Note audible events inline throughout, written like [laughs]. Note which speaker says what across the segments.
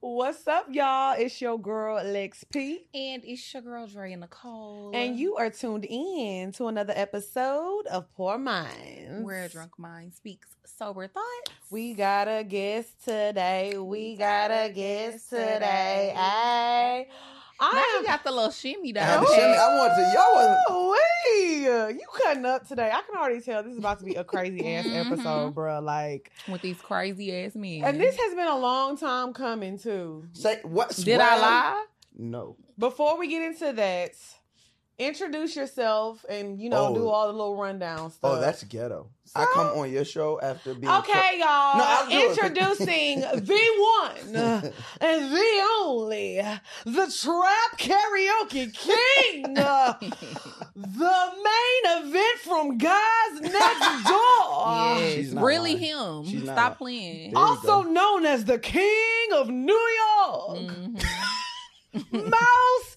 Speaker 1: What's up, y'all? It's your girl Lex P.
Speaker 2: And it's your girl Dre Nicole.
Speaker 1: And you are tuned in to another episode of Poor Minds.
Speaker 2: Where a drunk mind speaks sober thoughts.
Speaker 1: We got a guest today. We got a guest today. Hey.
Speaker 2: now you got the little shimmy though.
Speaker 3: I had to shimmy. I wanted to. Y'all wasn't.
Speaker 1: Ooh-wee. You cutting up today. I can already tell this is about to be a crazy ass
Speaker 2: Mhm.
Speaker 1: episode, bruh. Like,
Speaker 2: With these crazy ass men.
Speaker 1: and
Speaker 2: [laughs]
Speaker 1: this has been a long time coming, too.
Speaker 3: Say what?
Speaker 1: Did I
Speaker 3: swear?
Speaker 1: lie?
Speaker 3: No.
Speaker 1: Before we get into that, introduce yourself and, you know,
Speaker 3: Oh.
Speaker 1: do all the little rundown stuff.
Speaker 3: Oh, that's ghetto. I come on your show after being.
Speaker 1: Uh, [laughs] Okay,
Speaker 3: No,
Speaker 1: y'all.
Speaker 3: I'll do it. [laughs]
Speaker 1: Introducing the one and the only, the trap karaoke
Speaker 3: [laughs]
Speaker 1: king, uh, the main event from Guys
Speaker 3: [laughs]
Speaker 1: Next Door,
Speaker 2: yes.
Speaker 3: She's not
Speaker 2: really him.
Speaker 3: She's not
Speaker 2: Stop
Speaker 3: lying.
Speaker 2: playing.
Speaker 3: There you
Speaker 1: also
Speaker 3: go.
Speaker 1: known as the King of New York,
Speaker 2: Mhm.
Speaker 3: Mm-hmm. [laughs]
Speaker 1: Mouse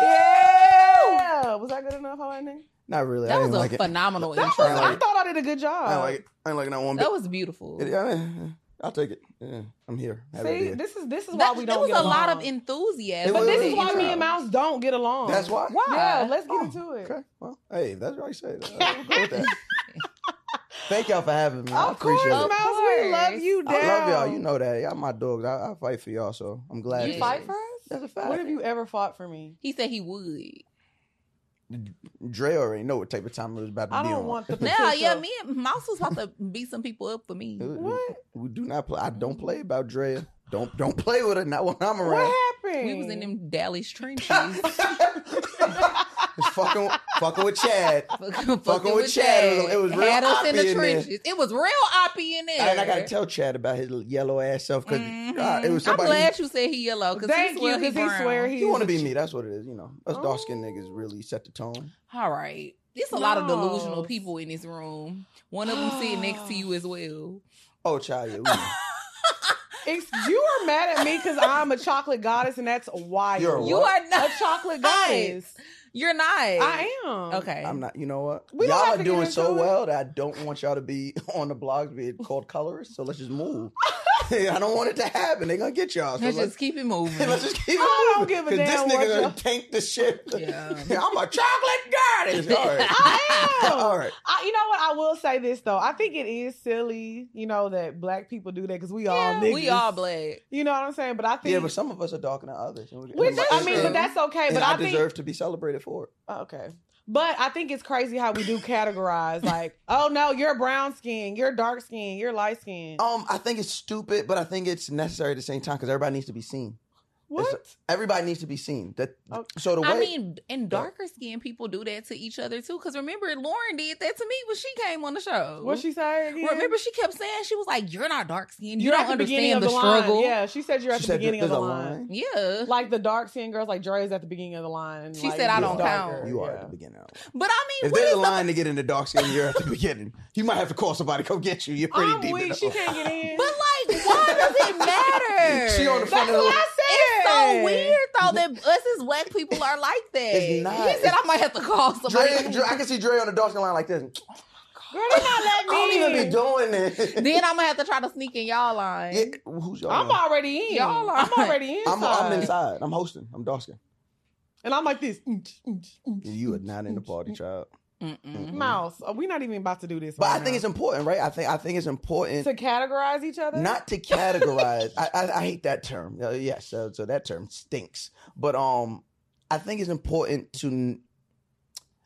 Speaker 1: Joe. Yeah, was that good enough? How I name?
Speaker 3: Not really. I
Speaker 2: That was
Speaker 3: didn't
Speaker 2: a
Speaker 3: like it.
Speaker 2: phenomenal
Speaker 1: That was.
Speaker 2: intro.
Speaker 3: I like
Speaker 1: I
Speaker 3: it.
Speaker 1: thought I did a good job.
Speaker 3: I didn't like it. I ain't like it not one bit.
Speaker 2: that was beautiful.
Speaker 3: It- I mean, I'll take it. Yeah, I'm here. Happy to be
Speaker 1: See,
Speaker 3: here.
Speaker 1: this is this is why
Speaker 2: That-
Speaker 1: we
Speaker 2: there
Speaker 1: don't
Speaker 2: was
Speaker 1: get
Speaker 2: a lot of
Speaker 1: along.
Speaker 2: enthusiasm.
Speaker 3: It
Speaker 1: But
Speaker 3: was
Speaker 1: this
Speaker 3: an
Speaker 1: is why
Speaker 3: intro.
Speaker 1: me and Mouse don't get along.
Speaker 3: That's why?
Speaker 2: Why?
Speaker 1: Yeah, let's get
Speaker 3: Oh,
Speaker 1: into it.
Speaker 3: Okay. Well, hey, if that's right. Say
Speaker 1: [laughs]
Speaker 3: that. I'll go with that. Thank y'all for having me. I
Speaker 1: Of course,
Speaker 3: appreciate
Speaker 1: Mouse,
Speaker 3: it.
Speaker 2: man.
Speaker 1: we
Speaker 2: course.
Speaker 1: love you down.
Speaker 3: I love y'all. You know that. Y'all my dogs. I, I fight for y'all, so I'm glad.
Speaker 1: You
Speaker 3: to-
Speaker 2: Yes.
Speaker 1: fight for us?
Speaker 3: That's a fact.
Speaker 1: What have you ever fought for me?
Speaker 2: He said he would.
Speaker 3: Dre already know what type of time it was about to
Speaker 1: I
Speaker 3: be
Speaker 1: don't
Speaker 3: on.
Speaker 1: want
Speaker 2: [laughs]
Speaker 1: the
Speaker 2: Now,
Speaker 1: potential.
Speaker 2: yeah, me and Mouse was about to beat some people up for me.
Speaker 3: It was-
Speaker 1: What?
Speaker 3: We do not play. I don't play about Drea. Don't don't play with her. Not when I'm
Speaker 1: What
Speaker 3: around.
Speaker 1: happened?
Speaker 2: We was
Speaker 1: [laughs]
Speaker 2: in them Dallas trenches.
Speaker 3: It's fucking fucking with Chad.
Speaker 2: [laughs] fucking,
Speaker 3: Fucking with Chad. It was- it was real
Speaker 2: Had us in
Speaker 3: oppy
Speaker 2: the
Speaker 3: in there.
Speaker 2: trenches. It was real oppy in there.
Speaker 3: And I gotta tell Chad about his little yellow ass self because
Speaker 1: Mm-hmm.
Speaker 2: Mhm.
Speaker 3: it was somebody.
Speaker 2: I'm glad you said he yellow because he
Speaker 1: Thank you,
Speaker 2: swear he,
Speaker 1: because he
Speaker 2: brown.
Speaker 1: swear
Speaker 3: you
Speaker 1: he.
Speaker 3: want to be me? That's what it is. You know, us dark skinned
Speaker 1: Oh.
Speaker 3: niggas really set the tone.
Speaker 2: All right. There's a lot of delusional
Speaker 1: No.
Speaker 2: people in this room. One of them sitting next to you as well.
Speaker 3: Oh, child, yeah, we know.
Speaker 1: Ex- you are mad at me because I'm a chocolate goddess, and that's wild.
Speaker 3: You're a
Speaker 2: You
Speaker 3: what?
Speaker 2: are
Speaker 1: a
Speaker 2: not. [laughs]
Speaker 1: chocolate goddess.
Speaker 2: You're not.
Speaker 1: I am.
Speaker 2: Okay.
Speaker 3: I'm not. You know what?
Speaker 1: We don't
Speaker 3: y'all
Speaker 1: have
Speaker 3: are
Speaker 1: to get
Speaker 3: doing so
Speaker 1: into it.
Speaker 3: well that I don't want y'all to be [laughs] on the blogs being called colorists. So let's just move.
Speaker 1: [laughs]
Speaker 3: [laughs] I don't want it to happen. They're gonna get y'all. So
Speaker 2: Let's just
Speaker 3: let's,
Speaker 2: keep it moving.
Speaker 3: [laughs] let's just keep.
Speaker 1: I don't
Speaker 3: it
Speaker 1: give a
Speaker 3: moving, 'cause
Speaker 1: damn
Speaker 3: This
Speaker 1: what
Speaker 3: nigga
Speaker 1: y'all- um,
Speaker 3: gonna tank the shit.
Speaker 2: Yeah.
Speaker 3: [laughs] I'm
Speaker 2: [laughs]
Speaker 3: a chocolate goddess. All right.
Speaker 1: I am.
Speaker 2: Oh!
Speaker 3: All right.
Speaker 1: I, you know what? I will say this though. I think it is silly, you know, that black people do that because we all niggas.
Speaker 2: we all black.
Speaker 1: You know what I'm saying? But I think.
Speaker 3: Yeah, but some of us are darker than others. and we-
Speaker 1: We
Speaker 3: and
Speaker 1: do- I mean, but
Speaker 3: and-
Speaker 1: that's okay.
Speaker 3: and
Speaker 1: But
Speaker 3: I,
Speaker 1: I think Oh,
Speaker 3: deserve to be celebrated for it.
Speaker 1: Okay. But I think it's crazy how we do categorize like, oh no, you're brown skin, you're dark skin, you're light skin.
Speaker 3: Um, I think it's stupid, but I think it's necessary at the same time because everybody needs to be seen.
Speaker 1: what?
Speaker 3: Everybody needs to be seen. That
Speaker 1: Oh.
Speaker 3: so the way
Speaker 2: I mean, and darker skinned people do that to each other too. Because remember, Lauren did that to me when she came on the show.
Speaker 1: What she say again?
Speaker 2: Remember, she kept saying she was like, "You're not dark skinned. You
Speaker 1: You're at
Speaker 2: don't
Speaker 1: beginning
Speaker 2: understand
Speaker 1: of
Speaker 2: the,
Speaker 1: line.
Speaker 2: struggle."
Speaker 1: Yeah, she said you're at
Speaker 3: she
Speaker 1: the
Speaker 3: said
Speaker 1: beginning of
Speaker 3: there's
Speaker 1: the
Speaker 3: a
Speaker 1: line.
Speaker 3: line.
Speaker 2: Yeah.
Speaker 1: Like the dark skin girls, like Dre is at the beginning of the line. and,
Speaker 2: She
Speaker 1: like,
Speaker 2: said, "I
Speaker 1: you're
Speaker 2: don't
Speaker 1: darker."
Speaker 2: count.
Speaker 3: You are
Speaker 1: Yeah.
Speaker 3: at the beginning. of it.
Speaker 2: but I mean,
Speaker 3: If
Speaker 2: what
Speaker 3: there's
Speaker 2: is
Speaker 3: a
Speaker 2: the
Speaker 3: line to get into dark skin, you're at the beginning. You might have to call somebody to come get you. You're pretty
Speaker 1: I'm
Speaker 3: deep. in
Speaker 1: weak.
Speaker 3: the-
Speaker 1: She can't get in.
Speaker 2: But like, why does it matter?
Speaker 3: She on the
Speaker 1: That's
Speaker 3: front
Speaker 1: what
Speaker 3: of
Speaker 1: I
Speaker 2: It's
Speaker 1: said.
Speaker 2: so weird though that us as black people are like that.
Speaker 3: It's not.
Speaker 2: He said I might have to call somebody.
Speaker 3: Dre, Dre, I can see Dre on the dark skin line like this.
Speaker 1: Girl, they not
Speaker 3: I
Speaker 1: letting me
Speaker 3: don't even
Speaker 1: in.
Speaker 3: be doing this.
Speaker 2: then I'm gonna have to try to sneak in y'all line.
Speaker 3: [laughs] yeah, who's y'all?
Speaker 1: I'm
Speaker 3: on?
Speaker 1: already in.
Speaker 2: Y'all are-
Speaker 1: I'm already inside.
Speaker 3: [laughs] I'm, I'm inside. I'm hosting. I'm dark skin.
Speaker 1: And I'm like this. mm, mm, mm,
Speaker 3: You are not in the
Speaker 1: mm,
Speaker 3: party, child.
Speaker 2: Mm-mm.
Speaker 1: Mouse. Are we not even about to do this?
Speaker 3: But
Speaker 1: right
Speaker 3: I think it's
Speaker 1: now?
Speaker 3: important, right? I think I think it's important
Speaker 1: to categorize each other.
Speaker 3: not to categorize. I, I, I hate that term. Uh, yes, so, so that term stinks. But um, I think it's important to.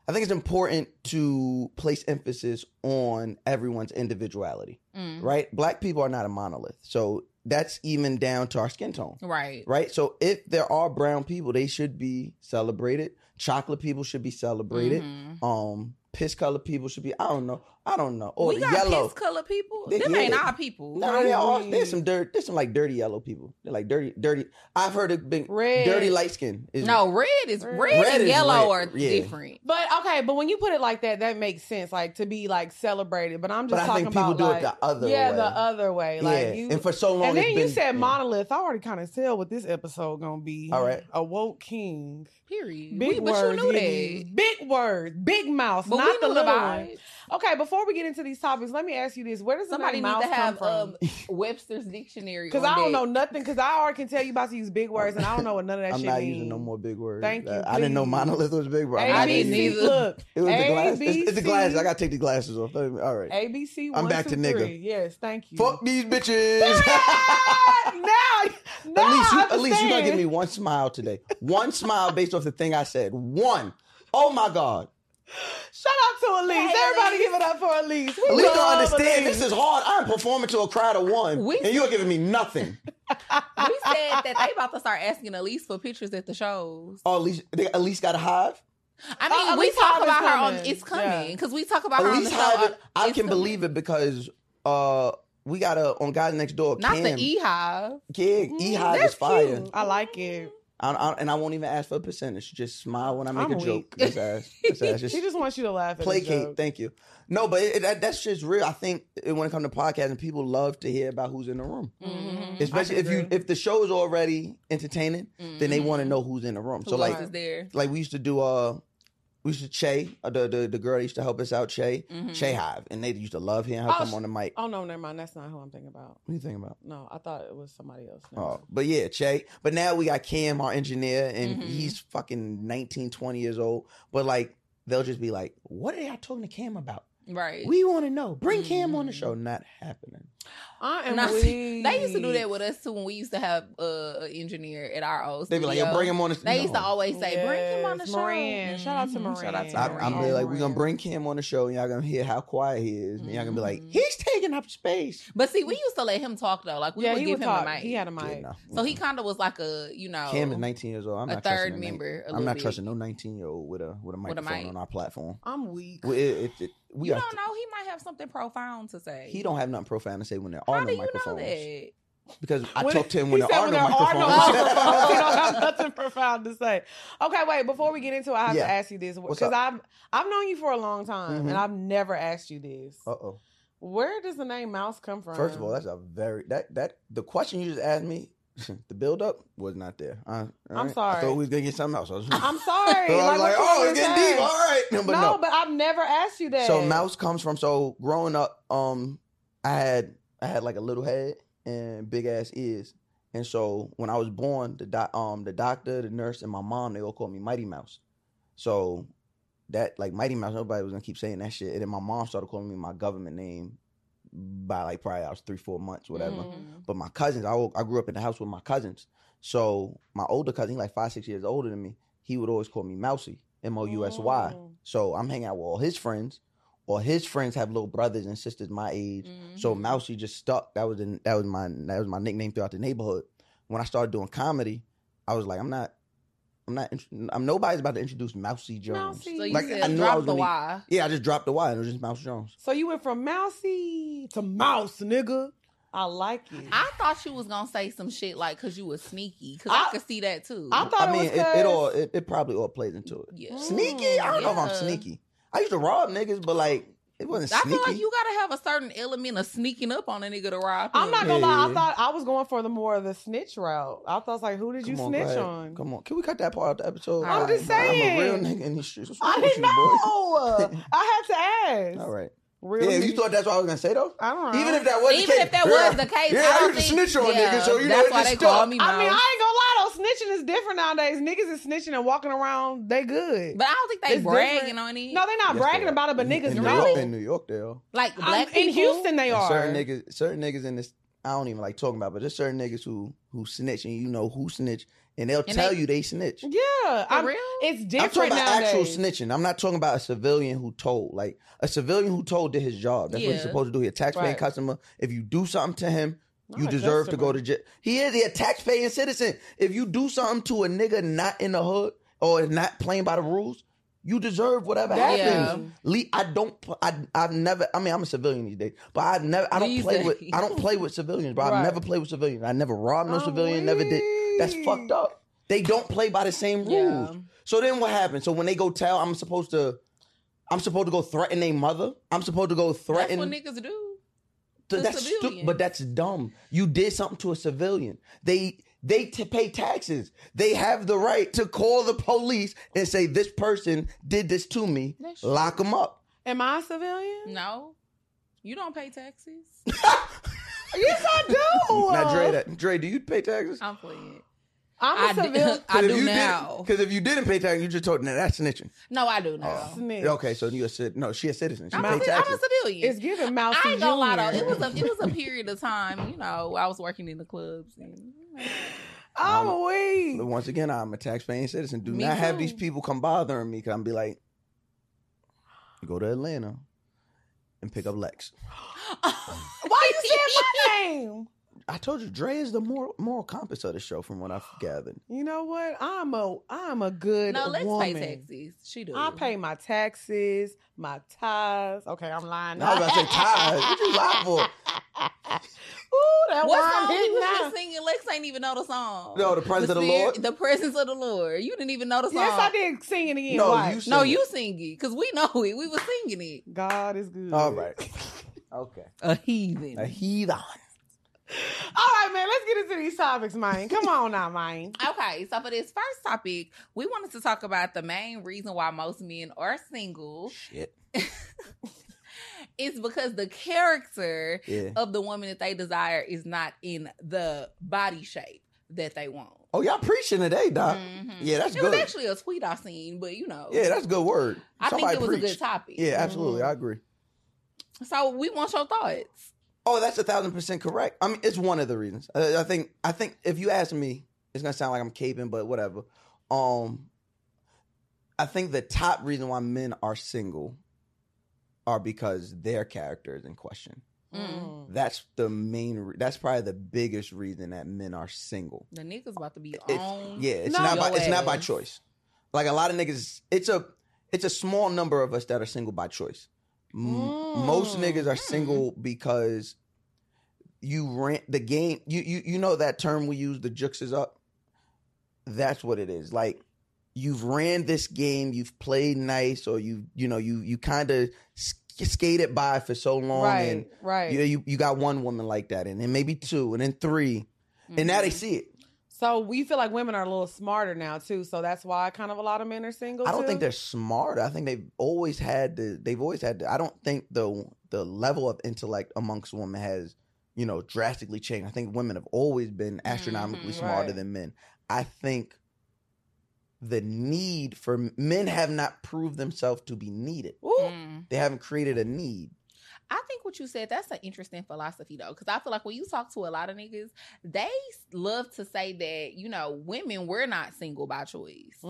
Speaker 3: I think it's important to place emphasis on everyone's individuality,
Speaker 2: Mm.
Speaker 3: right? Black people are not a monolith, so that's even down to our skin tone,
Speaker 2: Right.
Speaker 3: right? So if there are brown people, they should be celebrated. Chocolate people should be celebrated.
Speaker 2: Mhm.
Speaker 3: Um, piss color people should be. I don't know. I don't know. Or
Speaker 2: we
Speaker 3: the
Speaker 2: got
Speaker 3: yellow.
Speaker 2: piss color people.
Speaker 3: They-
Speaker 2: Them
Speaker 3: yeah.
Speaker 2: ain't our people.
Speaker 3: No, they all,
Speaker 1: we-
Speaker 3: there's some dirt. There's some like dirty yellow people. They're like dirty, dirty. I've heard it been
Speaker 1: Red.
Speaker 3: dirty light skin. Is,
Speaker 2: No, red is
Speaker 1: Red.
Speaker 2: red,
Speaker 3: Red
Speaker 2: and
Speaker 3: is
Speaker 2: yellow
Speaker 3: red.
Speaker 2: are
Speaker 3: Yeah.
Speaker 2: different.
Speaker 1: But okay, but when you put it like that, that makes sense. Like to be like celebrated. But I'm
Speaker 3: but
Speaker 1: just
Speaker 3: I
Speaker 1: talking
Speaker 3: think people
Speaker 1: about
Speaker 3: do
Speaker 1: like
Speaker 3: it the other
Speaker 1: yeah,
Speaker 3: way.
Speaker 1: the other way. Like
Speaker 3: yeah.
Speaker 1: you.
Speaker 3: and for so long,
Speaker 1: And
Speaker 3: it's
Speaker 1: then you
Speaker 3: been-
Speaker 1: said
Speaker 3: yeah.
Speaker 1: monolith. I already kind of tell what this episode gonna be.
Speaker 3: All right.
Speaker 1: a woke king.
Speaker 2: Period.
Speaker 1: Big
Speaker 2: We- but
Speaker 1: words.
Speaker 2: you knew
Speaker 1: getting
Speaker 2: that.
Speaker 1: used. Big big words, big mouth,
Speaker 2: But
Speaker 1: not
Speaker 2: we
Speaker 1: the
Speaker 2: knew the
Speaker 1: little one.
Speaker 2: vibe.
Speaker 1: Okay, before we get into these topics, let me ask you this: Where does
Speaker 2: Somebody
Speaker 1: somebody
Speaker 2: need
Speaker 1: mouse
Speaker 2: to have
Speaker 1: come
Speaker 2: um,
Speaker 1: [laughs] from?
Speaker 2: Webster's dictionary.
Speaker 1: Because
Speaker 2: on
Speaker 1: I don't
Speaker 2: deck.
Speaker 1: know nothing. Because I already can tell you about to use big words, and I don't know what none of that
Speaker 3: I'm
Speaker 1: shit
Speaker 3: not
Speaker 1: means.
Speaker 3: using no more big words.
Speaker 1: Thank you,
Speaker 3: I, I didn't know
Speaker 1: please.
Speaker 3: monolith was big, but I'm
Speaker 1: A
Speaker 3: not
Speaker 1: B
Speaker 3: using
Speaker 1: C.
Speaker 3: it.
Speaker 2: either.
Speaker 3: [laughs]
Speaker 1: Look,
Speaker 3: It was the glass. It's, it's the glasses.
Speaker 1: ABC.
Speaker 3: I gotta take the glasses off. All right.
Speaker 1: ABC.
Speaker 3: I'm
Speaker 1: one,
Speaker 3: back
Speaker 1: two,
Speaker 3: to nigga.
Speaker 1: three. Yes, thank you.
Speaker 3: Fuck these bitches.
Speaker 1: Period! [laughs]
Speaker 3: [laughs]
Speaker 1: now, now
Speaker 3: at least you,
Speaker 1: I
Speaker 3: at least you gonna give
Speaker 1: understand.
Speaker 3: me one smile today. One smile based off the thing I said. One. Oh my god.
Speaker 1: Shout out to Elise.
Speaker 2: Hey,
Speaker 1: Everybody
Speaker 2: Elise.
Speaker 1: give it up for Elise. We
Speaker 3: At least you
Speaker 1: love
Speaker 3: understand
Speaker 1: Elise. [laughs]
Speaker 3: this is [laughs] hard. I'm performing to a crowd of one,
Speaker 2: We-
Speaker 3: and you're giving me nothing.
Speaker 1: [laughs]
Speaker 2: we said that they about to start asking Elise for pictures at the shows.
Speaker 3: Oh, at least they at least got a hive.
Speaker 2: I mean,
Speaker 1: Oh,
Speaker 2: we
Speaker 1: Elise
Speaker 2: talk
Speaker 1: Hive is
Speaker 2: about her on.
Speaker 1: coming.
Speaker 2: It's coming
Speaker 1: Yeah.
Speaker 2: because we talk about
Speaker 3: At
Speaker 2: her on the
Speaker 3: least
Speaker 2: show.
Speaker 3: hive. it. I
Speaker 2: it's
Speaker 3: can
Speaker 2: coming.
Speaker 3: believe it because uh we got a on guys next door.
Speaker 2: Not
Speaker 3: Cam,
Speaker 2: the E Hive.
Speaker 3: Keg,
Speaker 1: Mm,
Speaker 3: E hive
Speaker 1: that's
Speaker 3: is fire.
Speaker 1: cute. I like it.
Speaker 3: I, I, and I won't even ask for a percentage. Just smile when I make
Speaker 1: I'm
Speaker 3: a
Speaker 1: weak.
Speaker 3: joke. That's ass. That's ass. Just
Speaker 1: She just wants you to laugh. At
Speaker 3: placate.
Speaker 1: The joke.
Speaker 3: Thank you. No, but it, that, that's just real. I think it, when it comes to podcasting, people love to hear about who's in the room,
Speaker 1: Mm-hmm.
Speaker 2: Mhm.
Speaker 3: especially if you
Speaker 1: agree.
Speaker 3: if the show is already entertaining, then they want to know who's in the room.
Speaker 2: Mm-hmm. Who
Speaker 3: so like
Speaker 2: else is there?
Speaker 3: like we used to do. Uh, we used to Che, uh, the, the the girl that used to help us out, Che,
Speaker 2: Mhm.
Speaker 3: Che Hive, and they used to love hearing her
Speaker 1: Oh,
Speaker 3: come
Speaker 1: sh-
Speaker 3: on the mic. What
Speaker 1: Oh no, never mind. That's not who I'm thinking about.
Speaker 3: do you think about?
Speaker 1: No, I thought it was somebody else. Never
Speaker 3: Oh,
Speaker 1: mind.
Speaker 3: but yeah, Che. But now we got Cam, our engineer, and
Speaker 2: Mhm.
Speaker 3: he's fucking 19, 20 years old. But like, they'll just be like, what are y'all talking to Cam about?
Speaker 2: Right.
Speaker 3: We want to know. Bring Cam on the
Speaker 2: Mhm.
Speaker 3: show. Not happening.
Speaker 1: I am.
Speaker 2: Not-
Speaker 1: weak.
Speaker 2: they used to do that with us too when we used to have uh, an engineer at our old
Speaker 3: They'd be
Speaker 2: studio.
Speaker 3: like, yo, bring him on the show.
Speaker 2: they used to always say, "Bring him on the
Speaker 1: Yes, Mm-hmm.
Speaker 2: show."
Speaker 1: Moran. Shout out to
Speaker 2: Mhm. Shout out
Speaker 1: Moran.
Speaker 2: to
Speaker 3: I, I'm
Speaker 2: Moran.
Speaker 3: be like, we're gonna
Speaker 1: Moran.
Speaker 3: bring Cam on the show, and y'all gonna hear how quiet he is, and y'all gonna be like,
Speaker 2: Mhm.
Speaker 3: he's taking up space.
Speaker 2: But see, we used to let him talk though. Like we
Speaker 1: yeah,
Speaker 2: would
Speaker 1: he
Speaker 2: give
Speaker 1: would
Speaker 2: him
Speaker 1: talk.
Speaker 2: a mic.
Speaker 1: He had a
Speaker 3: Yeah,
Speaker 1: mic.
Speaker 3: no.
Speaker 2: so he kind of was like a you know
Speaker 3: Cam is 19 years old. I'm
Speaker 2: a
Speaker 3: not
Speaker 2: third
Speaker 3: trusting member.
Speaker 2: member. i
Speaker 3: I'm not trusting no 19 year old with a with a
Speaker 2: With a
Speaker 3: microphone
Speaker 2: mic.
Speaker 3: on our platform.
Speaker 1: I'm weak.
Speaker 3: We, it, it, it- we
Speaker 2: you
Speaker 3: are,
Speaker 2: don't know. He might have something profound to say.
Speaker 3: He don't have nothing profound to say when there
Speaker 2: How
Speaker 3: are
Speaker 2: do
Speaker 3: no
Speaker 2: you know
Speaker 3: microphones.
Speaker 2: that?
Speaker 3: Because I
Speaker 1: When-
Speaker 3: talked to him
Speaker 1: [laughs] he
Speaker 3: when there
Speaker 1: said
Speaker 3: are no microphones.
Speaker 1: [laughs] microphones, he don't have nothing profound to say. Okay, wait. Before we get into it, I have
Speaker 3: Yeah.
Speaker 1: to ask you this
Speaker 3: What's
Speaker 1: because
Speaker 3: up?
Speaker 1: I've I've known you for a long time
Speaker 3: Mhm.
Speaker 1: and I've never asked you this.
Speaker 3: [laughs] Uh-oh.
Speaker 1: Where does the name Mouse come [laughs] from?
Speaker 3: Oh. First of all, that's a very that that the question you just asked me, [laughs] the build up was not there. Uh, all right. I
Speaker 1: sorry.
Speaker 3: thought we was gonna get something else. [laughs] I was,
Speaker 1: I'm sorry.
Speaker 3: So I was
Speaker 1: what you
Speaker 3: like, oh,
Speaker 1: want
Speaker 3: it's
Speaker 1: me to
Speaker 3: getting
Speaker 1: say?
Speaker 3: deep. All right, no, but
Speaker 1: no,
Speaker 3: no.
Speaker 1: but I've never asked you that.
Speaker 3: so mouse comes from so growing up, um, I had I had like a little head and big ass ears, and so when I was born, the doc, um the doctor, the nurse, and my mom they all called me Mighty Mouse. So that like Mighty Mouse, nobody was gonna keep saying that shit, and then my mom started calling me my government name by like probably I was three four months whatever.
Speaker 1: Mhm.
Speaker 2: Mhm.
Speaker 3: But my cousins, I, wo- I grew up in the house with my cousins. So my older cousin, he like five, six years older than me, he would always call me Mousy, M O U S Y.
Speaker 1: Mm.
Speaker 3: So I'm hanging out with all his friends, or his friends have little brothers and sisters my age. So
Speaker 1: Mm-hmm.
Speaker 2: Mhm.
Speaker 3: Mousy just stuck. That was in, that was my that was my nickname throughout the neighborhood. When I started doing comedy, I was like, I'm not, I'm not, int- I'm nobody's about to introduce Mousy Jones.
Speaker 1: Mousy.
Speaker 2: So you
Speaker 3: Like,
Speaker 2: said,
Speaker 3: I knew I
Speaker 2: drop
Speaker 3: was
Speaker 2: the
Speaker 3: gonna be-
Speaker 2: Y.
Speaker 3: Yeah, I just dropped the Y and it was just Mouse Jones.
Speaker 1: So you went from mousy to mouse, nigga. I like it.
Speaker 2: I thought you was gonna say some shit like because you was sneaky because I,
Speaker 1: I-
Speaker 2: could see that too.
Speaker 1: I thought it
Speaker 3: mean,
Speaker 1: was
Speaker 3: it, it
Speaker 1: 'cause-
Speaker 3: all it, it probably all plays into it.
Speaker 2: yeah.
Speaker 1: Mm,
Speaker 3: Sneaky? I don't know if I'm
Speaker 2: yeah.
Speaker 3: sneaky. I used to rob niggas, but like it wasn't
Speaker 2: I
Speaker 3: sneaky.
Speaker 2: feel like you gotta have a certain element of sneaking up on a nigga to rob.
Speaker 1: I'm not
Speaker 2: him.
Speaker 1: gonna lie.
Speaker 3: Yeah.
Speaker 1: I thought I was going for the more of the snitch route. I thought like, who did you
Speaker 3: Come on,
Speaker 1: snitch
Speaker 3: go ahead.
Speaker 1: on?
Speaker 3: Come on, can we cut that part out the episode?
Speaker 2: I'm
Speaker 3: Like,
Speaker 2: just
Speaker 1: saying.
Speaker 3: I'm a real nigga in these streets. What's
Speaker 1: I
Speaker 3: wrong with
Speaker 1: didn't
Speaker 3: you, boy?
Speaker 1: know. [laughs] I had to ask.
Speaker 3: All right.
Speaker 1: Real
Speaker 3: Yeah, you
Speaker 1: nigga.
Speaker 3: thought that's what I was gonna say though.
Speaker 1: I don't know.
Speaker 3: Even if that was the
Speaker 2: Even
Speaker 3: case,
Speaker 2: if that
Speaker 3: yeah,
Speaker 2: was the case,
Speaker 3: yeah,
Speaker 2: I
Speaker 3: I
Speaker 2: don't
Speaker 3: used to
Speaker 2: think-
Speaker 3: snitch on
Speaker 2: yeah,
Speaker 3: niggas, so you know
Speaker 2: that's
Speaker 3: it
Speaker 2: why
Speaker 3: just
Speaker 2: they call
Speaker 3: stuck.
Speaker 2: me
Speaker 1: I mean,
Speaker 2: Mouse.
Speaker 1: I ain't gonna lie though. Snitching is different nowadays. Niggas is snitching and walking around. They good.
Speaker 2: But I don't think they
Speaker 1: It's
Speaker 2: bragging
Speaker 1: different.
Speaker 2: on it.
Speaker 1: no, they're not
Speaker 3: Yes,
Speaker 1: bragging
Speaker 3: they are.
Speaker 1: about it, but
Speaker 3: In-
Speaker 1: niggas
Speaker 3: in New
Speaker 1: know.
Speaker 3: York, in New York, they are.
Speaker 2: like
Speaker 1: I'm-
Speaker 2: black
Speaker 1: in
Speaker 2: people
Speaker 1: Houston, they
Speaker 3: And
Speaker 1: are.
Speaker 3: Certain niggas, certain niggas in this, I don't even like talking about, but there's certain niggas who who snitch, and you know who snitch, and they'll
Speaker 2: And
Speaker 3: tell
Speaker 2: they-
Speaker 3: you they snitch.
Speaker 1: Yeah,
Speaker 2: For
Speaker 1: I'm-
Speaker 2: real?
Speaker 1: It's
Speaker 3: I'm talking
Speaker 1: different
Speaker 3: about
Speaker 1: nowadays.
Speaker 3: actual snitching. I'm not talking about a civilian who told. Like a civilian who told did his job. That's what
Speaker 2: Yeah.
Speaker 3: he's supposed to do. He's a taxpaying
Speaker 1: Right.
Speaker 3: customer. If you do something to him,
Speaker 1: Not
Speaker 3: you
Speaker 1: a
Speaker 3: deserve to go
Speaker 1: customer.
Speaker 3: to jail. He is he a taxpaying citizen. If you do something to a nigga not in the hood or is not playing by the rules, you deserve whatever
Speaker 1: That-
Speaker 3: happens. Lee, I don't. pl- I I've never. I mean, I'm a civilian these days, but I never. I don't
Speaker 2: These
Speaker 3: play with.
Speaker 2: days.
Speaker 3: I don't play with cilians, bro.
Speaker 1: Right.
Speaker 3: I've never played with civilians. I never robbed no
Speaker 1: I'm
Speaker 3: civilian. Never did. That's
Speaker 1: weak.
Speaker 3: fucked up. They don't play by the same rules.
Speaker 2: Yeah.
Speaker 3: So then what happens? So when they go tell, I'm supposed to, I'm supposed to go threaten their mother. I'm supposed to go
Speaker 2: That's
Speaker 3: threaten.
Speaker 2: what niggas do.
Speaker 3: th-
Speaker 2: to
Speaker 3: that's stu-
Speaker 2: civilians.
Speaker 3: but that's dumb. You did something to a civilian. They They t- pay taxes. They have the right to call the police and say this person did this to me.
Speaker 2: That's true.
Speaker 3: Lock them up.
Speaker 1: Am I a civilian?
Speaker 2: No, you don't pay taxes.
Speaker 1: yes, I
Speaker 2: Oh,
Speaker 3: [laughs]
Speaker 1: do.
Speaker 3: Now, Dre, that, Dre, do you pay taxes?
Speaker 2: I'm [laughs] playing. I
Speaker 1: I'm a
Speaker 2: do-
Speaker 1: civilian.
Speaker 2: [laughs] I
Speaker 3: if
Speaker 2: do
Speaker 3: you
Speaker 2: now.
Speaker 3: Because if you didn't pay taxes, you just told now that's snitching.
Speaker 2: No, I do now.
Speaker 3: Oh.
Speaker 1: Snitch.
Speaker 3: Okay, so you're a citizen. No, she a citizen. She
Speaker 2: I'm,
Speaker 3: paid
Speaker 2: a, I'm a
Speaker 3: taxes.
Speaker 1: [laughs]
Speaker 2: civilian.
Speaker 1: It's giving mouse.
Speaker 2: I ain't gonna lie though. It was a it was a period of time. You know, I was working in the clubs. And,
Speaker 1: I'm
Speaker 3: Um,
Speaker 1: weak.
Speaker 3: Once again, I'm a tax-paying citizen. Do
Speaker 2: Me
Speaker 3: not have
Speaker 2: too.
Speaker 3: these people come bothering me because I'm be like, you go to Atlanta and pick up Lex.
Speaker 1: [laughs]
Speaker 2: [laughs]
Speaker 1: Why you saying my name?
Speaker 3: I told you, Dre is the moral, moral compass of the show, from what I've
Speaker 2: [sighs]
Speaker 3: gathered.
Speaker 1: You know what? I'm a I'm a good
Speaker 2: no, let's
Speaker 1: woman.
Speaker 2: pay taxes. She do.
Speaker 1: I pay my taxes, my tithes. Okay, I'm lying.
Speaker 3: And I was about to say, Ty,
Speaker 1: [laughs]
Speaker 3: what you lie
Speaker 2: [laughs]
Speaker 3: for?
Speaker 1: Ooh, that
Speaker 2: What
Speaker 1: wine
Speaker 2: song we
Speaker 1: hit
Speaker 2: was
Speaker 1: now.
Speaker 2: just singing? Lex ain't even know the E song.
Speaker 3: No, the presence of the
Speaker 2: spirit-
Speaker 3: Lord.
Speaker 2: The presence of the Lord. You didn't even know the song.
Speaker 1: Yes, I did sing it again.
Speaker 3: No,
Speaker 1: Watch.
Speaker 3: you-
Speaker 2: No,
Speaker 3: Sing it.
Speaker 2: you sing it because we know it. We were singing it.
Speaker 1: God is good.
Speaker 3: [laughs] All right.
Speaker 2: [laughs]
Speaker 3: Okay.
Speaker 2: A heathen.
Speaker 3: A heathen.
Speaker 1: All right, man. Let's get into these topics, man. Come on now, man.
Speaker 2: Okay, so for this first topic, we wanted to talk about the main reason why most men are single [laughs]
Speaker 3: Shit.
Speaker 2: is because the character
Speaker 3: Yeah.
Speaker 2: of the woman that they desire is not in the body shape that they want.
Speaker 3: Oh, y'all preaching today, Doc.
Speaker 2: Mhm.
Speaker 3: Uh, yeah, that's
Speaker 2: it
Speaker 3: good.
Speaker 2: was actually a tweet I seen, but you know,
Speaker 3: Yeah, that's a good word.
Speaker 2: I think
Speaker 3: Somebody
Speaker 2: it was a good
Speaker 3: preach.
Speaker 2: topic. Mm-hmm.
Speaker 3: Yeah, absolutely. I agree.
Speaker 2: So we want your thoughts.
Speaker 3: Oh, that's a thousand percent correct. I mean, it's one of the reasons. I, I think. I think if you ask me, it's gonna sound like I'm caping, but whatever. Um, I think the top reason why men are single are because their character is in question.
Speaker 2: [laughs] Mm.
Speaker 3: That's the main. Re- that's probably the biggest reason that men are single.
Speaker 2: The niggas about to be
Speaker 3: It's-
Speaker 2: on.
Speaker 3: yeah, it's
Speaker 1: No.
Speaker 3: not. By,
Speaker 2: Your
Speaker 3: it's not by
Speaker 2: ass.
Speaker 3: choice. Like a lot of niggas, it's a it's a small number of us that are single by choice. M-
Speaker 1: Mm.
Speaker 3: Most niggas are single because you rent the game. You you you know that term we use, the jukes is up. That's what it is. Like you've ran this game, you've played nice, or you you know you you kind of skated by for so long, and
Speaker 1: Right, right.
Speaker 3: you, you you got one woman like that, and then maybe two, and then 3
Speaker 2: Mm-hmm.
Speaker 3: and now they see it.
Speaker 1: So we feel like women are a little smarter now too. So that's why kind of a lot of men are single.
Speaker 3: I don't
Speaker 1: too?
Speaker 3: think they're smart. I think they've always had the. They've always had. The, I don't think the the level of intellect amongst women has, you know, drastically changed. I think women have always been astronomically
Speaker 2: Mhm,
Speaker 3: smarter
Speaker 1: right.
Speaker 3: than men. I think the need for men have not proved themselves to be needed.
Speaker 1: Ooh,
Speaker 2: Mm.
Speaker 3: They haven't created a need.
Speaker 2: I think what you said, that's an interesting philosophy though, because I feel like when you talk to a lot of niggas, they s- love to say that, you know, women were not single by choice.
Speaker 1: hmm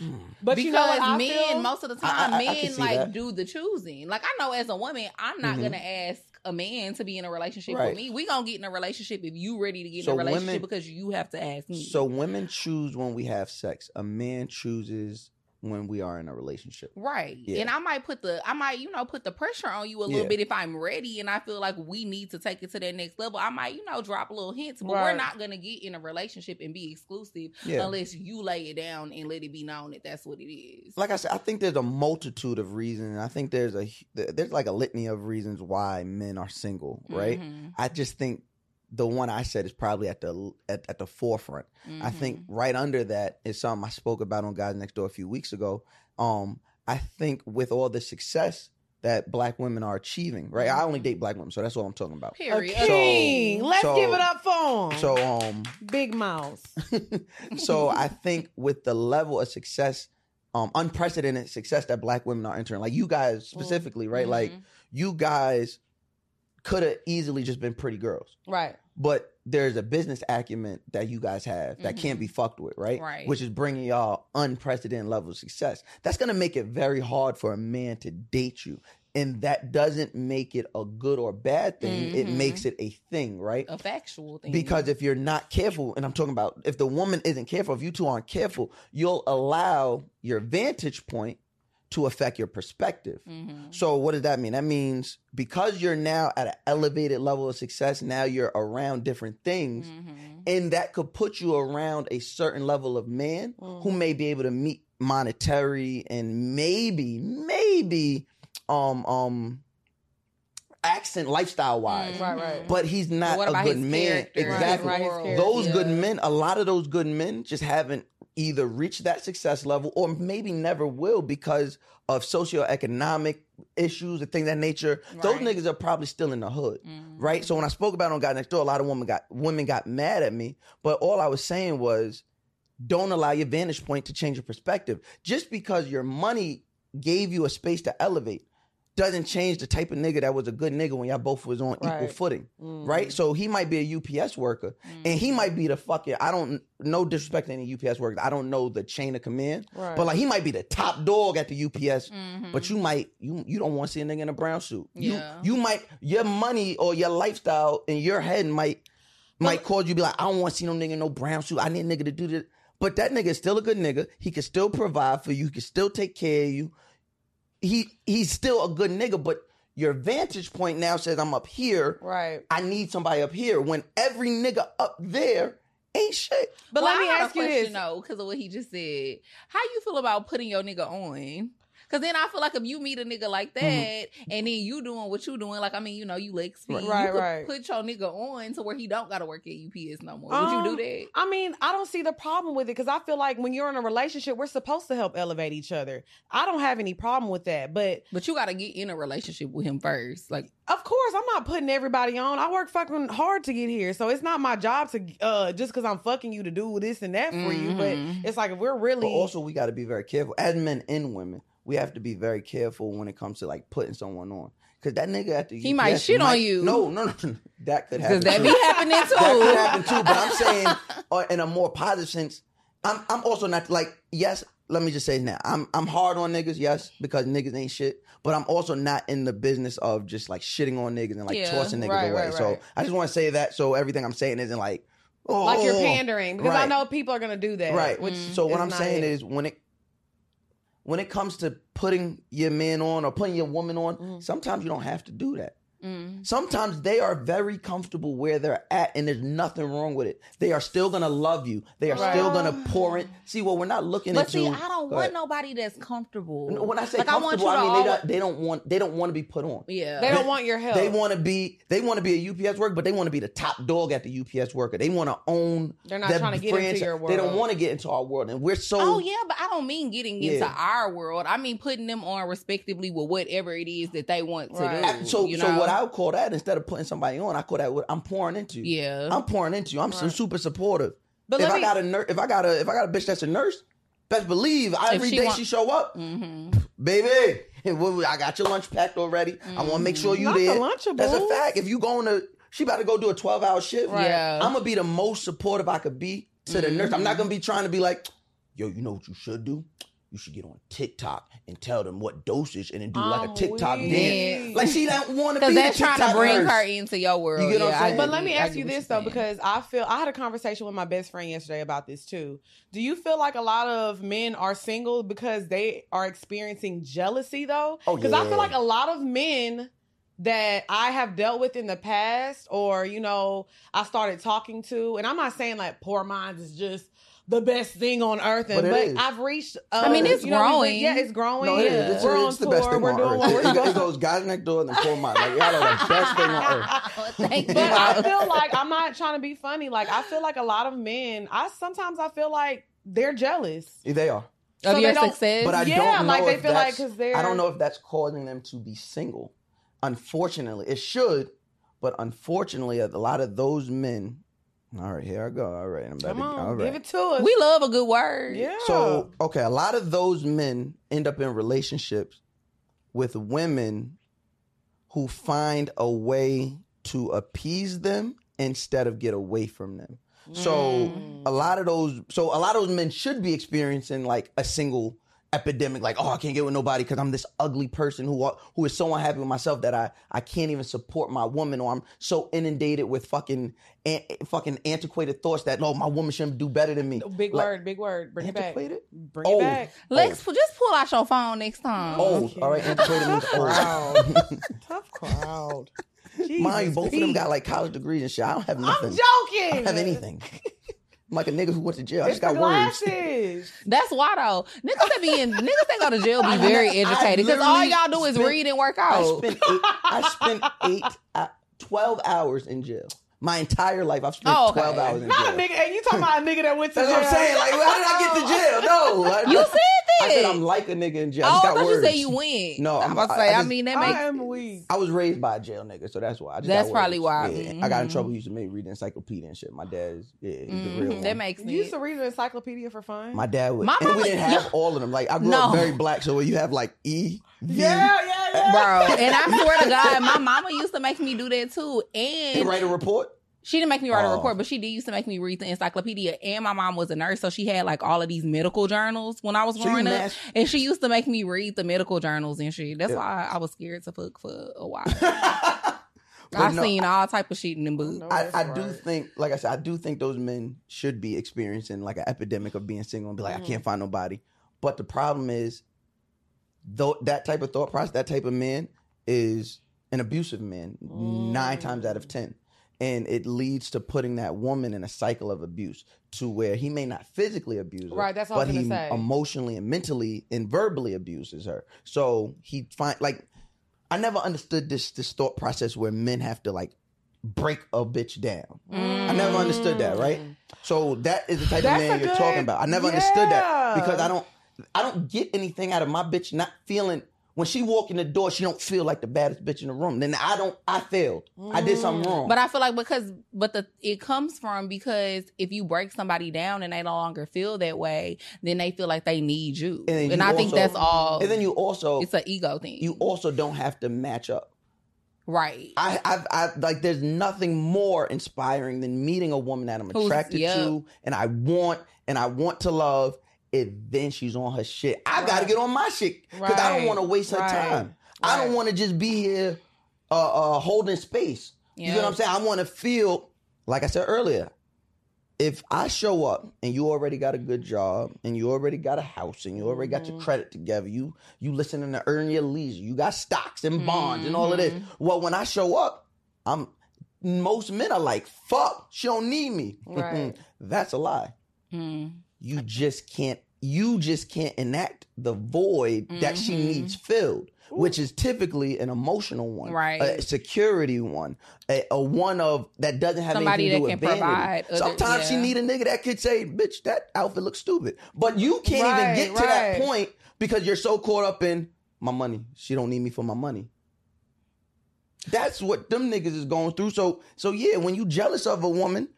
Speaker 3: Mm.
Speaker 1: But
Speaker 2: because
Speaker 1: you know what I
Speaker 2: men,
Speaker 1: feel?
Speaker 2: most of the
Speaker 3: I-
Speaker 2: time,
Speaker 3: I- I can
Speaker 2: men
Speaker 3: see
Speaker 2: like
Speaker 3: that.
Speaker 2: do the choosing. Like I know as a woman, I'm not
Speaker 3: Mhm.
Speaker 2: gonna ask a man to be in a relationship
Speaker 3: Right.
Speaker 2: with me. We gonna get in a relationship if you ready to get
Speaker 3: So
Speaker 2: in a relationship
Speaker 3: women-
Speaker 2: because you have to ask me.
Speaker 3: So women choose when we have sex. A man chooses when we are in a relationship.
Speaker 2: Right.
Speaker 3: Yeah.
Speaker 2: And I might put the I might, you know, put the pressure on you a little
Speaker 3: Yeah.
Speaker 2: bit if I'm ready and I feel like we need to take it to that next level. I might, you know, drop little hints, but
Speaker 1: Right.
Speaker 2: we're not gonna get in a relationship and be exclusive
Speaker 3: Yeah.
Speaker 2: unless you lay it down and let it be known that that's what it is.
Speaker 3: like I said, I think there's a multitude of reasons. I think there's a there's like a litany of reasons why men are single, right?
Speaker 2: Mhm.
Speaker 3: I just think the one I said is probably at the at, at the forefront. I
Speaker 2: Mm-hmm.
Speaker 3: think right under that is something I spoke about on Guys Next Door a few weeks ago. Um, I think with all the success that black women are achieving, right? I only
Speaker 2: Mhm.
Speaker 3: date black women, so that's what I'm talking about.
Speaker 1: a
Speaker 2: period.
Speaker 1: king. Let's
Speaker 3: so-
Speaker 1: give it up for him.
Speaker 3: So um
Speaker 1: Big Mouse.
Speaker 3: [laughs] so I think with the level of success, um, unprecedented success that black women are entering, like you guys
Speaker 2: Mm-hmm.
Speaker 3: specifically, right? Like
Speaker 2: Mhm.
Speaker 3: you guys could have easily just been pretty girls,
Speaker 1: Right.
Speaker 3: but there's a business acumen that you guys have that can't be fucked with, right?
Speaker 2: Right.
Speaker 3: Which is bringing y'all unprecedented level of success. That's gonna make it very hard for a man to date you. And that doesn't make it a good or bad thing. It
Speaker 2: Mhm.
Speaker 3: makes it a thing, right?
Speaker 2: a factual thing.
Speaker 3: Because if you're not careful, and I'm talking about if the woman isn't careful, if you two aren't careful, you'll allow your vantage point to affect your perspective.
Speaker 2: Mhm.
Speaker 3: So what does that mean? That means because you're now at an elevated level of success, now you're around different things,
Speaker 2: Mhm.
Speaker 3: and that could put you around a certain level of man who
Speaker 2: Mm-hmm.
Speaker 3: may be able to meet monetary and maybe, maybe, um, um, accent lifestyle wise,
Speaker 1: Mm. Right, right.
Speaker 3: but he's not
Speaker 2: Mm-hmm, what
Speaker 3: a
Speaker 2: about
Speaker 3: good
Speaker 2: his
Speaker 3: man.
Speaker 2: character?
Speaker 1: Right,
Speaker 3: Exactly.
Speaker 1: right, his
Speaker 2: World.
Speaker 1: character.
Speaker 3: Those good
Speaker 2: Yeah.
Speaker 3: men, a lot of those good men just haven't either reached that success level or maybe never will because of socioeconomic issues and things of that nature. Those
Speaker 2: Right.
Speaker 3: niggas are probably still in the hood.
Speaker 2: Mhm.
Speaker 3: Right? So when I spoke about it on God Next Door, a lot of women got women got mad at me. But all I was saying was don't allow your vantage point to change your perspective. Just because your money gave you a space to elevate doesn't change the type of nigga that was a good nigga when y'all both was on equal
Speaker 1: Right.
Speaker 3: footing.
Speaker 2: Mm-hmm,
Speaker 3: Right? So he might be a UPS worker and he might be the fucking I don't no disrespect to any UPS workers. I don't know the chain of command,
Speaker 1: Right.
Speaker 3: but like he might be the top dog at the UPS.
Speaker 2: Mhm.
Speaker 3: But you might you you don't want to see a nigga in a brown suit. You
Speaker 2: Yeah.
Speaker 3: you might your money or your lifestyle in your head might might cause you to be like I don't want to see no nigga in no brown suit. I need a nigga to do this. But that nigga is still a good nigga. He can still provide for you. He can still take care of you. He he's still a good nigga. But your vantage point now says I'm up here.
Speaker 1: right.
Speaker 3: I need somebody up here when every nigga up there ain't shit.
Speaker 1: But
Speaker 2: Well,
Speaker 1: let me
Speaker 2: I got a
Speaker 1: ask you
Speaker 2: question,
Speaker 1: this.
Speaker 2: though, because of what he just said. How you feel about putting your nigga on? Because then I feel like if you meet a nigga like that,
Speaker 1: Mm-hmm.
Speaker 2: and then you doing what you doing, like I mean, you know, you leg speed,
Speaker 1: Right,
Speaker 2: you could
Speaker 1: right.
Speaker 2: Put your nigga on to where he don't got to work at UPS no more. Would you
Speaker 1: Um,
Speaker 2: do that?
Speaker 1: I mean, I don't see the problem with it because I feel like when you're in a relationship, we're supposed to help elevate each other. I don't have any problem with that. But
Speaker 2: But you got to get in a relationship with him first. Like,
Speaker 1: of course, I'm not putting everybody on. I work fucking hard to get here. So it's not my job to uh just because I'm fucking you to do this and that for you.
Speaker 2: Mhm.
Speaker 1: But it's like if we're really
Speaker 3: But also, we got to be very careful as men and women. We have to be very careful when it comes to like putting someone on because that nigga at the
Speaker 2: He might
Speaker 3: UPS
Speaker 2: shit on you.
Speaker 3: No, no, no, no. that could happen.
Speaker 2: because that
Speaker 3: too.
Speaker 2: be
Speaker 1: [laughs]
Speaker 2: happening
Speaker 3: that
Speaker 1: Oh.
Speaker 3: could happen
Speaker 2: too.
Speaker 3: too. But
Speaker 2: [laughs]
Speaker 3: I'm saying uh, in a more positive sense. I'm I'm also not like yes. Let me just say now. I'm I'm hard on niggas, yes, because niggas ain't shit. But I'm also not in the business of just like shitting on niggas and like
Speaker 2: Yeah,
Speaker 3: tossing niggas
Speaker 1: right,
Speaker 3: away.
Speaker 1: right,
Speaker 3: So
Speaker 1: right.
Speaker 3: I just want to say that. So everything I'm saying isn't like oh
Speaker 1: like you're pandering because I
Speaker 3: Right.
Speaker 1: know people are gonna do that.
Speaker 3: right
Speaker 1: Which
Speaker 2: Mm.
Speaker 3: so what
Speaker 1: is
Speaker 3: i'm
Speaker 1: not
Speaker 3: saying
Speaker 1: it.
Speaker 3: is when it when it comes to putting your man on or putting your woman on
Speaker 1: Mhm.
Speaker 3: sometimes you don't have to do that
Speaker 2: Mm.
Speaker 3: sometimes they are very comfortable where they're at and there's nothing wrong with it they are still gonna love you they are still
Speaker 2: Right.
Speaker 3: gonna pour it see what we're not looking
Speaker 2: But
Speaker 3: into
Speaker 2: see, I don't
Speaker 3: go
Speaker 2: want
Speaker 3: ahead.
Speaker 2: nobody that's comfortable.
Speaker 3: when i say
Speaker 2: Like, I want
Speaker 3: comfortable
Speaker 2: you
Speaker 3: i,
Speaker 2: to
Speaker 3: mean they
Speaker 2: always-
Speaker 3: don't, they don't want they don't want to be put on
Speaker 2: yeah,
Speaker 1: they don't want your help.
Speaker 3: they want to be they want to be a UPS worker, but they want to be the top dog at the UPS worker. They want to own.
Speaker 1: They're not
Speaker 3: that
Speaker 1: trying to get into your
Speaker 3: They don't
Speaker 1: world.
Speaker 3: want to get into our world, and we're so
Speaker 2: Oh yeah, but I don't mean getting into
Speaker 3: Yeah.
Speaker 2: our world. I mean putting them on respectively with whatever it is that they want to
Speaker 1: Right.
Speaker 2: do.
Speaker 3: Ab- So,
Speaker 2: you
Speaker 3: so
Speaker 2: know?
Speaker 3: what I would call that instead of putting somebody on, I call that what I'm pouring into. you.
Speaker 2: yeah,
Speaker 3: I'm pouring into you. I'm su-
Speaker 1: Right.
Speaker 3: super supportive.
Speaker 1: but
Speaker 3: if
Speaker 1: let
Speaker 3: I
Speaker 1: me
Speaker 3: got a nurse, if I got a if I got a bitch that's a nurse, best believe every day
Speaker 2: she
Speaker 3: she,
Speaker 2: want-
Speaker 3: show up,
Speaker 2: hmm
Speaker 3: baby. [laughs] what- I got your lunch packed already. I want to make sure you
Speaker 1: not
Speaker 3: did.
Speaker 1: the lunchables.
Speaker 3: That's a fact. If you going to, she about to go do a 12 hour shift.
Speaker 2: Right. Yeah.
Speaker 3: I'm gonna be the most supportive I could be to the nurse. I'm not gonna
Speaker 2: Mm-hmm.
Speaker 3: be trying to be like, yo, you know what you should do? You should get on TikTok and tell them what dosage and then do like a
Speaker 1: I'm
Speaker 3: TikTok
Speaker 1: weak.
Speaker 3: dance.
Speaker 1: [laughs]
Speaker 3: Like she don't want to
Speaker 2: because
Speaker 3: be
Speaker 2: Oh, that's
Speaker 3: the
Speaker 2: trying
Speaker 3: TikTok
Speaker 2: to bring
Speaker 3: nurse.
Speaker 2: her into your world.
Speaker 3: You get what I'm
Speaker 2: yeah,
Speaker 3: saying?
Speaker 2: I
Speaker 1: But let
Speaker 2: get
Speaker 1: me
Speaker 2: it. I
Speaker 1: ask
Speaker 2: get
Speaker 1: you
Speaker 2: what
Speaker 1: this
Speaker 2: you're
Speaker 1: though, because I feel I had a conversation with my best friend yesterday about this too. Do you feel like a lot of men are single because they are experiencing jealousy though?
Speaker 3: Oh,
Speaker 1: Because I
Speaker 3: yeah.
Speaker 1: feel like a lot of men that I have dealt with in the past, or you know, I started talking to, and I'm not saying like poor minds is just the best thing on earth, and
Speaker 3: But it
Speaker 1: but,
Speaker 3: is.
Speaker 1: I've reached. Uh,
Speaker 2: I mean, it's
Speaker 1: you know, we've
Speaker 2: growing.
Speaker 1: reached- yeah, it's growing.
Speaker 3: No, it is.
Speaker 1: Oh, yeah.
Speaker 3: It's,
Speaker 1: We're
Speaker 3: it's
Speaker 1: on
Speaker 3: the best
Speaker 1: tour.
Speaker 3: thing
Speaker 1: We're
Speaker 3: on
Speaker 1: doing
Speaker 3: earth.
Speaker 1: what we're
Speaker 3: It go- [laughs]
Speaker 1: supposed
Speaker 3: it goes guys next door and then four miles. Like y'all are the best thing on
Speaker 1: [laughs]
Speaker 2: [laughs]
Speaker 3: earth.
Speaker 2: saying. Thank
Speaker 1: but I
Speaker 2: you.
Speaker 3: [laughs]
Speaker 1: feel like I'm not trying to be funny. Like I feel like a lot of men. I sometimes I feel like they're jealous.
Speaker 3: Yeah, They are,
Speaker 1: so
Speaker 2: of
Speaker 1: they
Speaker 2: your
Speaker 1: don't-
Speaker 2: success.
Speaker 3: but I
Speaker 1: Yeah,
Speaker 3: don't know
Speaker 1: like, they
Speaker 3: if
Speaker 1: feel like
Speaker 3: that's-
Speaker 1: 'cause they're-
Speaker 3: I don't know if that's causing them to be single. Unfortunately, it should, but unfortunately, a lot of those men. All right, here I go. All right, I'm about
Speaker 1: Come
Speaker 3: to. all
Speaker 1: on,
Speaker 3: right.
Speaker 1: give it to us.
Speaker 2: we love a good word.
Speaker 1: yeah.
Speaker 3: So, okay, a lot of those men end up in relationships with women who find a way to appease them instead of get away from them. So,
Speaker 2: Mm.
Speaker 3: uh, a lot of those so a lot of those men should be experiencing like a single epidemic like oh I can't get with nobody cuz I'm this ugly person who are- who is so unhappy with myself that I I can't even support my woman or I'm so inundated with fucking an, fucking antiquated thoughts that no my woman shouldn't do better than me.
Speaker 1: big
Speaker 3: Like,
Speaker 1: word, big word. Bring it back.
Speaker 3: Antiquated?
Speaker 1: Bring
Speaker 3: Old.
Speaker 1: it back.
Speaker 2: Lex,
Speaker 3: oh.
Speaker 2: pu- just pull out your phone next time.
Speaker 3: Old. All right, antiquated means [laughs] old.
Speaker 1: Tough crowd. Jesus
Speaker 3: [laughs] Mind you, both of them
Speaker 1: Pete.
Speaker 3: got like college degrees and shit. I don't have
Speaker 1: I'm
Speaker 3: nothing.
Speaker 1: joking.
Speaker 3: I don't have anything. I'm like a nigga who went to jail. I
Speaker 1: It's
Speaker 3: just
Speaker 1: the
Speaker 3: got words. [laughs]
Speaker 1: glasses.
Speaker 2: That's why though. Niggas that be in niggas that go to jail be
Speaker 3: I-
Speaker 2: very
Speaker 3: I
Speaker 2: educated because all
Speaker 3: literally
Speaker 2: y'all do is
Speaker 3: spent-
Speaker 2: read and work
Speaker 3: I
Speaker 2: out.
Speaker 3: spent eight, I spent eight, uh, 12 hours in jail. My entire life, I've spent
Speaker 2: Oh, okay.
Speaker 3: 12 hours in jail.
Speaker 1: Not a nigga. And you talking about a nigga that went to
Speaker 3: That's
Speaker 1: jail?
Speaker 3: what I'm saying. Like, how did I
Speaker 1: [laughs]
Speaker 3: get to jail? No. I,
Speaker 2: You said
Speaker 3: I
Speaker 2: that.
Speaker 3: said I'm like a nigga in jail. I
Speaker 2: oh,
Speaker 3: just
Speaker 2: I
Speaker 3: got
Speaker 2: thought
Speaker 3: words.
Speaker 2: you said you went.
Speaker 3: No,
Speaker 2: I'm
Speaker 3: I'm-
Speaker 2: about to
Speaker 3: I-
Speaker 2: say.
Speaker 3: I
Speaker 2: I,
Speaker 3: just-
Speaker 2: mean, that
Speaker 1: I
Speaker 2: makes
Speaker 1: am weak.
Speaker 3: I was raised by a jail nigga, so that's why. I just
Speaker 2: That's
Speaker 3: got
Speaker 2: probably why.
Speaker 3: words. Yeah. I got in
Speaker 2: Mhm.
Speaker 3: trouble. Used to make reading encyclopedia and shit. My dad is yeah, he's the real
Speaker 2: Mhm,
Speaker 3: one.
Speaker 2: that makes
Speaker 1: You used to
Speaker 2: sense.
Speaker 1: read an encyclopedia for fun.
Speaker 3: My dad would.
Speaker 2: My
Speaker 3: and
Speaker 2: mama-
Speaker 3: we didn't have all of them. Like I grew up
Speaker 2: No.
Speaker 3: very black, so you have like E, V,
Speaker 1: yeah, yeah, yeah. [laughs]
Speaker 2: Bro, and I swear to God, my mama used to make me do that too.
Speaker 3: and
Speaker 2: And
Speaker 3: write a report.
Speaker 2: she didn't make me write a
Speaker 3: Oh.
Speaker 2: report, but she did used to make me read the encyclopedia. And my mom was a nurse, so she had like all of these medical journals when I was
Speaker 3: So you
Speaker 2: growing up.
Speaker 3: mass- [laughs]
Speaker 2: And she used to make me read the medical journals and shit. That's
Speaker 3: Yeah.
Speaker 2: why I was scared to fuck for a while.
Speaker 3: But
Speaker 2: I've
Speaker 3: no,
Speaker 2: seen all type of shit in them books.
Speaker 1: Oh, No,
Speaker 3: I,
Speaker 1: that's
Speaker 3: I do
Speaker 1: right.
Speaker 3: think, like I said, I do think those men should be experiencing like an epidemic of being single and be like,
Speaker 1: Mhm.
Speaker 3: I can't find nobody. But the problem is, though that type of thought process, that type of man is an abusive man nine times out of
Speaker 1: Mm.
Speaker 3: ten, and it leads to putting that woman in a cycle of abuse to where he may not physically abuse her,
Speaker 1: Right, that's what I
Speaker 3: but
Speaker 1: was
Speaker 3: he um,
Speaker 1: gonna say.
Speaker 3: emotionally and mentally and verbally abuses her. So he find like I never understood this this thought process where men have to like break a bitch down.
Speaker 2: Mm.
Speaker 3: I never understood that, right? So that is the type
Speaker 1: That's
Speaker 3: of
Speaker 1: a
Speaker 3: man you're
Speaker 1: good-
Speaker 3: talking about. I never understood that
Speaker 1: Yeah.
Speaker 3: because I don't I don't get anything out of my bitch not feeling when she walk in the door, she don't feel like the baddest bitch in the room. Then I don't I failed. I did something
Speaker 1: Mm.
Speaker 3: wrong.
Speaker 2: But I feel like because but the it comes from because if you break somebody down and they no longer feel that way, then they feel like they need you.
Speaker 3: And then
Speaker 2: And,
Speaker 3: you
Speaker 2: I think
Speaker 3: also-
Speaker 2: that's all
Speaker 3: and then you also
Speaker 2: it's an ego thing.
Speaker 3: you also don't have to match up.
Speaker 2: right.
Speaker 3: I, I've, I like. There's nothing more inspiring than meeting a woman that I'm
Speaker 2: Who's-
Speaker 3: attracted
Speaker 2: yeah.
Speaker 3: to, and I want, and I want to love. And then she's on her shit. I got to
Speaker 1: Right.
Speaker 3: get on my shit because I don't
Speaker 1: Right.
Speaker 3: want to waste her
Speaker 1: Right.
Speaker 3: time. I don't
Speaker 1: Right.
Speaker 3: want to just be here, uh, uh, holding space.
Speaker 2: yeah.
Speaker 3: You know what I'm saying? I want to feel, like I said earlier, if I show up and you already got a good job and you already got a house and you already got your
Speaker 1: Mhm.
Speaker 3: credit together, you you listening to earn your leisure, you got stocks and bonds
Speaker 1: Mm-hmm.
Speaker 3: and all of this.
Speaker 2: Mhm.
Speaker 3: Well, when I show up, I'm most men are like, "Fuck, she don't need me."
Speaker 1: Right.
Speaker 3: That's a lie.
Speaker 2: Mm.
Speaker 3: You just can't. You just can't enact the void that she
Speaker 2: Mhm.
Speaker 3: needs filled [laughs] which is typically an emotional one,
Speaker 2: Right.
Speaker 3: A security one, a, a one of that doesn't have
Speaker 2: Somebody
Speaker 3: anything to
Speaker 2: that can
Speaker 3: do with vanity.
Speaker 2: provide other-
Speaker 3: Sometimes
Speaker 2: yeah.
Speaker 3: you need a nigga that could say, "Bitch, that outfit looks stupid," but you can't
Speaker 1: Right,
Speaker 3: even get to that
Speaker 1: right.
Speaker 3: point because you're so caught up in my money. She don't need me for my money. That's what them niggas is going through. So, so yeah, when you jealous of a woman,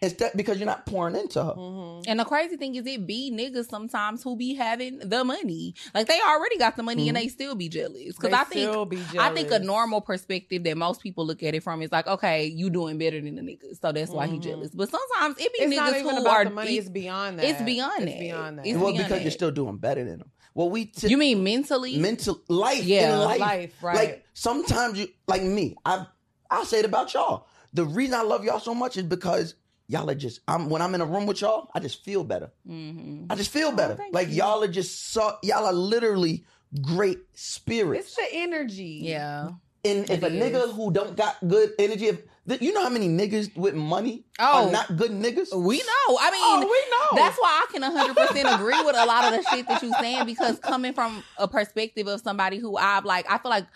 Speaker 3: it's that because you're not pouring into her.
Speaker 1: Mhm.
Speaker 2: And the crazy thing is, it be niggas sometimes who be having the money. Like they already got the money and
Speaker 3: Mm-hmm.
Speaker 2: they still be jealous. Because
Speaker 1: They
Speaker 2: I think
Speaker 1: still be
Speaker 2: I think a
Speaker 1: jealous.
Speaker 2: normal perspective that most people look at it from is like, okay, you doing better than the niggas, so that's why he
Speaker 3: Mm-hmm.
Speaker 1: Mhm.
Speaker 2: jealous. But sometimes it be
Speaker 1: It's not
Speaker 2: niggas
Speaker 1: even
Speaker 2: who
Speaker 1: about
Speaker 2: are
Speaker 1: the money.
Speaker 2: e-
Speaker 1: It's beyond that.
Speaker 2: it's beyond
Speaker 1: It's
Speaker 2: that.
Speaker 1: beyond that.
Speaker 2: It's
Speaker 3: well,
Speaker 2: beyond
Speaker 3: because you're
Speaker 2: that.
Speaker 3: still doing better than them. Well, we t-
Speaker 2: you mean mentally?
Speaker 3: mental life
Speaker 2: Yeah.
Speaker 3: in life.
Speaker 1: Life, right?
Speaker 3: Like sometimes you like me. I I'll say it about y'all. The reason I love y'all so much is because y'all are just I'm when I'm in a room with y'all, I just feel better.
Speaker 2: hmm
Speaker 3: I just feel better.
Speaker 2: thank
Speaker 3: like
Speaker 2: you.
Speaker 3: y'all are just so y'all are literally great
Speaker 1: it's
Speaker 3: spirits.
Speaker 1: the energy.
Speaker 2: Yeah.
Speaker 3: and
Speaker 2: it
Speaker 3: if a nigga who don't got good energy, if th- you know how many niggas with money
Speaker 2: Oh.
Speaker 3: are not good niggas?
Speaker 2: We know. I mean,
Speaker 1: Oh, we know.
Speaker 2: That's why I can 100% agree with a lot of the shit that you're saying because coming from a perspective of somebody who I've like, I feel like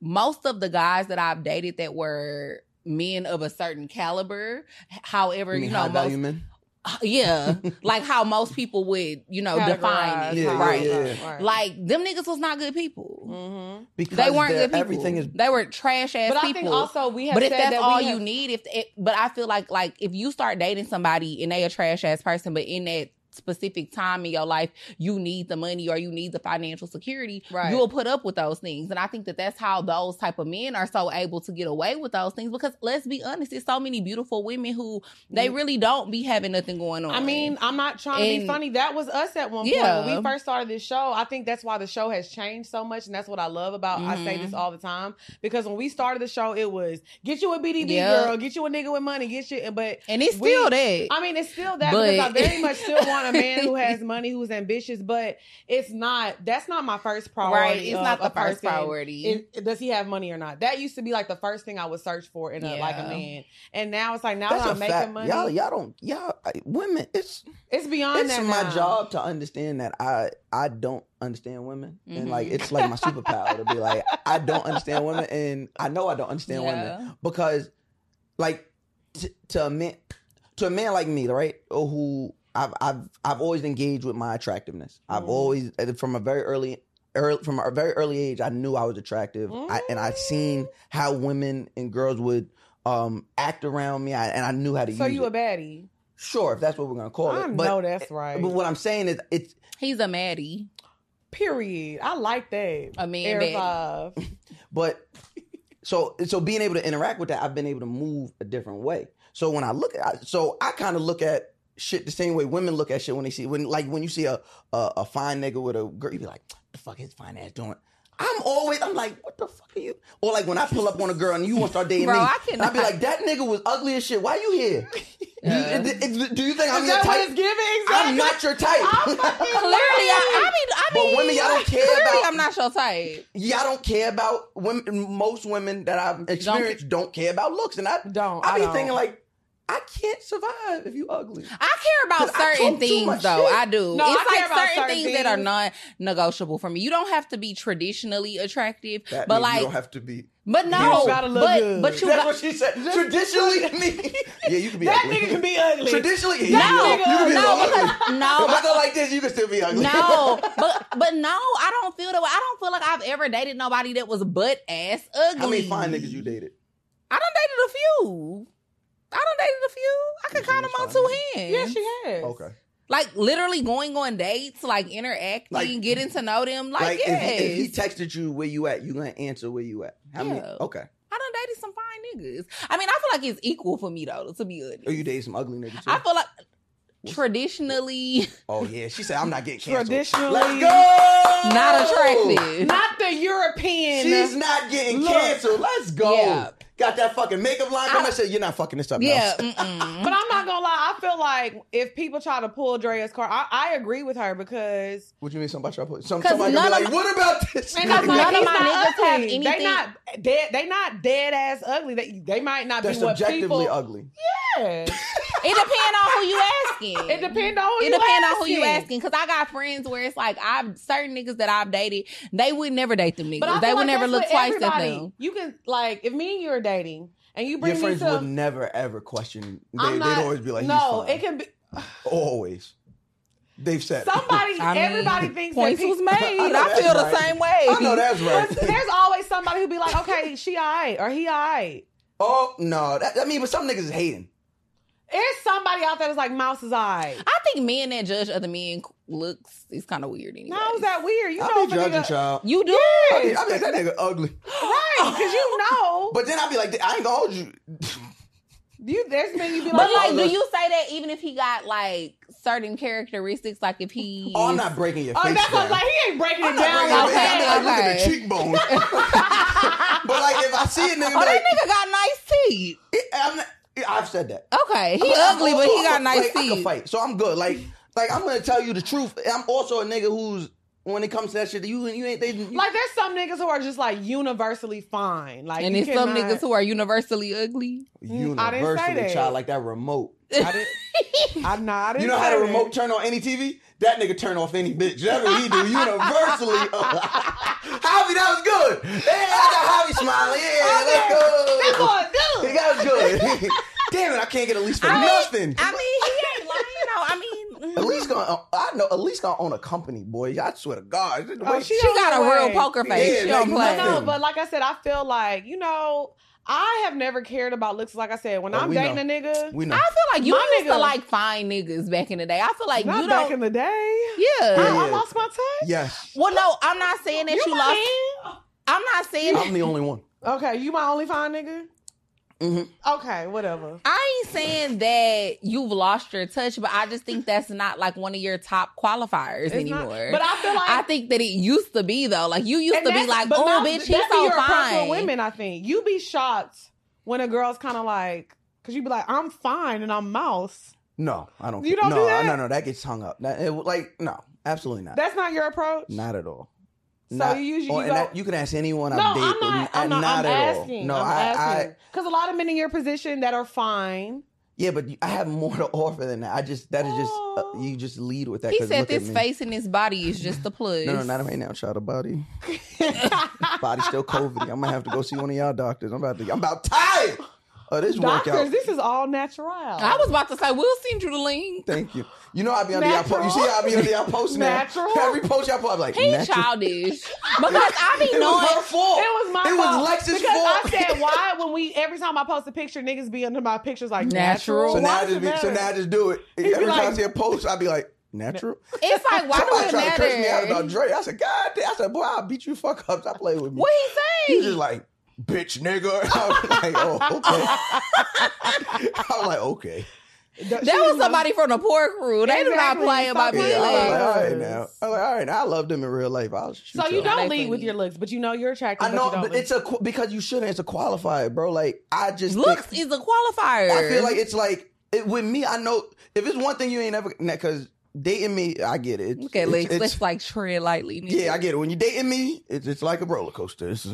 Speaker 2: most of the guys that I've dated that were men of a certain caliber, h- however,
Speaker 3: You
Speaker 2: you,
Speaker 3: mean
Speaker 2: know,
Speaker 3: high value
Speaker 2: most,
Speaker 3: men?
Speaker 2: [laughs]
Speaker 3: [laughs]
Speaker 2: yeah, like how most people would, you know, define it,
Speaker 3: Yeah, yeah,
Speaker 2: right?
Speaker 3: yeah.
Speaker 2: Like them niggas was not good people.
Speaker 1: hmm
Speaker 3: Because
Speaker 2: They weren't
Speaker 3: they're-
Speaker 2: good people.
Speaker 3: everything is
Speaker 2: they were trash ass
Speaker 1: but
Speaker 2: people
Speaker 1: I think also we have
Speaker 2: but if
Speaker 1: said
Speaker 2: that's
Speaker 1: that
Speaker 2: all
Speaker 1: we
Speaker 2: you
Speaker 1: have,
Speaker 2: need, if it, but I feel like like if you start dating somebody and they a trash ass person, but in that specific time in your life you need the money or you need the financial security,
Speaker 1: Right.
Speaker 2: you'll put up with those things. And I think that that's how those type of men are so able to get away with those things because let's be honest, it's so many beautiful women who they really don't be having nothing going on.
Speaker 1: Mm. I mean, I'm not trying to
Speaker 2: And-
Speaker 1: be funny. That was us at one point when
Speaker 2: Yeah.
Speaker 1: we first started this show. I think that's why the show has changed so much, and that's what I love about. I say
Speaker 2: Mhm.
Speaker 1: this all the time because when we started the show, it was get you a BDB
Speaker 2: Yeah.
Speaker 1: girl, get you a nigga with money, get you. But
Speaker 2: and it's
Speaker 1: we-
Speaker 2: still that.
Speaker 1: I mean, it's still that
Speaker 2: But-
Speaker 3: [laughs]
Speaker 1: because I very much still want find a man who has money, who's ambitious, but it's not. That's not my first priority.
Speaker 2: right. It's
Speaker 1: of
Speaker 2: not the
Speaker 1: a
Speaker 2: first
Speaker 1: person.
Speaker 2: priority.
Speaker 1: Is- does he have money or not? That used to be like the first thing I would search for in a like a
Speaker 2: Yeah.
Speaker 1: man, and now it's like now
Speaker 3: That's
Speaker 1: that
Speaker 3: a
Speaker 1: I'm making
Speaker 3: fact.
Speaker 1: money,
Speaker 3: Y'all, y'all don't, y'all I- women. It's
Speaker 1: it's beyond
Speaker 3: it's
Speaker 1: that.
Speaker 3: my
Speaker 1: now.
Speaker 3: job to understand that I I don't understand women, and like
Speaker 1: Mm-hmm.
Speaker 2: Mhm.
Speaker 3: it's like my superpower to be like I don't understand women, and I know I don't understand women because because, like t- to a man to a man like me right or who I've I've I've always engaged with my attractiveness I've
Speaker 1: Mm.
Speaker 3: always uh, from a very early early from a very early age I knew I was attractive I,
Speaker 1: Mm-hmm.
Speaker 3: and I've seen how women and girls would um act around me I, and I knew how to
Speaker 1: So
Speaker 3: use
Speaker 1: you a
Speaker 3: it
Speaker 1: baddie?
Speaker 3: sure if that's what we're gonna call
Speaker 1: I
Speaker 3: it
Speaker 1: know
Speaker 3: but
Speaker 1: that's right.
Speaker 3: but what I'm saying is it's
Speaker 2: He's a Maddie.
Speaker 1: Period. I like that.
Speaker 2: A man
Speaker 1: Air
Speaker 2: baddie.
Speaker 3: [laughs]
Speaker 1: five.
Speaker 3: But so so being able to interact with that, I've been able to move a different way. So when I look at, I- so I kind of look at shit the same way women look at shit when they see when like when you see a a, a fine nigga with a girl, you be like, the fuck his fine ass doing. I'm always I'm like, what the fuck are you? Or like when I pull up on a girl and you want to start dating
Speaker 2: Bro,
Speaker 3: me,
Speaker 2: I
Speaker 3: and I be
Speaker 2: cannot.
Speaker 3: like, that nigga was ugly as shit. Why you here?
Speaker 2: [laughs] Yeah.
Speaker 3: Do, you, it- it- do you think I'm
Speaker 1: Is
Speaker 3: your
Speaker 1: that what
Speaker 3: type?
Speaker 1: it's giving?
Speaker 3: I'm
Speaker 1: Exactly.
Speaker 3: not your type.
Speaker 1: I'm fucking
Speaker 2: Clearly, I, I mean, I
Speaker 3: But
Speaker 2: mean,
Speaker 3: women, y'all don't care
Speaker 2: clearly
Speaker 3: about-
Speaker 2: I'm not your type.
Speaker 3: y'all don't care about women. Most women that I've experienced don't, care about looks, and I
Speaker 1: Don't. I,
Speaker 3: I be
Speaker 1: don't.
Speaker 3: thinking like, I can't survive if you ugly.
Speaker 2: I care
Speaker 3: 'Cause
Speaker 2: about
Speaker 3: I
Speaker 2: certain
Speaker 3: talk too much
Speaker 2: things, though.
Speaker 3: shit.
Speaker 2: I do.
Speaker 1: No,
Speaker 2: it's
Speaker 1: I care
Speaker 2: like
Speaker 1: about
Speaker 2: certain,
Speaker 1: certain
Speaker 2: things, that are
Speaker 1: things.
Speaker 2: non-negotiable for me. You don't have to be traditionally attractive,
Speaker 3: That
Speaker 2: but
Speaker 3: means you don't
Speaker 2: like,
Speaker 3: have to be.
Speaker 2: but no,
Speaker 1: just gotta look
Speaker 2: but
Speaker 1: good.
Speaker 2: but you
Speaker 3: That's
Speaker 2: got,
Speaker 3: what she said. Traditionally,
Speaker 2: [laughs]
Speaker 3: to me, yeah, you can be
Speaker 1: that
Speaker 3: ugly.
Speaker 1: nigga can be ugly.
Speaker 3: Traditionally,
Speaker 2: no,
Speaker 3: yeah, you can- you can
Speaker 2: [laughs]
Speaker 3: be
Speaker 2: no,
Speaker 3: ugly. [laughs]
Speaker 2: because no,
Speaker 3: If I go like this, you can still be ugly.
Speaker 2: No, but but no, I don't feel that way. I don't feel like I've ever dated nobody that was butt ass ugly.
Speaker 3: [laughs] How many fine niggas you dated?
Speaker 2: I done dated a few. I done dated a few. I could
Speaker 3: You
Speaker 2: count them
Speaker 3: fine
Speaker 2: on two
Speaker 3: niggas?
Speaker 2: hands.
Speaker 1: yeah, she has.
Speaker 3: Okay.
Speaker 2: like literally going on dates, like interacting,
Speaker 3: Like-
Speaker 2: getting to know them. Like,
Speaker 3: Like, if,
Speaker 2: yes,
Speaker 3: he, if he texted you where you at, you gonna answer where you at. How many?
Speaker 2: Yeah.
Speaker 3: Okay.
Speaker 2: I done dated some fine niggas. I mean, I feel like it's equal for me though. To be honest,
Speaker 3: Or Oh, you dated some ugly niggas too.
Speaker 2: I feel like traditionally
Speaker 3: [laughs] oh yeah, she said I'm not getting canceled.
Speaker 1: Traditionally,
Speaker 3: Let's go.
Speaker 2: not attractive.
Speaker 1: not the European.
Speaker 3: She's not getting
Speaker 1: Look.
Speaker 3: canceled. Let's go.
Speaker 2: Yeah.
Speaker 3: Got that fucking makeup line. Come I said you're not fucking this up. now."
Speaker 2: yeah, mm-mm.
Speaker 1: But I'm not gonna lie. I feel like if people try to pull Drea's car, I, I agree with her because
Speaker 3: What you mean somebody try to put some,
Speaker 2: 'Cause
Speaker 3: somebody gonna be
Speaker 2: none
Speaker 3: like,
Speaker 2: of
Speaker 3: what about this?
Speaker 1: and that's
Speaker 2: None of
Speaker 1: like, he's
Speaker 2: my
Speaker 1: not
Speaker 2: niggas
Speaker 1: ugly.
Speaker 2: have
Speaker 1: They
Speaker 2: anything-
Speaker 1: not dead. They not dead ass ugly. They they might not
Speaker 3: That's
Speaker 1: be what
Speaker 3: objectively
Speaker 1: people.
Speaker 3: ugly.
Speaker 1: Yeah.
Speaker 2: it depend on who you asking.
Speaker 1: It depends on who
Speaker 2: it
Speaker 1: you
Speaker 2: depend
Speaker 1: asking.
Speaker 2: on who you asking. Cause I got friends where it's like I've certain niggas that I've dated, they would never date them niggas.
Speaker 1: But I feel
Speaker 2: they
Speaker 1: like
Speaker 2: would never
Speaker 1: that's
Speaker 2: look
Speaker 1: with
Speaker 2: twice
Speaker 1: everybody.
Speaker 2: at them.
Speaker 1: You can like if me and you are dating and you
Speaker 3: Your
Speaker 1: bring me
Speaker 3: friends
Speaker 1: to.
Speaker 3: would never ever question. They,
Speaker 1: I'm not-
Speaker 3: would always be like,
Speaker 1: no,
Speaker 3: He's fine.
Speaker 1: it can be
Speaker 3: always. They've [laughs] said it.
Speaker 1: somebody.
Speaker 2: I mean,
Speaker 1: everybody thinks that
Speaker 2: points
Speaker 1: people,
Speaker 2: was
Speaker 1: [laughs]
Speaker 2: made.
Speaker 3: I know
Speaker 2: I,
Speaker 3: that's
Speaker 2: feel the
Speaker 3: right.
Speaker 2: same way.
Speaker 3: I know that's right.
Speaker 1: There's always somebody who be like, okay, she alright or he alright.
Speaker 3: oh no, that, I mean, but some niggas is hating.
Speaker 1: There's somebody out there that's like, Mouse is alright.
Speaker 2: I think men that judge other men looks is kind of weird anyway.
Speaker 1: How is that weird? You know,
Speaker 3: I'll
Speaker 1: if
Speaker 3: be
Speaker 1: a
Speaker 3: judging,
Speaker 1: nigga,
Speaker 3: child.
Speaker 2: You do?
Speaker 3: I be, I be like, that nigga ugly.
Speaker 1: [laughs] right? Because you know,
Speaker 3: [laughs] But then I'll be like, I ain't gonna
Speaker 1: [laughs]
Speaker 3: hold you.
Speaker 1: you there's men you be like, "Oh,
Speaker 2: But like, do you say that even if he got like certain characteristics, like if he
Speaker 3: Oh, I'm not breaking your
Speaker 1: [laughs] oh,
Speaker 3: face.
Speaker 1: that's what,
Speaker 3: down.
Speaker 1: like he ain't breaking
Speaker 3: I'm
Speaker 1: it
Speaker 3: not
Speaker 1: down.
Speaker 3: breaking your
Speaker 1: Like
Speaker 3: face. I'll
Speaker 1: that.
Speaker 3: be like, look at the
Speaker 2: okay.
Speaker 1: [laughs]
Speaker 3: cheekbone. [laughs] but like, if I see a nigga, be
Speaker 2: Oh, that nigga
Speaker 3: like,
Speaker 2: got nice teeth.
Speaker 3: I'm not, I've said that.
Speaker 2: Okay, he
Speaker 3: I'm like, I'm
Speaker 2: ugly, but
Speaker 3: also-
Speaker 2: he got
Speaker 3: I'm
Speaker 2: nice
Speaker 3: like, I can
Speaker 2: teeth.
Speaker 3: fight, so I'm good. Like, like I'm gonna tell you the truth. I'm also a nigga who's when it comes to that shit, you you ain't they. You,
Speaker 1: Like there's some niggas who are just like universally fine. Like
Speaker 2: And
Speaker 1: you
Speaker 2: then some
Speaker 1: cannot-
Speaker 2: niggas who are universally ugly.
Speaker 1: Mm, I didn't say that.
Speaker 3: child, like
Speaker 2: [laughs]
Speaker 3: that remote.
Speaker 1: I didn't. [laughs] I know. I didn't
Speaker 3: [laughs] You know how
Speaker 1: say
Speaker 3: the
Speaker 1: that.
Speaker 3: remote turn on any TV? That nigga turn off any bitch. That's
Speaker 2: [laughs]
Speaker 3: what he do. Universally, [laughs] Javi, that was good. Yeah, I got Javi smiling. Yeah, let's go.
Speaker 1: [laughs] That's
Speaker 2: [laughs] Oh,
Speaker 1: what I do.
Speaker 3: [laughs] That was good. Damn it, I can't get at least for
Speaker 2: I mean-
Speaker 3: nothing.
Speaker 2: I mean, he ain't lying though. I
Speaker 3: [laughs] At
Speaker 2: mean,
Speaker 3: least gonna, I know. At least gonna own a company, boy. I swear to God. The
Speaker 1: Oh,
Speaker 3: way-
Speaker 1: she
Speaker 2: [laughs] she got a
Speaker 1: don't
Speaker 2: real
Speaker 1: play.
Speaker 2: poker face.
Speaker 3: Yeah,
Speaker 2: she don't play.
Speaker 3: like,
Speaker 1: No,
Speaker 3: nothing.
Speaker 1: but like I said, I feel like you know, I have never cared about looks. Like I said, when
Speaker 3: Oh,
Speaker 1: I'm
Speaker 3: we
Speaker 1: dating
Speaker 3: know.
Speaker 1: a nigga,
Speaker 3: we know.
Speaker 2: I feel like you
Speaker 1: My
Speaker 2: used to
Speaker 1: nigga-
Speaker 2: like fine niggas back in the day. I feel like
Speaker 1: not
Speaker 2: you
Speaker 1: back
Speaker 2: don't.
Speaker 1: in the day.
Speaker 2: yeah.
Speaker 1: I, I
Speaker 3: yeah.
Speaker 1: lost my touch. [laughs]
Speaker 3: yes,
Speaker 2: Well, no, I'm not saying that
Speaker 1: You
Speaker 2: you
Speaker 1: my
Speaker 2: lost.
Speaker 1: man?
Speaker 2: I'm not saying
Speaker 3: I'm the only one.
Speaker 1: Okay, you my only fine nigga.
Speaker 3: Mhm.
Speaker 1: Okay, whatever.
Speaker 2: I ain't saying that you've lost your touch, but I just think that's not like one of your top qualifiers
Speaker 1: It's
Speaker 2: anymore.
Speaker 1: not- but I feel like
Speaker 2: I think that it used to be though. Like you used
Speaker 1: and
Speaker 2: to be
Speaker 1: that's-
Speaker 2: like,
Speaker 1: but
Speaker 2: "Oh,
Speaker 1: my-
Speaker 2: bitch, he's
Speaker 1: that be
Speaker 2: so
Speaker 1: your approach with
Speaker 2: fine."
Speaker 1: Women, I think you be shocked when a girl's kind of like, cause you be like, I'm fine and I'm mouse.
Speaker 3: No, I don't.
Speaker 1: You
Speaker 3: care.
Speaker 1: don't
Speaker 3: no,
Speaker 1: do that?
Speaker 3: No, no, that gets hung up. That- it- like no, absolutely not.
Speaker 1: That's not your approach.
Speaker 3: not at all.
Speaker 1: So
Speaker 3: Not-
Speaker 1: you usually
Speaker 3: oh,
Speaker 1: you
Speaker 3: and
Speaker 1: go-
Speaker 3: that- you can ask anyone.
Speaker 1: no,
Speaker 3: I date,
Speaker 1: I'm not. I'm
Speaker 3: and
Speaker 1: not. I'm
Speaker 3: at all.
Speaker 1: asking.
Speaker 3: No,
Speaker 1: I'm
Speaker 3: I- I
Speaker 1: asking. Because a lot of men in your position that are fine.
Speaker 3: Yeah, but I have more to offer than that. I just that is just
Speaker 1: Oh.
Speaker 3: uh, you just lead with that.
Speaker 2: He
Speaker 3: 'cause
Speaker 2: said
Speaker 3: look at
Speaker 2: this
Speaker 3: me.
Speaker 2: face and this body is
Speaker 3: [laughs]
Speaker 2: just a plus.
Speaker 3: No, no, not right now, child.
Speaker 1: [laughs]
Speaker 3: The body, body still COVID. I'm gonna have to go see one of y'all doctors. I'm about to. I'm about tired of this
Speaker 1: Doctors,
Speaker 3: workout.
Speaker 1: this is all natural.
Speaker 2: I was about to say we'll send you the link.
Speaker 3: Thank you. You know I be under y'all post. You
Speaker 1: Natural.
Speaker 3: see how I be under y'all post now.
Speaker 1: Natural.
Speaker 3: Every post y'all post, I'm like
Speaker 2: He
Speaker 3: natural. [laughs]
Speaker 2: childish because I
Speaker 3: It
Speaker 2: be
Speaker 3: was her
Speaker 2: knowing.
Speaker 3: fault.
Speaker 1: It was my
Speaker 3: It was
Speaker 1: fault.
Speaker 3: Lex's
Speaker 1: because
Speaker 3: fault.
Speaker 1: I said why when we every time I post a picture, niggas be under my pictures like natural.
Speaker 2: Natural.
Speaker 3: So
Speaker 1: Why
Speaker 3: now I
Speaker 1: does it
Speaker 3: just be, so
Speaker 1: matter?
Speaker 3: now I just do it.
Speaker 1: be
Speaker 3: Every time I
Speaker 1: like-
Speaker 3: see a post, I be like natural.
Speaker 2: It's like why
Speaker 3: Somebody
Speaker 2: do it
Speaker 3: tried to curse me out about
Speaker 2: matter?
Speaker 3: Dre. I said, God damn. I said, boy, I'll beat you fuck up. Stop playing with me.
Speaker 2: What he
Speaker 3: He's
Speaker 2: saying?
Speaker 3: just like, bitch, nigga. [laughs] And I was like, oh, okay. I was like, okay. [laughs]
Speaker 2: that was somebody from the poor crew. They do not
Speaker 1: Exactly.
Speaker 2: play about
Speaker 1: Stop
Speaker 3: Yeah,
Speaker 1: Really?
Speaker 3: I was like,
Speaker 2: playlist.
Speaker 3: all right now. I was like, all right, now. I love them in real life. I'll shoot
Speaker 1: So you
Speaker 3: y'all.
Speaker 2: don't
Speaker 1: don't
Speaker 2: They
Speaker 1: lead with
Speaker 2: funny.
Speaker 1: your looks, but you know you're attractive.
Speaker 3: I know, but
Speaker 1: you
Speaker 3: it's a qu- because you shouldn't. It's a qualifier, bro. Like I just think-
Speaker 2: Looks is a qualifier.
Speaker 3: I feel like it's like it, with me. I know if it's one thing you ain't ever because dating me, I get it.
Speaker 2: Look at
Speaker 3: It's-
Speaker 2: Lex.
Speaker 3: it's-
Speaker 2: Let's like tread lightly. nigga.
Speaker 3: Yeah, I get it. When you're dating me, it's, it's like a roller coaster. It's, [laughs]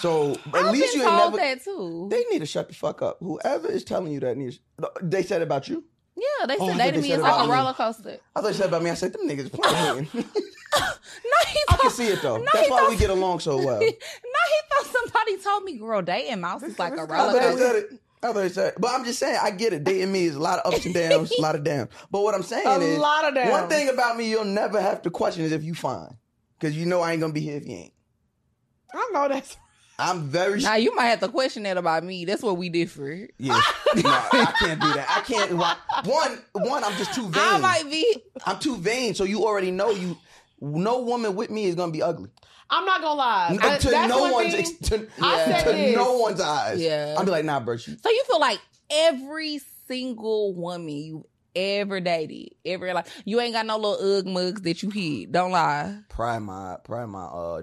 Speaker 3: so at
Speaker 2: I've
Speaker 3: least
Speaker 2: been
Speaker 3: you ain't
Speaker 2: told
Speaker 3: never.
Speaker 2: that too.
Speaker 3: They need to shut the fuck up. Whoever is telling you that needs. They said about you.
Speaker 2: yeah, they
Speaker 3: Oh, I
Speaker 2: said
Speaker 3: thought
Speaker 2: dating
Speaker 3: they
Speaker 2: me
Speaker 3: said
Speaker 2: is like
Speaker 3: about
Speaker 2: a
Speaker 3: me.
Speaker 2: roller coaster. [laughs]
Speaker 3: I thought you said about me. I said them niggas playing.
Speaker 2: No, he
Speaker 3: I can
Speaker 2: told- [laughs]
Speaker 3: see it though.
Speaker 2: No,
Speaker 3: That's
Speaker 2: he
Speaker 3: why we
Speaker 2: don't-
Speaker 3: get along
Speaker 2: [laughs]
Speaker 3: so
Speaker 2: no,
Speaker 3: well.
Speaker 2: he thought somebody told me, girl, dating mouse is like a
Speaker 3: I
Speaker 2: roller
Speaker 3: thought they
Speaker 2: coaster.
Speaker 3: said it. I thought they said it. But I'm just saying, I get it. Dating me is a lot of ups and downs, a lot of downs. But what I'm saying
Speaker 1: a
Speaker 3: is,
Speaker 1: lot of that.
Speaker 3: One thing about me you'll never have to question is if you fine. Because you know I ain't going to be here if you ain't.
Speaker 1: I know that's
Speaker 3: I'm very...
Speaker 2: Now you might have to question that about me. That's what we differ.
Speaker 3: yeah.
Speaker 1: [laughs]
Speaker 3: no, I can't do that. I can't... why- One, one, I'm just too vain.
Speaker 2: I might be.
Speaker 3: I'm too vain. So you already know you... No woman with me is going to be ugly.
Speaker 1: [laughs] I'm not gonna lie. I,
Speaker 3: to
Speaker 1: Uh, that's
Speaker 3: no
Speaker 1: one
Speaker 3: one's...
Speaker 1: thing-
Speaker 3: Ex- to
Speaker 1: I
Speaker 2: said
Speaker 3: to
Speaker 1: this.
Speaker 3: no one's eyes.
Speaker 2: Yeah.
Speaker 3: I'll be like, nah, bro. She,
Speaker 2: So you feel like every single woman you ever dated, ever like you ain't got no little ug mugs that you hid. Don't lie.
Speaker 3: pry my... Pry my... Uh,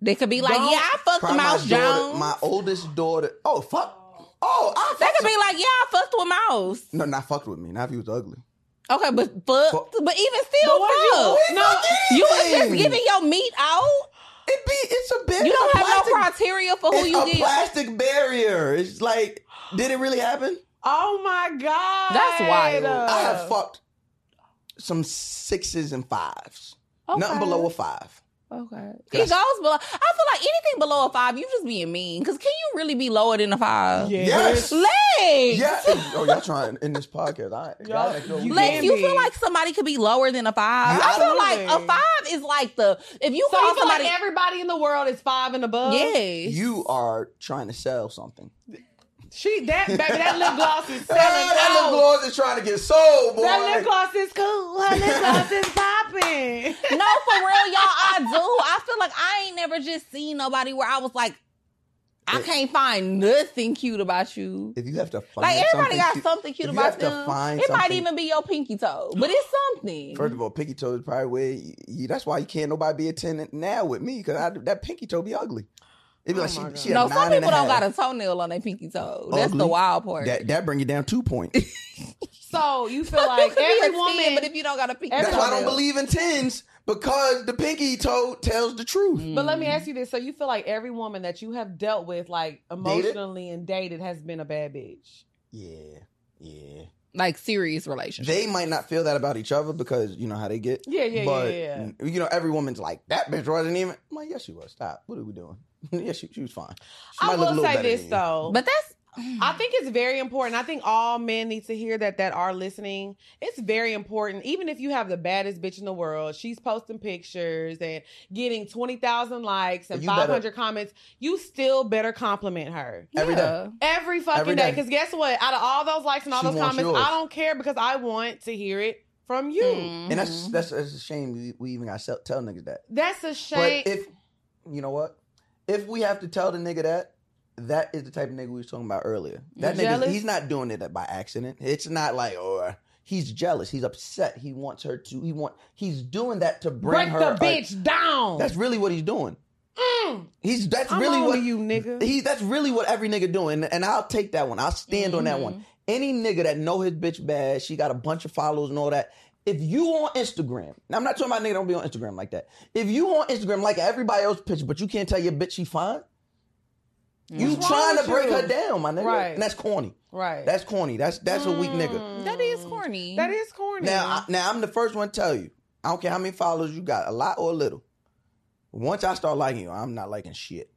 Speaker 2: They could be like,
Speaker 1: Don't
Speaker 2: yeah, I fucked
Speaker 3: pry my
Speaker 2: Mouse
Speaker 3: daughter,
Speaker 2: Jones.
Speaker 3: my oldest daughter... Oh, fuck. Oh, I
Speaker 2: they
Speaker 3: fucked
Speaker 2: could be like, yeah, I fucked with Mouse.
Speaker 3: some- No, not fucked with me. Not if you was ugly.
Speaker 2: Okay, but fucked, but even still,
Speaker 1: But what
Speaker 2: fucked.
Speaker 1: you- No,
Speaker 2: You was just
Speaker 3: Anything.
Speaker 2: giving your meat out.
Speaker 3: It be it's a bit.
Speaker 2: You
Speaker 3: it's
Speaker 2: don't
Speaker 3: a
Speaker 2: have
Speaker 3: plastic,
Speaker 2: no criteria for who
Speaker 3: it's
Speaker 2: you
Speaker 3: a
Speaker 2: get.
Speaker 3: plastic barrier. It's like, did it really happen?
Speaker 1: oh my god. Uh,
Speaker 2: That's wild.
Speaker 3: I
Speaker 2: Uh.
Speaker 3: have fucked some sixes and fives. Nothing below a five.
Speaker 2: Okay.
Speaker 3: Can I-
Speaker 2: It goes below. I feel like anything below a five, you just being mean. Because can you really be lower than a five?
Speaker 3: Yes.
Speaker 2: Legs.
Speaker 3: Yeah. [laughs] oh, y'all trying in this podcast? I
Speaker 1: Y'all-
Speaker 3: y'all,
Speaker 1: you
Speaker 2: Lex,
Speaker 1: can
Speaker 2: you
Speaker 1: be.
Speaker 2: feel like somebody could be lower than a five.
Speaker 3: Yeah,
Speaker 2: I feel like
Speaker 1: absolutely.
Speaker 2: a five is like the if you
Speaker 1: So
Speaker 2: call
Speaker 1: you feel
Speaker 2: somebody,
Speaker 1: like everybody in the world is five and above?
Speaker 2: yes,
Speaker 3: you are trying to sell something.
Speaker 1: She that baby that [laughs] lip gloss
Speaker 3: [laughs]
Speaker 1: is selling
Speaker 3: Ah, that
Speaker 1: out.
Speaker 3: lip gloss is trying to get sold, boy.
Speaker 1: That lip gloss is cool. Her lip gloss is popping.
Speaker 2: no, for real, y'all, I do. I feel like I ain't never just seen nobody where I was like, I
Speaker 3: It-
Speaker 2: can't find nothing cute about you.
Speaker 3: If you have to find
Speaker 2: Like everybody
Speaker 3: something
Speaker 2: got
Speaker 3: cute-
Speaker 2: something cute
Speaker 3: if you
Speaker 2: about
Speaker 3: have to
Speaker 2: them.
Speaker 3: find
Speaker 2: It might
Speaker 3: something-
Speaker 2: even be your pinky toe, but it's something.
Speaker 3: First of all, pinky toe is probably where you, you- that's why you can't nobody be a ten now with me because that pinky toe be ugly. It'd be
Speaker 1: Oh
Speaker 3: like she,
Speaker 1: my God.
Speaker 3: she a
Speaker 2: no,
Speaker 3: nine
Speaker 2: some
Speaker 3: and
Speaker 2: people
Speaker 3: a
Speaker 2: don't
Speaker 3: half.
Speaker 2: got a toenail on their pinky toe. That's
Speaker 3: Ugly.
Speaker 2: the wild part. [laughs]
Speaker 3: That that bring you down two points.
Speaker 1: [laughs] So you
Speaker 2: You
Speaker 1: feel [laughs] like
Speaker 2: could be a
Speaker 1: every
Speaker 2: 10,
Speaker 1: woman,
Speaker 2: but if you don't got a pinky toe,
Speaker 1: That's
Speaker 3: That's why I don't
Speaker 1: Toenail.
Speaker 3: believe in tens because the pinky toe tells the truth.
Speaker 1: But let
Speaker 3: Mm-hmm.
Speaker 1: me ask you this: So you feel like every woman that you have dealt with, like emotionally and dated, has been a bad bitch?
Speaker 3: Yeah, yeah.
Speaker 2: like serious relationship.
Speaker 3: They might not feel that about each other because you know how they get.
Speaker 1: Yeah, yeah,
Speaker 3: but
Speaker 1: yeah, yeah.
Speaker 3: you know, every woman's like that bitch wasn't even. I'm like, yes, she was. Stop. What are we doing? [laughs] yeah, she, she was fine. She
Speaker 1: I
Speaker 3: might look a
Speaker 1: will
Speaker 3: little
Speaker 1: say
Speaker 3: better
Speaker 1: this
Speaker 3: than you.
Speaker 1: though.
Speaker 2: But that's
Speaker 1: I think it's very important. I think all men need to hear that that are listening. It's very important. Even if you have the baddest bitch in the world, she's posting pictures and getting 20,000 likes and
Speaker 3: You better-
Speaker 1: 500 comments, you still better compliment her.
Speaker 3: Every day.
Speaker 1: Every fucking
Speaker 3: Every
Speaker 1: day.
Speaker 3: day.
Speaker 1: Because guess what? Out of all those likes and all
Speaker 3: She
Speaker 1: those
Speaker 3: wants
Speaker 1: comments,
Speaker 3: yours. Mm.
Speaker 1: I don't care because I want to hear it from you.
Speaker 2: Mhm.
Speaker 3: And
Speaker 1: Mm-hmm.
Speaker 3: that's that's, that's a shame. We, we even got to tell niggas that.
Speaker 1: That's a shame.
Speaker 3: But if you know what, if we have to tell the nigga that, that is the type of nigga we was talking about earlier. That nigga,
Speaker 1: Jealous?
Speaker 3: he's not doing it by accident. It's not like or he's jealous. He's upset. He wants her to. He want. He's doing that to bring
Speaker 1: Break the
Speaker 3: her. a-
Speaker 1: bitch down.
Speaker 3: that's really what he's doing.
Speaker 1: Mm.
Speaker 3: He's that's
Speaker 1: I'm
Speaker 3: really
Speaker 1: on
Speaker 3: what
Speaker 1: to you, nigga.
Speaker 3: he. That's really what every nigga doing. And I'll take that one. I'll stand on that one. any nigga that know his bitch bad, she got a bunch of followers and all that. If you on Instagram, now I'm not talking about nigga don't be on Instagram like that. If you on Instagram like everybody else picture, but you can't tell your bitch she fine, you
Speaker 1: Mm.
Speaker 2: Mm-hmm.
Speaker 1: What's wrong
Speaker 3: trying
Speaker 1: with
Speaker 3: to break
Speaker 1: you?
Speaker 3: her down, my nigga.
Speaker 1: Right.
Speaker 3: And that's corny.
Speaker 1: Right. Mm.
Speaker 3: That's corny. That's that's a weak nigga.
Speaker 2: That is corny.
Speaker 1: That is corny.
Speaker 3: Now, I, now I'm the first one to tell you. I don't care how many followers you got, a lot or a little. Once I start liking you, I'm not liking shit.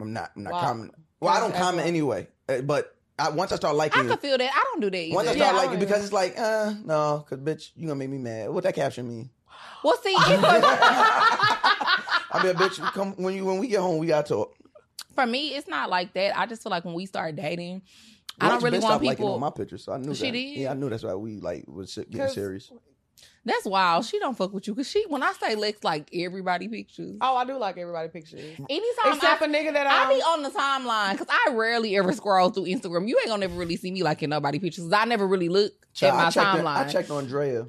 Speaker 3: I'm not. I'm not
Speaker 1: Wow.
Speaker 3: commenting. Well, I
Speaker 1: That's-
Speaker 3: don't
Speaker 1: that's
Speaker 3: comment
Speaker 1: wild.
Speaker 3: anyway. Uh, But I, once I start liking
Speaker 2: I
Speaker 3: you,
Speaker 2: could feel that. I don't do that either.
Speaker 3: once I
Speaker 1: Yeah,
Speaker 3: start
Speaker 1: I
Speaker 3: liking you,
Speaker 1: don't
Speaker 3: because it's like, uh, no, because bitch, you gonna make me mad. What that caption
Speaker 2: [laughs]
Speaker 3: mean?
Speaker 2: Well, see,
Speaker 3: [laughs]
Speaker 2: it's
Speaker 3: I be a bitch. Come when you when we get home, we gotta talk.
Speaker 2: for me, it's not like that. I just feel like when we start dating, I
Speaker 3: Once
Speaker 2: don't really
Speaker 3: bitch
Speaker 2: want
Speaker 3: stopped liking
Speaker 2: people.
Speaker 3: on my pictures, so I knew
Speaker 2: She
Speaker 3: that.
Speaker 2: did?
Speaker 3: Yeah, I knew that's why we like was si- getting
Speaker 1: 'Cause-
Speaker 3: serious.
Speaker 2: That's wild. She don't fuck with you because she. When I say Lex, like everybody pictures.
Speaker 1: oh, I do like everybody pictures.
Speaker 2: Anytime
Speaker 1: Except
Speaker 2: I,
Speaker 1: for nigga that um,
Speaker 2: I
Speaker 1: I
Speaker 2: be on the timeline because I rarely ever scroll through Instagram. You ain't gonna never really see me liking nobody pictures. 'cause I never really look
Speaker 3: Child, I
Speaker 2: at my
Speaker 3: checked on-
Speaker 2: timeline.
Speaker 3: I checked on Drea.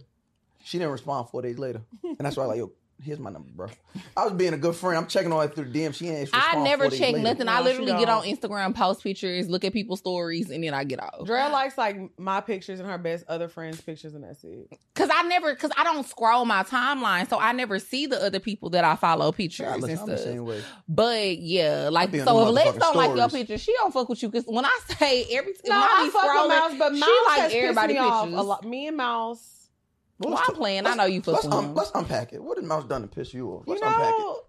Speaker 3: She didn't respond four days later, and that's why I like yo. Here's my number, bro. I was being a good friend. I'm checking on her through DM. She ain't.
Speaker 2: I
Speaker 3: respond
Speaker 2: never
Speaker 3: four days
Speaker 2: check
Speaker 3: later.
Speaker 2: nothing. I
Speaker 1: No, she
Speaker 2: literally get on
Speaker 1: don't.
Speaker 2: Instagram, post pictures, look at people's stories, and then I get off.
Speaker 1: Dre likes like my pictures and her best other friends' pictures, and that's it.
Speaker 2: Cause I never, cause I don't scroll my timeline, so I never see the other people that I follow pictures
Speaker 3: Nah,
Speaker 2: and
Speaker 3: listen, I'm the
Speaker 2: stuff.
Speaker 3: same way.
Speaker 2: But yeah, like
Speaker 3: be on
Speaker 2: so,
Speaker 3: the
Speaker 2: if Lex
Speaker 3: motherfucking
Speaker 2: don't like your
Speaker 3: stories.
Speaker 2: picture, she don't fuck with you. Cause when I say every,
Speaker 1: No,
Speaker 2: when I,
Speaker 1: I
Speaker 2: be
Speaker 1: fuck
Speaker 2: scrolling,
Speaker 1: with Mouse, but Mouse
Speaker 2: she like
Speaker 1: has everybody
Speaker 2: everybody
Speaker 1: me off a
Speaker 2: pictures.
Speaker 1: lot. Me and Mouse,
Speaker 3: Well,
Speaker 2: Well,
Speaker 3: let's
Speaker 2: I'm
Speaker 3: t-
Speaker 2: playing. I
Speaker 3: let's-
Speaker 2: know you fuck
Speaker 3: Let's,
Speaker 2: with
Speaker 3: um,
Speaker 2: him.
Speaker 3: let's unpack it. What did Mouse done to piss you off? Let's
Speaker 1: you
Speaker 3: unpack it.
Speaker 1: know,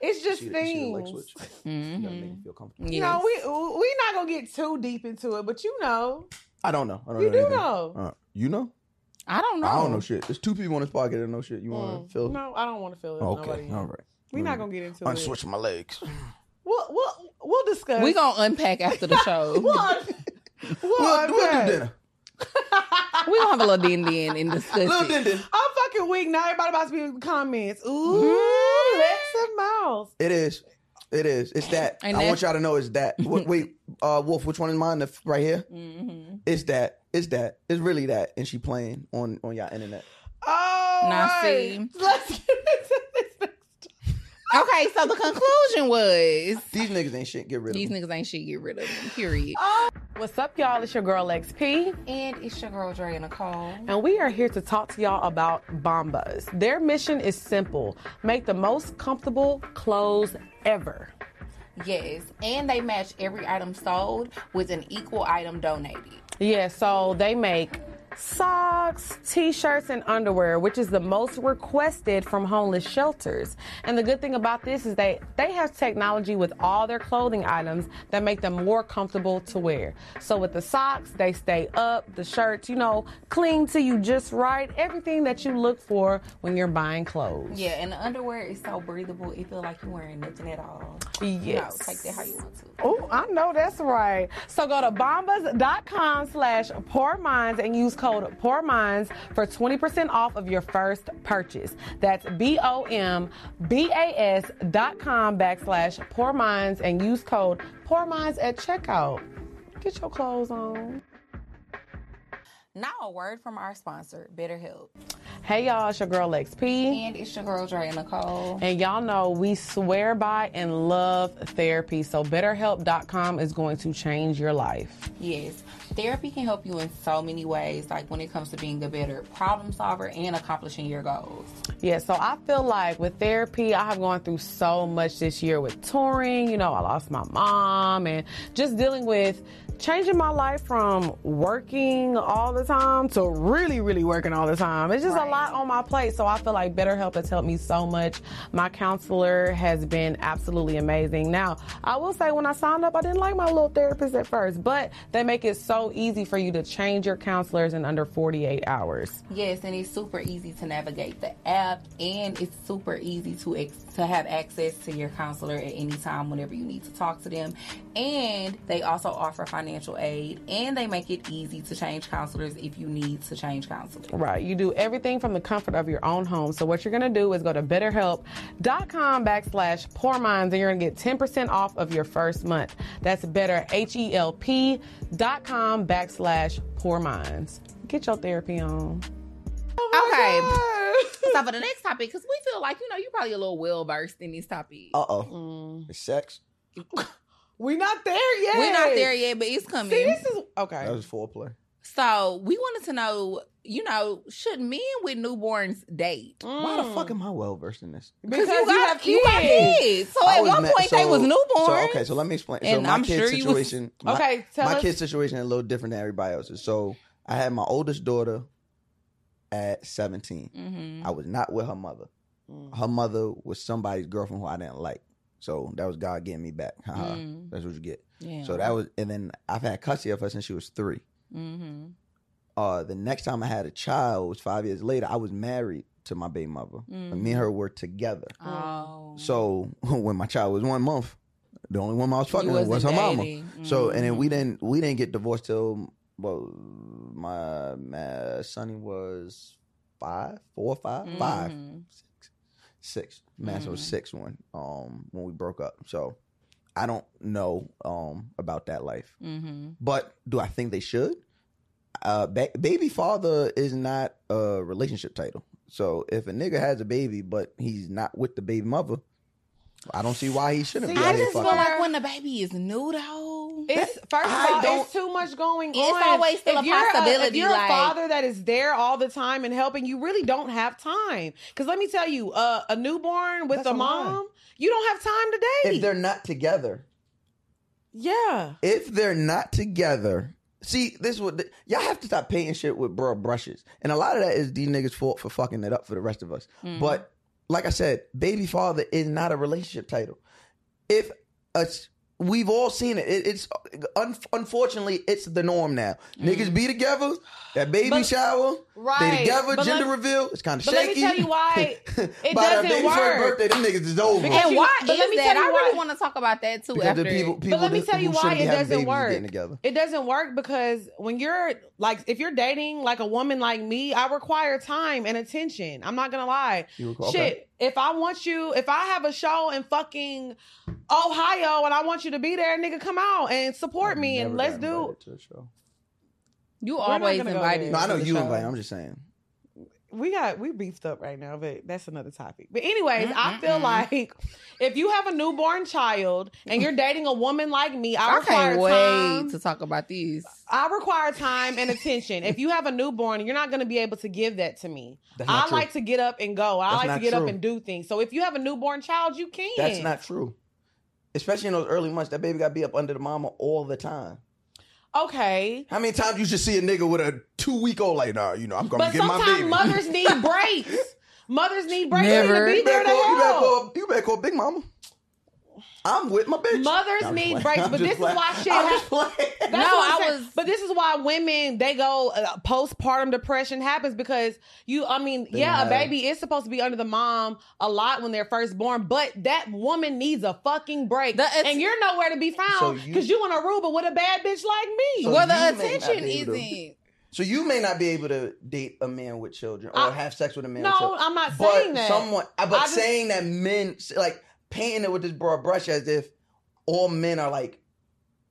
Speaker 1: it's just
Speaker 3: She the- she the
Speaker 1: things. Mm-hmm.
Speaker 3: Lex witch.
Speaker 1: [laughs]
Speaker 3: You gotta make me
Speaker 2: Mhm.
Speaker 3: feel comfortable.
Speaker 1: You
Speaker 2: Yes.
Speaker 1: know, we we not gonna get too deep into it, but you know,
Speaker 3: I don't know. I don't
Speaker 1: you
Speaker 3: know
Speaker 1: do
Speaker 3: anything.
Speaker 1: know.
Speaker 3: Uh, you know?
Speaker 2: I don't know.
Speaker 3: I don't know shit. There's two people on this podcast that know shit. You want
Speaker 1: Mm.
Speaker 3: to feel?
Speaker 1: No, I don't want to feel it.
Speaker 3: okay.
Speaker 1: Nobody.
Speaker 3: All right.
Speaker 1: We're not gonna get into it.
Speaker 3: Unswitch my legs.
Speaker 1: We'll we'll we'll discuss.
Speaker 2: We gonna unpack after the
Speaker 3: [laughs]
Speaker 2: show.
Speaker 1: we'll,
Speaker 2: we
Speaker 1: un- [laughs] we'll
Speaker 3: We'll, we'll
Speaker 1: unpack.
Speaker 3: do dinner.
Speaker 1: [laughs]
Speaker 2: gonna have a little din din and discuss
Speaker 3: Little
Speaker 2: it.
Speaker 3: din din.
Speaker 1: I'm fucking weak now. Everybody about to be in the comments. Ooh,
Speaker 2: Mhm.
Speaker 1: Lex and Mouse.
Speaker 3: It is. It is. It's
Speaker 1: [laughs]
Speaker 3: that.
Speaker 2: And
Speaker 3: I
Speaker 2: that's-
Speaker 3: want y'all to know it's that. Wait, wait uh, Wolf, which one is mine? The f- right here?
Speaker 2: hmm
Speaker 3: It's that. It's that. It's really that. And she playing on, on y'all internet.
Speaker 1: Oh,
Speaker 2: Now,
Speaker 1: right.
Speaker 2: see.
Speaker 1: let's [laughs] get into this next.
Speaker 2: Okay, so the conclusion was
Speaker 3: These niggas ain't shit. Get rid of
Speaker 2: these
Speaker 3: them.
Speaker 2: niggas ain't shit. Get rid of them. Period.
Speaker 3: Oh.
Speaker 1: What's up, y'all? It's your girl XP,
Speaker 2: And it's your girl Dre and Nicole.
Speaker 1: and we are here to talk to y'all about Bombas. Their mission is simple: make the most comfortable clothes ever.
Speaker 2: Yes, and they match every item sold with an equal item donated.
Speaker 1: Yeah, so they make socks, t-shirts and underwear, which is the most requested from homeless shelters. And the good thing about this is they they have technology with all their clothing items that make them more comfortable to wear. So with the socks, they stay up, the shirts, you know, cling to you just right, everything that you look for when you're buying clothes.
Speaker 2: Yeah, and the underwear is so breathable; it feels like you're wearing nothing at all.
Speaker 1: Yes.
Speaker 2: No, take that how you want to.
Speaker 1: Oh, I know that's right. So go to bombas.com slash poor minds and use code poor minds for 20% off of your first purchase. That's B O M B A S dot com backslash poor minds and use code poor minds at checkout. Get your clothes on.
Speaker 2: Now a word from our sponsor, BetterHelp,
Speaker 1: Hey y'all, it's your girl XP.
Speaker 2: and it's your girl Dre and Nicole.
Speaker 1: And y'all know we swear by and love therapy. So betterhelp.com is going to change your life.
Speaker 2: Yes, therapy can help you in so many ways, like when it comes to being a better problem solver and accomplishing your goals.
Speaker 1: Yeah, so I feel like with therapy, I have gone through so much this year with touring. You know, I lost my mom and just dealing with changing my life from working all the time to really, really working all the time. It's just a
Speaker 2: Right.
Speaker 1: lot on my plate. So I feel like BetterHelp has helped me so much. My counselor has been absolutely amazing. Now, I will say when I signed up, I didn't like my little therapist at first, but they make it so easy for you to change your counselors in under 48 hours.
Speaker 2: Yes, and it's super easy to navigate the app, and it's super easy to ex- to have access to your counselor at any time, whenever you need to talk to them. And they also offer financial aid, and they make it easy to change counselors if you need to change counselors.
Speaker 1: Right. You do everything from the comfort of your own home. So what you're going to do is go to betterhelp.com backslash poor minds and you're going to get 10% off of your first month. That's better, H-E-L-P dot com backslash poor minds. Get your therapy on. Oh okay.
Speaker 2: So for the next topic, because we feel like you know you're probably a little well versed in these topics.
Speaker 3: Uh oh.
Speaker 1: Mm.
Speaker 3: It's sex.
Speaker 1: We're not there yet.
Speaker 2: We're not there yet, but it's coming.
Speaker 1: See, this is okay.
Speaker 3: That was foreplay.
Speaker 2: So we wanted to know, you know, should men with newborns date?
Speaker 3: Why the
Speaker 1: Mm.
Speaker 3: fuck am I well versed in this?
Speaker 1: Because you,
Speaker 2: got-
Speaker 1: have kids.
Speaker 2: you got kids. So
Speaker 3: I
Speaker 2: Oh, at
Speaker 3: always
Speaker 2: one
Speaker 3: met-
Speaker 2: point they
Speaker 3: so-
Speaker 2: was
Speaker 3: So
Speaker 2: newborns.
Speaker 3: okay, so let me explain. so
Speaker 2: And
Speaker 3: my
Speaker 2: I'm
Speaker 3: kid's
Speaker 2: sure you was-
Speaker 3: situation. my-
Speaker 1: Okay, tell
Speaker 3: my
Speaker 1: us.
Speaker 3: kid's situation is a little different than everybody else's. So I had my oldest daughter at 17.
Speaker 2: Mm-hmm.
Speaker 3: I was not with her mother.
Speaker 1: Mm.
Speaker 3: Her mother was somebody's girlfriend who I didn't like. So that was God getting me back. Haha.
Speaker 2: Mm,
Speaker 3: That's what you get.
Speaker 2: yeah.
Speaker 3: So that was, and then I've had custody of her since she was three.
Speaker 2: Mm-hmm.
Speaker 3: Uh, the next time I had a child was five years later. I was married to my baby mother.
Speaker 2: Mm.
Speaker 3: And me and her were together.
Speaker 2: Oh.
Speaker 3: So [laughs] when my child was one month, the only one I was
Speaker 2: You
Speaker 3: fucking with
Speaker 2: wasn't
Speaker 3: was her mama.
Speaker 2: dating.
Speaker 3: So and then we
Speaker 2: Mhm.
Speaker 3: didn't we didn't get divorced till well my, my Sonny was five, four, five, five,
Speaker 2: Mhm.
Speaker 3: six, six. Madison was
Speaker 2: Mhm.
Speaker 3: six when um when we broke up. So I don't know um about that life,
Speaker 2: Mhm.
Speaker 3: but do I think they should? Uh, ba- baby father is not a relationship title. So if a nigga has a baby but he's not with the baby mother, I don't see why he shouldn't
Speaker 1: See,
Speaker 3: be.
Speaker 1: I
Speaker 3: out here
Speaker 1: just
Speaker 2: Feel
Speaker 3: fucking.
Speaker 1: Sure.
Speaker 2: like when the baby is new though.
Speaker 1: It's first of
Speaker 3: I
Speaker 1: all,
Speaker 3: don't-
Speaker 1: it's too much going
Speaker 2: It's
Speaker 1: on.
Speaker 2: always still
Speaker 1: If
Speaker 2: a
Speaker 1: you're If
Speaker 2: possibility,
Speaker 1: you're
Speaker 2: like-
Speaker 1: a father that is there all the time and helping, you really don't have time. Because let me tell you, uh, a newborn with
Speaker 3: That's
Speaker 1: a
Speaker 3: a lie.
Speaker 1: mom, you don't have time to
Speaker 3: if
Speaker 1: date.
Speaker 3: they're not together,
Speaker 1: yeah,
Speaker 3: if they're not together, see, this is what the, y'all have to stop painting shit with broad brushes, and a lot of that is these niggas' fault for fucking it up for the rest of us.
Speaker 1: Mm-hmm.
Speaker 2: Mhm.
Speaker 3: But like I said, baby father is not a relationship title. If us, we've all seen it. it it's un, unfortunately it's the norm now. Niggas be together. That baby
Speaker 1: Mm-hmm. But-
Speaker 3: shower, they
Speaker 1: right.
Speaker 3: together.
Speaker 1: But
Speaker 3: gender
Speaker 1: let-
Speaker 3: reveal. It's kind of
Speaker 1: but
Speaker 3: shaky.
Speaker 1: let me tell you
Speaker 3: [laughs]
Speaker 1: why
Speaker 3: By
Speaker 1: it
Speaker 3: that
Speaker 1: doesn't
Speaker 3: baby's
Speaker 1: work.
Speaker 3: first birthday, them niggas is over.
Speaker 1: Because
Speaker 2: and
Speaker 1: you-
Speaker 2: why
Speaker 1: but
Speaker 2: is
Speaker 1: let me
Speaker 2: that?
Speaker 1: tell you
Speaker 2: I really
Speaker 1: why.
Speaker 2: want to talk about that too.
Speaker 3: Because
Speaker 2: after
Speaker 3: the people,
Speaker 2: it.
Speaker 3: people
Speaker 1: let me
Speaker 3: that-
Speaker 1: tell you
Speaker 3: who
Speaker 1: why
Speaker 3: shouldn't be
Speaker 1: it
Speaker 3: having
Speaker 1: doesn't
Speaker 3: babies is
Speaker 1: work.
Speaker 3: Getting together.
Speaker 1: It doesn't work because when you're like, if you're dating like a woman like me, I require time and attention. I'm not gonna lie.
Speaker 3: You recall- okay.
Speaker 1: Shit, if I want you, if I have a show in fucking Ohio and I want you to be there, nigga, come out and support
Speaker 3: I've
Speaker 1: me and
Speaker 3: never
Speaker 1: let's
Speaker 3: got
Speaker 1: do.
Speaker 3: invited to a show.
Speaker 2: you
Speaker 1: not
Speaker 2: always
Speaker 1: gonna go
Speaker 2: invited.
Speaker 1: there.
Speaker 3: No, I know
Speaker 1: to the
Speaker 3: you
Speaker 1: show.
Speaker 3: invite. I'm just saying.
Speaker 1: We got we beefed up right now, but that's another topic. But anyways, I
Speaker 2: Mm-mm-mm.
Speaker 1: feel like if you have a newborn child and you're dating a woman like me, I,
Speaker 2: I
Speaker 1: require
Speaker 2: can't wait
Speaker 1: time.
Speaker 2: to talk about these.
Speaker 1: I require time and attention. if you have a newborn, you're not going to be able to give that to me.
Speaker 3: That's not
Speaker 1: I
Speaker 3: true.
Speaker 1: like to get up and go. I
Speaker 3: That's
Speaker 1: like
Speaker 3: not
Speaker 1: to get
Speaker 3: true.
Speaker 1: up and do things. So if you have a newborn child, you can.
Speaker 3: That's not true. Especially in those early months, that baby got to be up under the mama all the time.
Speaker 1: okay.
Speaker 3: How many times you should see a nigga with a two week old like, nah, you know, I'm gonna
Speaker 1: But
Speaker 3: get my
Speaker 1: sometimes
Speaker 3: baby. [laughs]
Speaker 1: mothers need breaks. Mothers need breaks. They need
Speaker 2: Never.
Speaker 1: to be
Speaker 3: you,
Speaker 1: there
Speaker 3: better
Speaker 1: to
Speaker 3: call, you, better
Speaker 1: help.
Speaker 3: call, you better call Big Mama. I'm with my bitch.
Speaker 1: Mothers
Speaker 3: Nah, I'm just
Speaker 1: need
Speaker 3: playing.
Speaker 1: breaks,
Speaker 3: I'm
Speaker 1: but
Speaker 3: just
Speaker 1: this
Speaker 3: playing.
Speaker 1: is why shit.
Speaker 3: I'm
Speaker 1: happens.
Speaker 3: just playing.
Speaker 1: That's
Speaker 2: No,
Speaker 1: what I'm
Speaker 2: I
Speaker 1: saying.
Speaker 2: was-
Speaker 1: But this is why women they go uh, postpartum depression happens because you. I mean,
Speaker 3: They
Speaker 1: yeah,
Speaker 3: don't
Speaker 1: a
Speaker 3: have-
Speaker 1: baby is supposed to be under the mom a lot when they're first born, but that woman needs a fucking break,
Speaker 2: The- it's-
Speaker 1: and you're nowhere to be
Speaker 3: So
Speaker 1: found
Speaker 3: you-
Speaker 1: because you, in Aruba with a bad bitch like me.
Speaker 3: So
Speaker 2: well, the
Speaker 3: you may not
Speaker 2: attention
Speaker 3: be able to-
Speaker 2: isn't.
Speaker 3: So you may not be able to date a man with children or
Speaker 1: I-
Speaker 3: have sex with a man with
Speaker 1: no,
Speaker 3: children.
Speaker 1: I'm not
Speaker 3: but
Speaker 1: saying that.
Speaker 3: someone, I- but
Speaker 1: I just-
Speaker 3: saying that men like painting it with this broad brush as if all men are like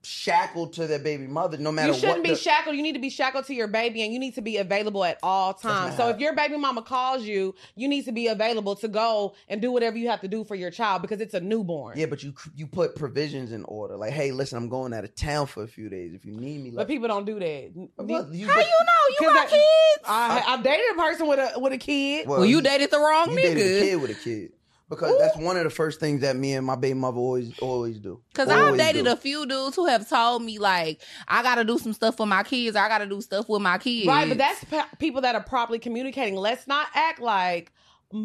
Speaker 3: shackled to their baby mother, no
Speaker 1: you
Speaker 3: matter
Speaker 1: shouldn't
Speaker 3: what.
Speaker 1: be
Speaker 3: the-
Speaker 1: shackled. You need to be shackled to your baby, and you need to be available at all times.
Speaker 3: not
Speaker 1: So
Speaker 3: how-
Speaker 1: if your baby mama calls you, you need to be available to go and do whatever you have to do for your child because it's a newborn.
Speaker 3: yeah, but you cr- you put provisions in order. Like, hey, listen, I'm going out of town for a few days. If you need me,
Speaker 1: But
Speaker 3: like,
Speaker 1: people don't do that.
Speaker 3: Well, you,
Speaker 2: How you know you
Speaker 1: 'Cause
Speaker 2: got
Speaker 1: I-
Speaker 2: kids?
Speaker 1: I, I dated a person with a with a kid.
Speaker 2: well, you dated the wrong
Speaker 3: you
Speaker 2: nigga.
Speaker 3: dated a kid with a kid because that's one of the first things that me and my baby mother always always do.
Speaker 2: Cause I've
Speaker 3: Always
Speaker 2: dated
Speaker 3: do.
Speaker 2: a few dudes who have told me like I gotta do some stuff for my kids, or I gotta do stuff with my kids.
Speaker 1: Right, but that's pe- people that are properly communicating. Let's not act like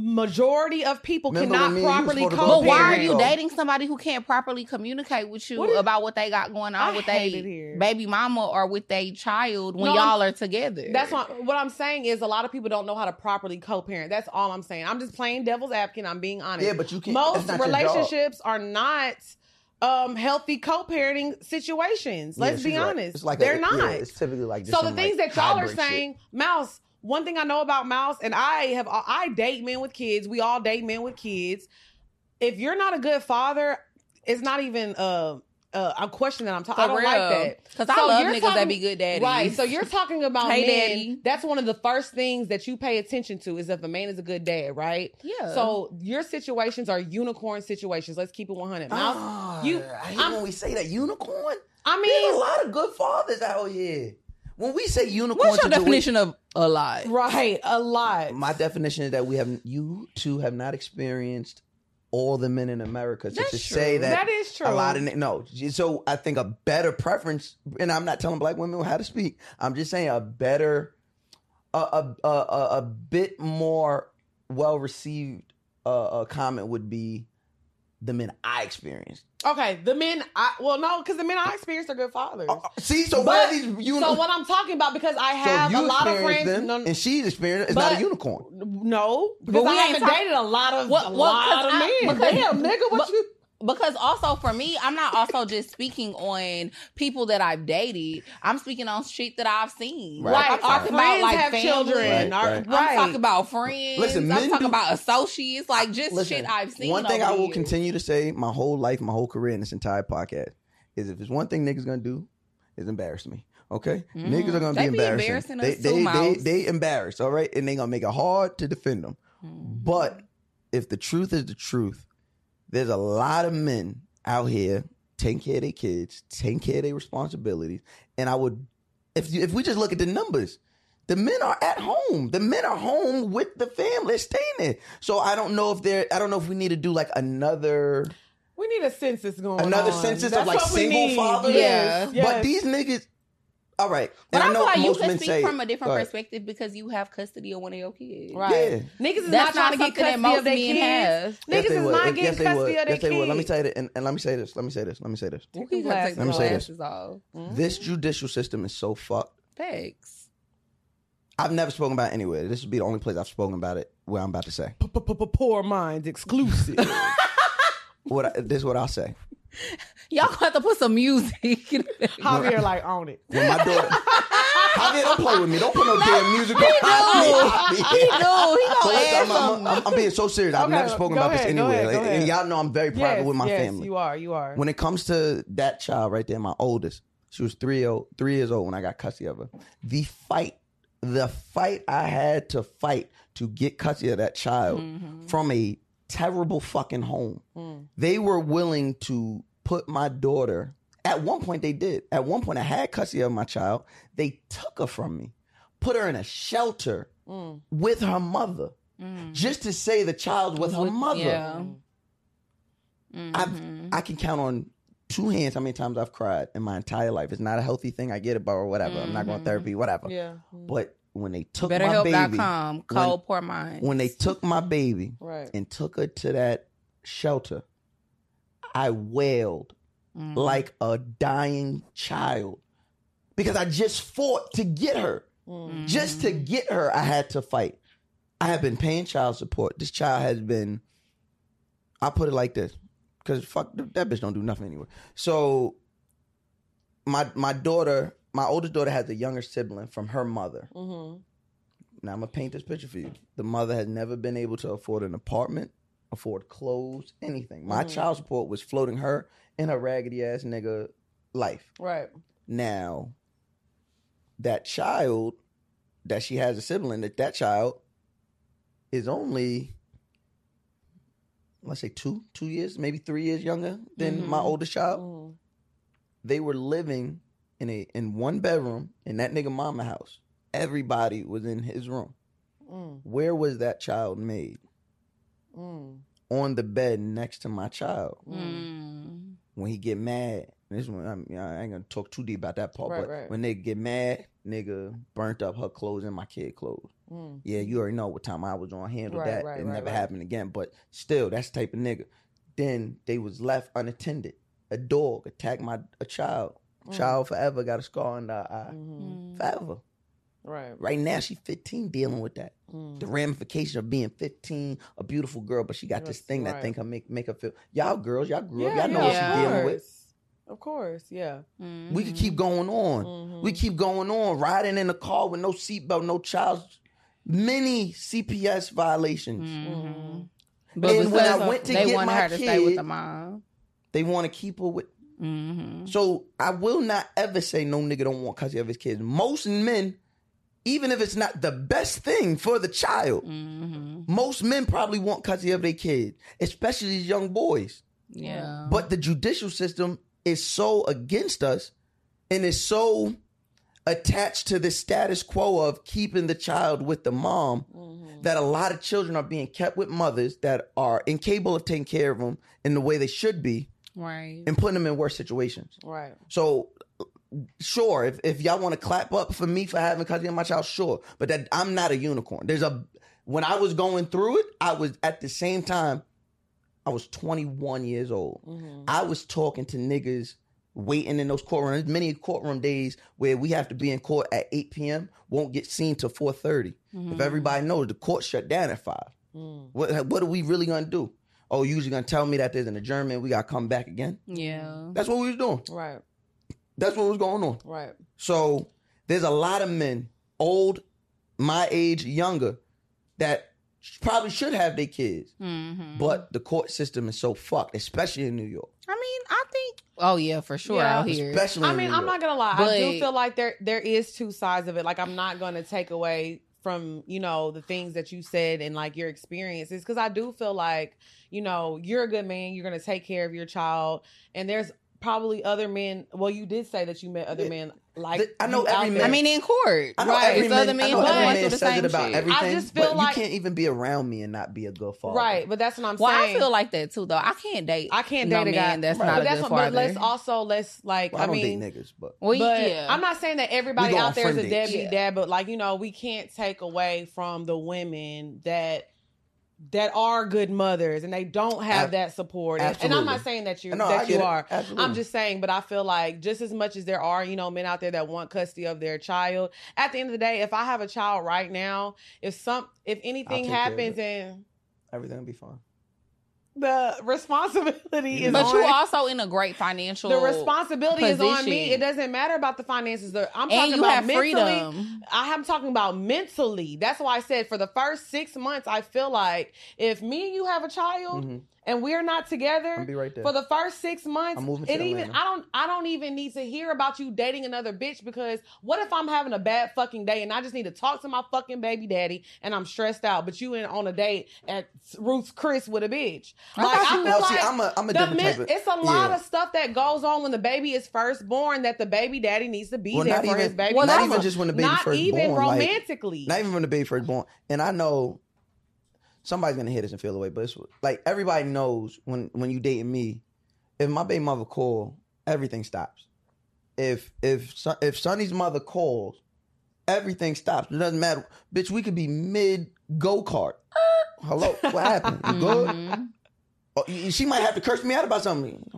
Speaker 1: majority of people
Speaker 3: Remember when
Speaker 1: cannot
Speaker 3: me and you was
Speaker 1: properly
Speaker 3: supposed to go
Speaker 2: But
Speaker 1: co-parent.
Speaker 2: why are
Speaker 3: Parents.
Speaker 2: you dating somebody who can't properly communicate with you
Speaker 1: What is-
Speaker 2: about what they got going on
Speaker 1: I
Speaker 2: with
Speaker 1: hate it
Speaker 2: their
Speaker 1: here.
Speaker 2: baby mama or with their child when
Speaker 1: No, I'm-
Speaker 2: y'all are together?
Speaker 1: That's what, what I'm saying is a lot of people don't know how to properly co-parent. That's all I'm saying. I'm just playing devil's advocate. I'm being honest.
Speaker 3: Yeah, but you can't.
Speaker 1: Most
Speaker 3: that's not your job.
Speaker 1: relationships are not um, healthy co-parenting situations.
Speaker 3: Yeah,
Speaker 1: Let's
Speaker 3: she's
Speaker 1: be
Speaker 3: right.
Speaker 1: honest.
Speaker 3: It's like
Speaker 1: They're
Speaker 3: a,
Speaker 1: not.
Speaker 3: yeah, it's typically like just
Speaker 1: so the
Speaker 3: some,
Speaker 1: things
Speaker 3: like,
Speaker 1: that y'all are
Speaker 3: hybrid shit.
Speaker 1: saying, Mouse. One thing I know about Mouse, and I have, I date men with kids. We all date men with kids. If you're not a good father, it's not even uh, uh, a question that I'm talking. I don't like
Speaker 2: Because
Speaker 1: So
Speaker 2: I love
Speaker 1: you're
Speaker 2: niggas that
Speaker 1: talking-
Speaker 2: be good
Speaker 1: that.
Speaker 2: daddies.
Speaker 1: Right. So you're talking about
Speaker 2: Hey,
Speaker 1: men.
Speaker 2: daddy.
Speaker 1: That's one of the first things that you pay attention to is if a man is a good dad, right?
Speaker 2: yeah.
Speaker 1: So your situations are unicorn situations. Let's keep it 100. Mouse,
Speaker 2: Oh,
Speaker 3: Ah,
Speaker 1: you-
Speaker 3: I hate
Speaker 1: I'm-
Speaker 3: when we say that unicorn.
Speaker 1: I
Speaker 3: There's a
Speaker 1: mean,
Speaker 3: lot of good fathers out here. when we say unicorn,
Speaker 2: What's
Speaker 3: to
Speaker 2: your
Speaker 3: the week-
Speaker 2: definition of a lie?
Speaker 1: Right, a lot.
Speaker 3: My definition is that we have you two have not experienced all the men in America. So
Speaker 2: That's
Speaker 3: to
Speaker 2: true.
Speaker 3: say that,
Speaker 1: that is true.
Speaker 3: a lot of na- no, so I think a better preference, and I'm not telling black women how to speak. I'm just saying a better, a a a, a, a bit more well received uh, a comment would be the men I experienced.
Speaker 1: okay, the men. I well, no, because the men I experienced are good fathers.
Speaker 2: Oh,
Speaker 3: Uh, see, so why are
Speaker 1: But-
Speaker 3: these uni-
Speaker 1: so what I'm talking about because I
Speaker 3: so
Speaker 1: have
Speaker 3: you
Speaker 1: a lot of
Speaker 3: experienced
Speaker 1: friends.
Speaker 3: them,
Speaker 1: no,
Speaker 3: and she's experienced. It's not a
Speaker 1: But-
Speaker 3: unicorn.
Speaker 1: no, because
Speaker 2: we
Speaker 1: I
Speaker 2: ain't
Speaker 1: haven't
Speaker 2: talk-
Speaker 1: dated a lot of
Speaker 2: Well-
Speaker 1: a
Speaker 2: well,
Speaker 1: lot
Speaker 2: 'cause
Speaker 1: of
Speaker 2: I-
Speaker 1: men.
Speaker 2: because-
Speaker 1: Damn, nigga, what
Speaker 2: but-
Speaker 1: you?
Speaker 2: because also for me, I'm not also just speaking on people that I've dated. I'm speaking on shit that I've seen.
Speaker 3: Right.
Speaker 2: Like,
Speaker 1: Right,
Speaker 2: I'm
Speaker 1: our
Speaker 2: talking
Speaker 1: friends
Speaker 2: about like
Speaker 1: have
Speaker 2: family.
Speaker 1: children.
Speaker 3: Right,
Speaker 1: Our-
Speaker 3: right.
Speaker 1: Right,
Speaker 2: I'm talking about friends.
Speaker 3: Listen,
Speaker 2: I'm
Speaker 3: men
Speaker 2: talking
Speaker 3: do-
Speaker 2: about associates. Like just
Speaker 3: Listen,
Speaker 2: shit I've seen.
Speaker 3: One thing
Speaker 2: over
Speaker 3: I will
Speaker 2: here.
Speaker 3: continue to say my whole life, my whole career, in this entire podcast is if there's one thing niggas gonna do is embarrass me. Okay,
Speaker 2: Mm.
Speaker 3: niggas are gonna
Speaker 2: They
Speaker 3: be
Speaker 2: be
Speaker 3: embarrassing.
Speaker 2: embarrassing us
Speaker 3: they,
Speaker 2: too,
Speaker 3: they, they,
Speaker 2: Mouse.
Speaker 3: they embarrassed. All right, and they gonna make it hard to defend them.
Speaker 2: Mhm.
Speaker 3: But if the truth is the truth, there's a lot of men out here taking care of their kids, taking care of their responsibilities, and I would, if you, if we just look at the numbers, the men are at home. The men are home with the family, staying there. So I don't know if they're. I don't know if we need to do like another
Speaker 1: We need a census going on.
Speaker 3: another census
Speaker 1: That's
Speaker 3: of like
Speaker 1: what we
Speaker 3: single
Speaker 1: need.
Speaker 3: fathers.
Speaker 2: Yeah.
Speaker 1: Yes.
Speaker 3: But these niggas, all right.
Speaker 2: But
Speaker 3: and
Speaker 2: I,
Speaker 3: I, know
Speaker 2: feel like you
Speaker 3: most
Speaker 2: can
Speaker 3: men
Speaker 2: speak
Speaker 3: say
Speaker 2: from a
Speaker 3: it.
Speaker 2: different
Speaker 3: Go ahead.
Speaker 2: perspective because you have custody of one of your kids.
Speaker 1: Right.
Speaker 3: Yeah.
Speaker 1: Niggas is
Speaker 2: That's
Speaker 1: not
Speaker 2: not,
Speaker 1: trying to get
Speaker 2: something that
Speaker 1: custody
Speaker 2: most
Speaker 1: of their
Speaker 2: men
Speaker 1: kids.
Speaker 2: have.
Speaker 1: Niggas
Speaker 3: Yes, they
Speaker 1: is
Speaker 3: would.
Speaker 1: not
Speaker 3: Yes,
Speaker 1: getting
Speaker 3: they
Speaker 1: custody
Speaker 3: would.
Speaker 1: of their
Speaker 3: Yes, they would. Let me
Speaker 1: kids.
Speaker 3: tell you that, and, and let me say this. Let me say this. Let me say this.
Speaker 2: We
Speaker 1: your
Speaker 2: can take
Speaker 1: glasses
Speaker 2: your
Speaker 3: off. Let me say
Speaker 2: glasses off.
Speaker 3: This judicial system is so fucked.
Speaker 2: Facts.
Speaker 3: I've never spoken about it anywhere. This would be the only place I've spoken about it where I'm about to say.
Speaker 1: Mm-hmm. Poor minds
Speaker 3: [laughs]
Speaker 1: exclusive.
Speaker 3: What I, this is what I'll say.
Speaker 2: Y'all gonna have to put some music. [laughs] in there.
Speaker 1: Javier like on it.
Speaker 3: When my
Speaker 1: [laughs]
Speaker 3: daughter Javier, don't play with me. Don't put no damn music on.
Speaker 2: He knew.
Speaker 3: [laughs]
Speaker 2: He
Speaker 3: So
Speaker 2: gonna
Speaker 3: listen,
Speaker 2: add
Speaker 3: I'm, I'm,
Speaker 2: something.
Speaker 3: I'm, I'm being so serious. I've
Speaker 1: Okay,
Speaker 3: never spoken
Speaker 1: go
Speaker 3: about this
Speaker 1: ahead, go
Speaker 3: anywhere.
Speaker 1: ahead, go
Speaker 3: Like, and
Speaker 1: ahead.
Speaker 3: y'all know I'm very private
Speaker 1: Yes,
Speaker 3: with my
Speaker 1: yes,
Speaker 3: family.
Speaker 1: you are. You are.
Speaker 3: When it comes to that child right there, my oldest, she was three year old, three years old when I got custody of her. The fight, the fight I had to fight to get custody of that child
Speaker 1: Mm-hmm.
Speaker 2: Mhm.
Speaker 3: from a terrible fucking home.
Speaker 1: Mm.
Speaker 3: They were willing to put my daughter. At one point, they did. At one point, I had custody of my child. They took her from me, put her in a shelter
Speaker 1: Mm.
Speaker 3: with her mother,
Speaker 2: Mm.
Speaker 3: just to say the child with her
Speaker 2: With-
Speaker 3: mother.
Speaker 2: yeah.
Speaker 1: Mm,
Speaker 3: I've-
Speaker 2: Mhm.
Speaker 3: I can count on two hands how many times I've cried in my entire life. It's not a healthy thing. I get it, but whatever. I'm not going to
Speaker 2: Mhm.
Speaker 3: therapy, whatever.
Speaker 1: Yeah. Mm.
Speaker 3: But when they took my baby,
Speaker 2: BetterHelp.com. Cold pour mine.
Speaker 3: when they took my baby
Speaker 1: Right.
Speaker 3: and took her to that shelter, I wailed
Speaker 2: Mm.
Speaker 3: like a dying child because I just fought to get her.
Speaker 1: Mm.
Speaker 2: Mm.
Speaker 3: Just to get her, I had to fight. I have been paying child support. This child has been, I put it like this, because fuck that bitch don't do nothing anyway. So, my my daughter, my oldest daughter has a younger sibling from her mother.
Speaker 1: Mhm.
Speaker 3: Now I'm gonna paint this picture for you. The mother has never been able to afford an apartment, afford clothes, anything. My
Speaker 1: Mhm.
Speaker 3: child support was floating her in her raggedy ass nigga life.
Speaker 1: Right.
Speaker 3: Now, that child that she has a sibling, that that child is only let's say two, two years, maybe three years younger than my
Speaker 2: Mhm.
Speaker 3: oldest child.
Speaker 1: Mhm.
Speaker 3: They were living in a in one bedroom in that nigga mama house. Everybody was in his room.
Speaker 1: Mm.
Speaker 3: Where was that child made?
Speaker 1: Mm.
Speaker 3: On the bed next to my child.
Speaker 1: Mm.
Speaker 2: Mm.
Speaker 3: when he get mad, and this one I, mean, I ain't gonna talk too deep about that part,
Speaker 1: Right,
Speaker 3: but
Speaker 1: right.
Speaker 3: when they get mad, nigga burnt up her clothes and my kid clothes.
Speaker 1: Mm.
Speaker 3: Yeah, you already know what time I was on. Handle
Speaker 1: Right,
Speaker 3: that.
Speaker 1: right,
Speaker 3: it
Speaker 1: right,
Speaker 3: never
Speaker 1: right.
Speaker 3: happened again. But still, that's the type of nigga. Then they was left unattended. A dog attacked my a child.
Speaker 1: Mm.
Speaker 3: Child forever got a scar on the eye.
Speaker 1: Mhm.
Speaker 3: Forever.
Speaker 1: Right.
Speaker 3: Right now she 15 dealing with that.
Speaker 1: Mm.
Speaker 3: The ramification of being 15, a beautiful girl, but she got this
Speaker 1: Yes,
Speaker 3: thing that
Speaker 1: right.
Speaker 3: think her make make her feel. Y'all girls, y'all grew up.
Speaker 1: Yeah,
Speaker 3: Y'all
Speaker 1: yeah,
Speaker 3: know what
Speaker 2: she
Speaker 1: of
Speaker 3: she's dealing with.
Speaker 1: course. Of course, yeah.
Speaker 2: Mhm.
Speaker 3: We could keep going on.
Speaker 2: Mm-hmm.
Speaker 3: We
Speaker 1: Mhm.
Speaker 3: keep going on. Riding in a car with no seatbelt, no child. Many CPS violations.
Speaker 2: Mhm.
Speaker 3: And when
Speaker 2: because
Speaker 3: I went to
Speaker 2: they
Speaker 3: get
Speaker 2: wanted
Speaker 3: my
Speaker 2: her to stay with
Speaker 3: kid-
Speaker 2: the mom.
Speaker 3: They want to keep her with.
Speaker 2: Mm-hmm.
Speaker 3: So I will not ever say no nigga don't want custody of his kids. Most men, even if it's not the best thing for the child,
Speaker 2: Mm-hmm.
Speaker 3: most men probably want custody of their kid, especially these young boys.
Speaker 2: Yeah.
Speaker 3: But the judicial system is so against us and it's so attached to the status quo of keeping the child with the mom
Speaker 1: Mhm.
Speaker 2: Mm-hmm.
Speaker 3: that a lot of children are being kept with mothers that are incapable of taking care of them in the way they should be
Speaker 2: Right.
Speaker 3: and putting them in worse situations.
Speaker 1: Right.
Speaker 3: So, sure, if, if y'all want to clap up for me for having custody of my child, sure, but that I'm not a unicorn. There's a when I was going through it, I was at the same time, I was 21 years old.
Speaker 2: Mm-hmm.
Speaker 1: Mhm.
Speaker 3: I was talking to niggas waiting in those courtrooms. Many courtroom days where we have to be in court at 8 p.m. won't get seen till 4:30.
Speaker 2: Mm-hmm.
Speaker 3: If everybody knows the court shut down at five,
Speaker 1: Mm.
Speaker 3: what what are we really gonna do? Oh, you usually gonna tell me that there's an adjournment. We gotta come back again.
Speaker 2: Yeah.
Speaker 3: That's what we was doing.
Speaker 1: Right.
Speaker 3: That's what was going on.
Speaker 1: Right.
Speaker 3: So there's a lot of men, old, my age, younger, that sh- probably should have their kids,
Speaker 2: Mm-hmm.
Speaker 3: but the court system is so fucked, especially in New York.
Speaker 2: I mean, I think. Oh yeah, for sure
Speaker 1: Yeah.
Speaker 2: out here.
Speaker 3: Especially,
Speaker 1: I
Speaker 3: in
Speaker 1: mean,
Speaker 3: New
Speaker 1: I'm not
Speaker 3: York.
Speaker 1: gonna lie. I do
Speaker 2: But-
Speaker 1: feel like there there is two sides of it. Like I'm not gonna take away from you know the things that you said and like your experiences because I do feel like you know you're a good man. You're gonna take care of your child, and there's probably other men. Well, you did say that you met other
Speaker 3: Yeah.
Speaker 1: men like
Speaker 3: Th- I know
Speaker 1: you out
Speaker 3: every
Speaker 1: there.
Speaker 3: man-
Speaker 2: I mean, in court,
Speaker 3: I know
Speaker 2: right?
Speaker 3: every
Speaker 2: It's
Speaker 3: man,
Speaker 2: other men
Speaker 3: I know
Speaker 2: who
Speaker 1: but-
Speaker 3: every
Speaker 2: going
Speaker 1: I
Speaker 2: through
Speaker 3: man
Speaker 2: the
Speaker 3: says it
Speaker 2: same
Speaker 3: about
Speaker 2: shit.
Speaker 3: everything.
Speaker 1: just
Speaker 3: but
Speaker 1: feel like-
Speaker 3: you can't even be around me and not be a good father.
Speaker 1: right, but that's what I'm
Speaker 2: well,
Speaker 1: saying.
Speaker 2: I feel like that too, though. I can't date.
Speaker 1: I can't
Speaker 2: no
Speaker 1: date a guy.
Speaker 2: man that's
Speaker 3: Right.
Speaker 2: not
Speaker 1: But
Speaker 2: a
Speaker 1: that's what,
Speaker 2: good
Speaker 1: but
Speaker 2: father.
Speaker 1: let's also let's like
Speaker 3: Well, I,
Speaker 1: I
Speaker 3: don't
Speaker 1: mean.
Speaker 3: date niggas, but
Speaker 2: well,
Speaker 1: but
Speaker 2: yeah.
Speaker 1: I'm not saying that
Speaker 3: We
Speaker 1: everybody
Speaker 3: go on
Speaker 1: out there is a
Speaker 3: friend dates.
Speaker 1: deadbeat
Speaker 2: Yeah.
Speaker 1: dad, but like you know, we can't take away from the women that that are good mothers and they don't have
Speaker 3: Ab-
Speaker 1: that support. And, and I'm
Speaker 3: absolutely.
Speaker 1: not saying that you
Speaker 3: No, I
Speaker 1: that
Speaker 3: get
Speaker 1: you
Speaker 3: it. Mm.
Speaker 1: are.
Speaker 3: Absolutely.
Speaker 1: I'm just saying, but I feel like just as much as there are, you know, men out there that want custody of their child. At the end of the day, if I have a child right now, if some, if anything
Speaker 3: take care of
Speaker 1: happens
Speaker 3: it.
Speaker 1: and
Speaker 3: everything will be fine.
Speaker 1: the
Speaker 3: Mm.
Speaker 1: responsibility is
Speaker 2: But
Speaker 1: on,
Speaker 2: you also in a great financial.
Speaker 1: the responsibility is on me.
Speaker 2: position.
Speaker 1: It doesn't matter about the finances. The- I'm
Speaker 2: and
Speaker 1: talking
Speaker 2: you
Speaker 1: about
Speaker 2: have
Speaker 1: mentally.
Speaker 2: freedom.
Speaker 1: I am talking about mentally. That's why I said for the first six months, I feel like if me and you have a child
Speaker 3: Mhm.
Speaker 1: and we're not
Speaker 3: I'll
Speaker 1: together
Speaker 3: be right there.
Speaker 1: for the first six months,
Speaker 3: I'm moving to
Speaker 1: it even
Speaker 3: Atlanta.
Speaker 1: I don't I don't even need to hear about you dating another bitch because what if I'm having a bad fucking day and I just need to talk to my fucking baby daddy and I'm stressed out, but you in on a date at Ruth's Chris with a bitch.
Speaker 2: I
Speaker 1: Like
Speaker 2: thought
Speaker 1: I
Speaker 2: you-
Speaker 1: feel
Speaker 3: well, see,
Speaker 1: like
Speaker 3: I'm a, I'm a
Speaker 1: the
Speaker 3: different
Speaker 1: men,
Speaker 3: type of.
Speaker 1: it's a lot
Speaker 3: yeah.
Speaker 1: of stuff that goes on when the baby is first born that the baby daddy needs to be
Speaker 3: Well,
Speaker 1: there
Speaker 3: not
Speaker 1: for
Speaker 3: even-
Speaker 1: his baby
Speaker 2: well,
Speaker 1: mama.
Speaker 3: not even just when the baby
Speaker 1: not
Speaker 3: first
Speaker 1: even
Speaker 3: born, like-
Speaker 1: romantically.
Speaker 3: Not even when the baby first born. And I know somebody's gonna hear this and feel away, but it's like everybody knows when when you dating me, if my baby mother call, everything stops. If if Son- if Sonny's mother calls, everything stops. It doesn't matter, bitch. We could be mid go kart. Hello, what happened?
Speaker 1: [laughs]
Speaker 3: You good?
Speaker 2: Mhm.
Speaker 3: Oh, y- she might have to curse me out about something.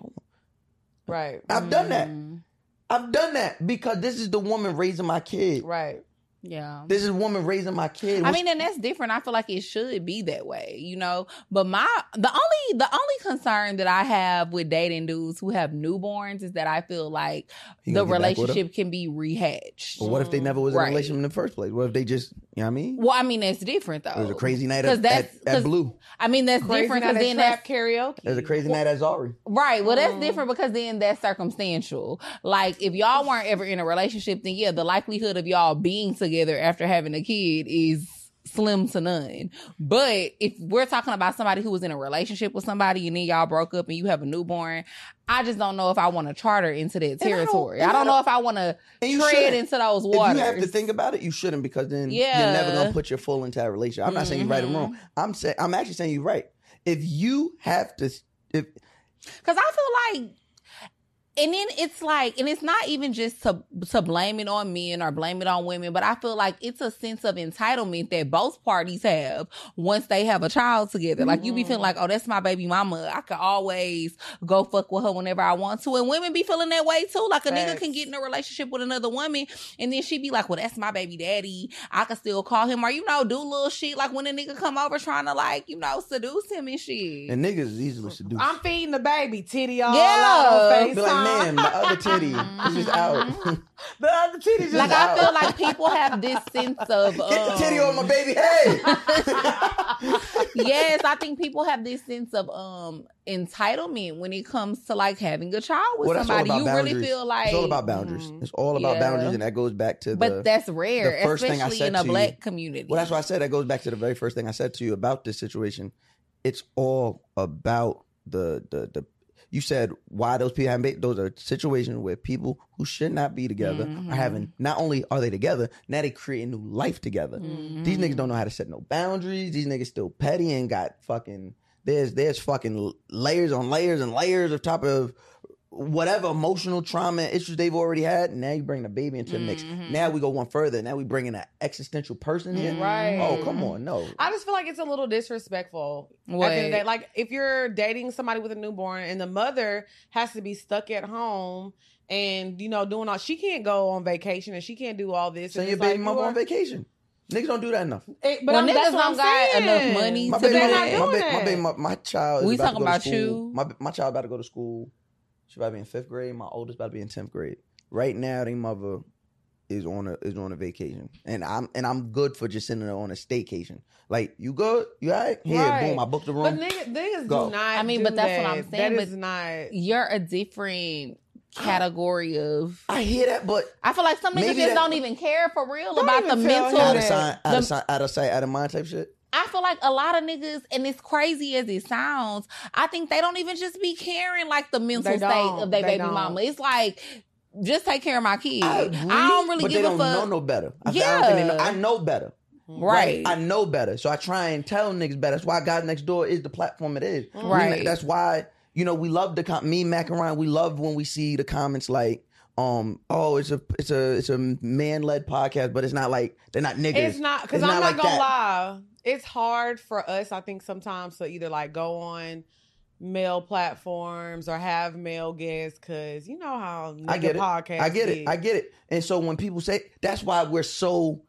Speaker 1: right,
Speaker 3: I've done that.
Speaker 2: Mhm.
Speaker 3: I've done that because this is the woman raising my kid.
Speaker 1: right.
Speaker 2: Yeah.
Speaker 3: This is a woman raising my kid.
Speaker 2: I
Speaker 3: What's-
Speaker 2: mean, and that's different. I feel like it should be that way, you know. But my the only the only concern that I have with dating dudes who have newborns is that I feel like
Speaker 3: You
Speaker 2: the
Speaker 3: gonna get back with Oh. her?
Speaker 2: relationship can be rehatched.
Speaker 3: But what if they never was in
Speaker 2: Right.
Speaker 3: a relationship in the first place? What if they just, you know what I mean?
Speaker 2: Well, I mean, that's different though.
Speaker 3: It was a crazy night
Speaker 2: 'Cause
Speaker 3: at, at,
Speaker 2: that's-
Speaker 3: at
Speaker 2: 'cause-
Speaker 3: Blue.
Speaker 2: I mean, that's
Speaker 1: Crazy
Speaker 2: different
Speaker 1: now
Speaker 2: because
Speaker 1: they
Speaker 2: then
Speaker 1: trap
Speaker 2: that's
Speaker 1: karaoke.
Speaker 3: It was a crazy night at Zari.
Speaker 2: Right. Well, that's
Speaker 1: Mm.
Speaker 2: different because then that's circumstantial. Like, if y'all weren't ever in a relationship, then yeah, the likelihood of y'all being together after having a kid is slim to none. But if we're talking about somebody who was in a relationship with somebody and then y'all broke up and you have a newborn, I just don't know if I want to charter into that
Speaker 3: I don't-
Speaker 2: territory.
Speaker 3: and
Speaker 2: I
Speaker 3: I
Speaker 2: don't know if I want to
Speaker 3: And you
Speaker 2: tread
Speaker 3: shouldn't.
Speaker 2: into those
Speaker 3: if
Speaker 2: waters.
Speaker 3: you have to think about it, you shouldn't because then you're never
Speaker 2: Yeah.
Speaker 3: going to put your full entire relationship. I'm not saying you're right or
Speaker 2: Mhm.
Speaker 3: wrong. I'm saying I'm actually saying you're right. If you have to, if
Speaker 2: Cause I feel like, and then it's like, and it's not even just to to blame it on men or blame it on women, but I feel like it's a sense of entitlement that both parties have once they have a child together. Like you be
Speaker 1: Mhm.
Speaker 2: feeling like, oh, that's my baby mama. I could always go fuck with her whenever I want to, and women be feeling that way too. Like a nigga
Speaker 1: Facts.
Speaker 2: can get in a relationship with another woman, and then she be like, well, that's my baby daddy. I could still call him or you know do little shit like when a nigga come over trying to like you know seduce him and shit.
Speaker 3: and niggas is easily seduced.
Speaker 1: I'm feeding the baby titty all
Speaker 2: Yeah.
Speaker 1: out on
Speaker 3: be
Speaker 1: FaceTime.
Speaker 3: like, man, my other titty
Speaker 2: [laughs]
Speaker 3: is just out.
Speaker 1: the other titty just
Speaker 2: like
Speaker 1: out.
Speaker 2: I feel like people have this sense of um,
Speaker 3: [laughs] Get the titty on my baby head.
Speaker 2: yes, I think people have this sense of um entitlement when it comes to like having a child with
Speaker 3: Well, that's all
Speaker 2: somebody. You
Speaker 3: about
Speaker 2: really
Speaker 3: boundaries.
Speaker 2: feel like
Speaker 3: it's all about boundaries. It's all about
Speaker 2: Mm-hmm. Yeah.
Speaker 3: boundaries, and that goes back to
Speaker 2: but
Speaker 3: the
Speaker 2: that's rare,
Speaker 3: the first thing I
Speaker 2: especially
Speaker 3: said
Speaker 2: in a
Speaker 3: to you-
Speaker 2: black community.
Speaker 3: Well, that's why I said that goes back to the very first thing I said to you about this situation. It's all about the the the you said why those people have made those are situations where people who should not be together
Speaker 2: Mhm.
Speaker 3: are having not only are they together, now they create a new life together. These niggas don't know how to set no boundaries. These niggas still petty and got fucking there's there's fucking layers on layers and layers of top of whatever emotional trauma and issues they've already had. Now you bring the baby into the mix.
Speaker 2: Mhm.
Speaker 3: Now we go one further. Now we bring in an existential
Speaker 2: Mm-hmm.
Speaker 3: person here.
Speaker 1: Right.
Speaker 3: Oh come on, no.
Speaker 1: I just feel like it's a little disrespectful. At the end of the day,
Speaker 2: What?
Speaker 1: like if you're dating somebody with a newborn and the mother has to be stuck at home and you know doing all she can't go on vacation and she can't do all this.
Speaker 3: Send
Speaker 1: and
Speaker 3: your
Speaker 1: it's like,
Speaker 3: baby mama
Speaker 1: you
Speaker 3: on
Speaker 1: are-
Speaker 3: vacation. Niggas don't do that enough.
Speaker 1: It- but
Speaker 2: Well,
Speaker 1: I'm-
Speaker 2: niggas
Speaker 1: that's what
Speaker 2: don't
Speaker 1: I'm
Speaker 2: got
Speaker 1: saying.
Speaker 2: enough money
Speaker 3: My
Speaker 2: to
Speaker 3: baby,
Speaker 1: They're
Speaker 3: mama,
Speaker 1: not
Speaker 3: my,
Speaker 1: doing
Speaker 3: ba- my,
Speaker 1: that.
Speaker 3: baby, my, my child. Is
Speaker 2: We
Speaker 3: about
Speaker 2: talking
Speaker 3: to go
Speaker 2: about
Speaker 3: to school.
Speaker 2: you.
Speaker 3: My my child about to go to school. She about to be in fifth grade. My oldest about to be in tenth grade. Right now, their mother is on a is on a vacation, and I'm and I'm good for just sending her on a staycation. Like you good? You all right? Here,
Speaker 1: Right.
Speaker 3: boom. I booked the
Speaker 1: But
Speaker 3: room.
Speaker 1: niggas, niggas
Speaker 3: Go.
Speaker 1: do not.
Speaker 2: I mean,
Speaker 1: do
Speaker 2: but that's what
Speaker 1: that.
Speaker 2: I'm saying,
Speaker 1: That
Speaker 2: but-
Speaker 1: is not.
Speaker 2: You're a different category of.
Speaker 3: I hear that, but
Speaker 2: I feel like some niggas
Speaker 3: Maybe
Speaker 2: just
Speaker 3: that-
Speaker 2: don't even care for real
Speaker 1: Don't
Speaker 2: about the
Speaker 1: even tell
Speaker 2: mental.
Speaker 1: him
Speaker 3: out
Speaker 1: that.
Speaker 3: of sign, out
Speaker 2: the-
Speaker 3: of sight, out of sight, out of mind type shit.
Speaker 2: I feel like a lot of niggas, and it's crazy as it sounds, I think they don't even just be caring like the mental
Speaker 1: They
Speaker 2: state
Speaker 1: don't.
Speaker 2: of their
Speaker 1: They
Speaker 2: baby
Speaker 1: don't.
Speaker 2: mama. It's like, just take care of my kid. I,
Speaker 3: agree,
Speaker 2: don't really
Speaker 3: but
Speaker 2: give
Speaker 3: they
Speaker 2: a
Speaker 3: don't
Speaker 2: fuck.
Speaker 3: know no better. I, th- I don't think they know.
Speaker 2: Yeah.
Speaker 3: I know better.
Speaker 2: Right.
Speaker 3: I know better. So I try and tell niggas better. That's why God Next Door is the platform it is. We-
Speaker 2: Right.
Speaker 3: that's why, you know, we love the com- me, Mac and Ryan, we love when we see the comments like, um, oh, it's a it's a it's a man led podcast, but it's not like they're not niggas.
Speaker 1: It's not because
Speaker 3: It's
Speaker 1: I'm
Speaker 3: not
Speaker 1: not
Speaker 3: like
Speaker 1: gonna
Speaker 3: that.
Speaker 1: lie. It's hard for us, I think, sometimes to either like go on male platforms or have male guests because you know how
Speaker 3: I
Speaker 1: nigga
Speaker 3: get it.
Speaker 1: podcasts
Speaker 3: I get it.
Speaker 1: is.
Speaker 3: I get it. And so when people say that's why we're so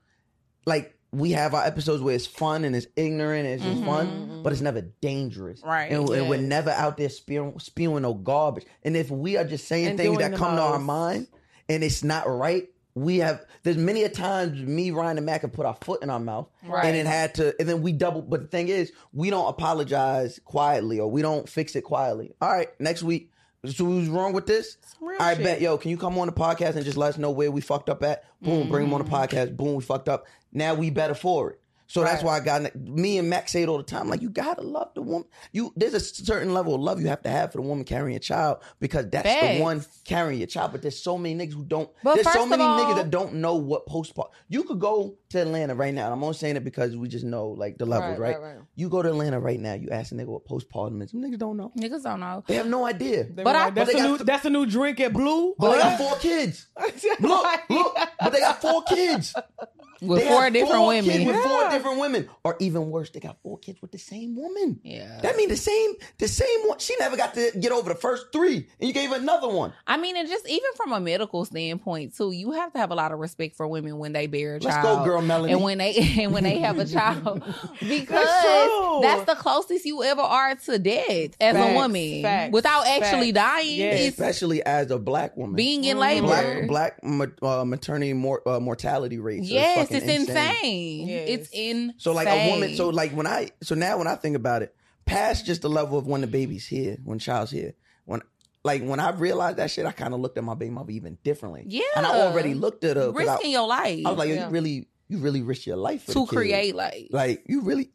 Speaker 3: like we have our episodes where it's fun and it's ignorant and it's just
Speaker 1: Mm-hmm.
Speaker 2: Mhm.
Speaker 3: fun, but it's never dangerous.
Speaker 2: Right.
Speaker 3: And, and we're
Speaker 1: Yes.
Speaker 3: never out there spewing, spewing no garbage. And if we are just saying
Speaker 1: And
Speaker 3: things
Speaker 1: doing
Speaker 3: that
Speaker 1: the
Speaker 3: come to our
Speaker 1: most.
Speaker 3: mind and it's not right, we have there's many a times me, Ryan, and Mac have put our foot in our mouth
Speaker 2: Right.
Speaker 3: and it had to and then we double but the thing is we don't apologize quietly or we don't fix it quietly. All right, next week. So we was wrong with this?
Speaker 1: Some real
Speaker 3: I
Speaker 1: shit.
Speaker 3: bet, yo, can you come on the podcast and just let us know where we fucked up at? Boom, bring him on the podcast. Boom, we fucked up. Now we better for it. So that's why I got me and Max say it all the time. Like you gotta love the woman. You there's a certain level of love you have to have for the woman carrying a child because that's the
Speaker 2: Facts.
Speaker 3: one carrying your child. But there's so many niggas who don't.
Speaker 2: But
Speaker 3: there's so
Speaker 2: first of
Speaker 3: many
Speaker 2: all-
Speaker 3: niggas that don't know what postpartum. You could go to Atlanta right now. And I'm only saying it because we just know like the levels, right?
Speaker 1: Right, right, right.
Speaker 3: You go to Atlanta right now. You ask a nigga what postpartum is. Some niggas don't know.
Speaker 2: Niggas don't know.
Speaker 3: They have no idea.
Speaker 1: They
Speaker 2: But
Speaker 1: were
Speaker 2: I-
Speaker 1: like,
Speaker 2: but
Speaker 1: that's
Speaker 3: they
Speaker 1: a
Speaker 3: got
Speaker 1: new
Speaker 3: the-
Speaker 1: that's a new drink at Blue.
Speaker 3: But they got four kids. Look,
Speaker 1: [laughs]
Speaker 2: [laughs]
Speaker 1: Like-
Speaker 3: look, but they got four kids.
Speaker 2: With
Speaker 3: They
Speaker 2: four
Speaker 3: have
Speaker 2: different
Speaker 3: four
Speaker 2: women.
Speaker 3: kids with four
Speaker 1: Yeah.
Speaker 3: different women, or even worse, they got four kids with the same woman.
Speaker 2: Yeah.
Speaker 3: That means the same, the same one. She never got to get over the first three, and you gave her another one.
Speaker 2: I mean, and just even from a medical standpoint too, you have to have a lot of respect for women when they bear a
Speaker 3: Let's
Speaker 2: child.
Speaker 3: go, girl, Melanie.
Speaker 2: And when they [laughs] and when they have a
Speaker 3: [laughs]
Speaker 2: child, because
Speaker 1: true.
Speaker 2: that's, the closest you ever are to death as a
Speaker 1: Facts,
Speaker 2: woman,
Speaker 1: facts,
Speaker 2: without actually
Speaker 1: facts.
Speaker 2: dying.
Speaker 1: Yes.
Speaker 2: It's
Speaker 3: especially as a black woman,
Speaker 2: being in
Speaker 1: Mm.
Speaker 2: labor.
Speaker 3: black black ma- uh, maternity mor- uh, mortality rates. are
Speaker 2: yes,
Speaker 3: fucking
Speaker 2: it's insane.
Speaker 1: Yes.
Speaker 2: It's insane.
Speaker 3: So like a woman, so like when I, so now when I think about it, past just the level of when the baby's here, when child's here, when like when I realized that shit, I kind of looked at my baby mother even differently.
Speaker 2: yeah,
Speaker 3: and I already looked at her. 'cause I,
Speaker 2: risking your life
Speaker 3: I was like, yo,
Speaker 1: Yeah.
Speaker 3: you really, you really risk your life for the
Speaker 2: to
Speaker 3: kid.
Speaker 2: create life.
Speaker 3: Like you really,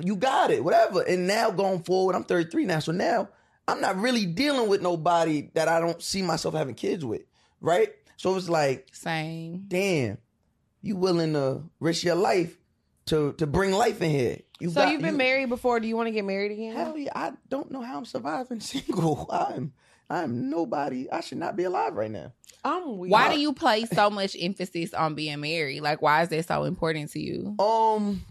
Speaker 3: you got it, whatever. And now going forward, I'm 33 now, so now I'm not really dealing with nobody that I don't see myself having kids with, right? So it's like,
Speaker 2: Same.
Speaker 3: damn, you willing to risk your life to to bring life in here? You
Speaker 1: so
Speaker 3: got-
Speaker 1: you've been
Speaker 3: you-
Speaker 1: married before. Do you want to get married again?
Speaker 3: Hell yeah! I don't know how I'm surviving [laughs] single. I'm I'm nobody. I should not be alive right now.
Speaker 1: I'm weird.
Speaker 2: Why do you place so much emphasis on being married? Like, why is that so important to you?
Speaker 3: Um,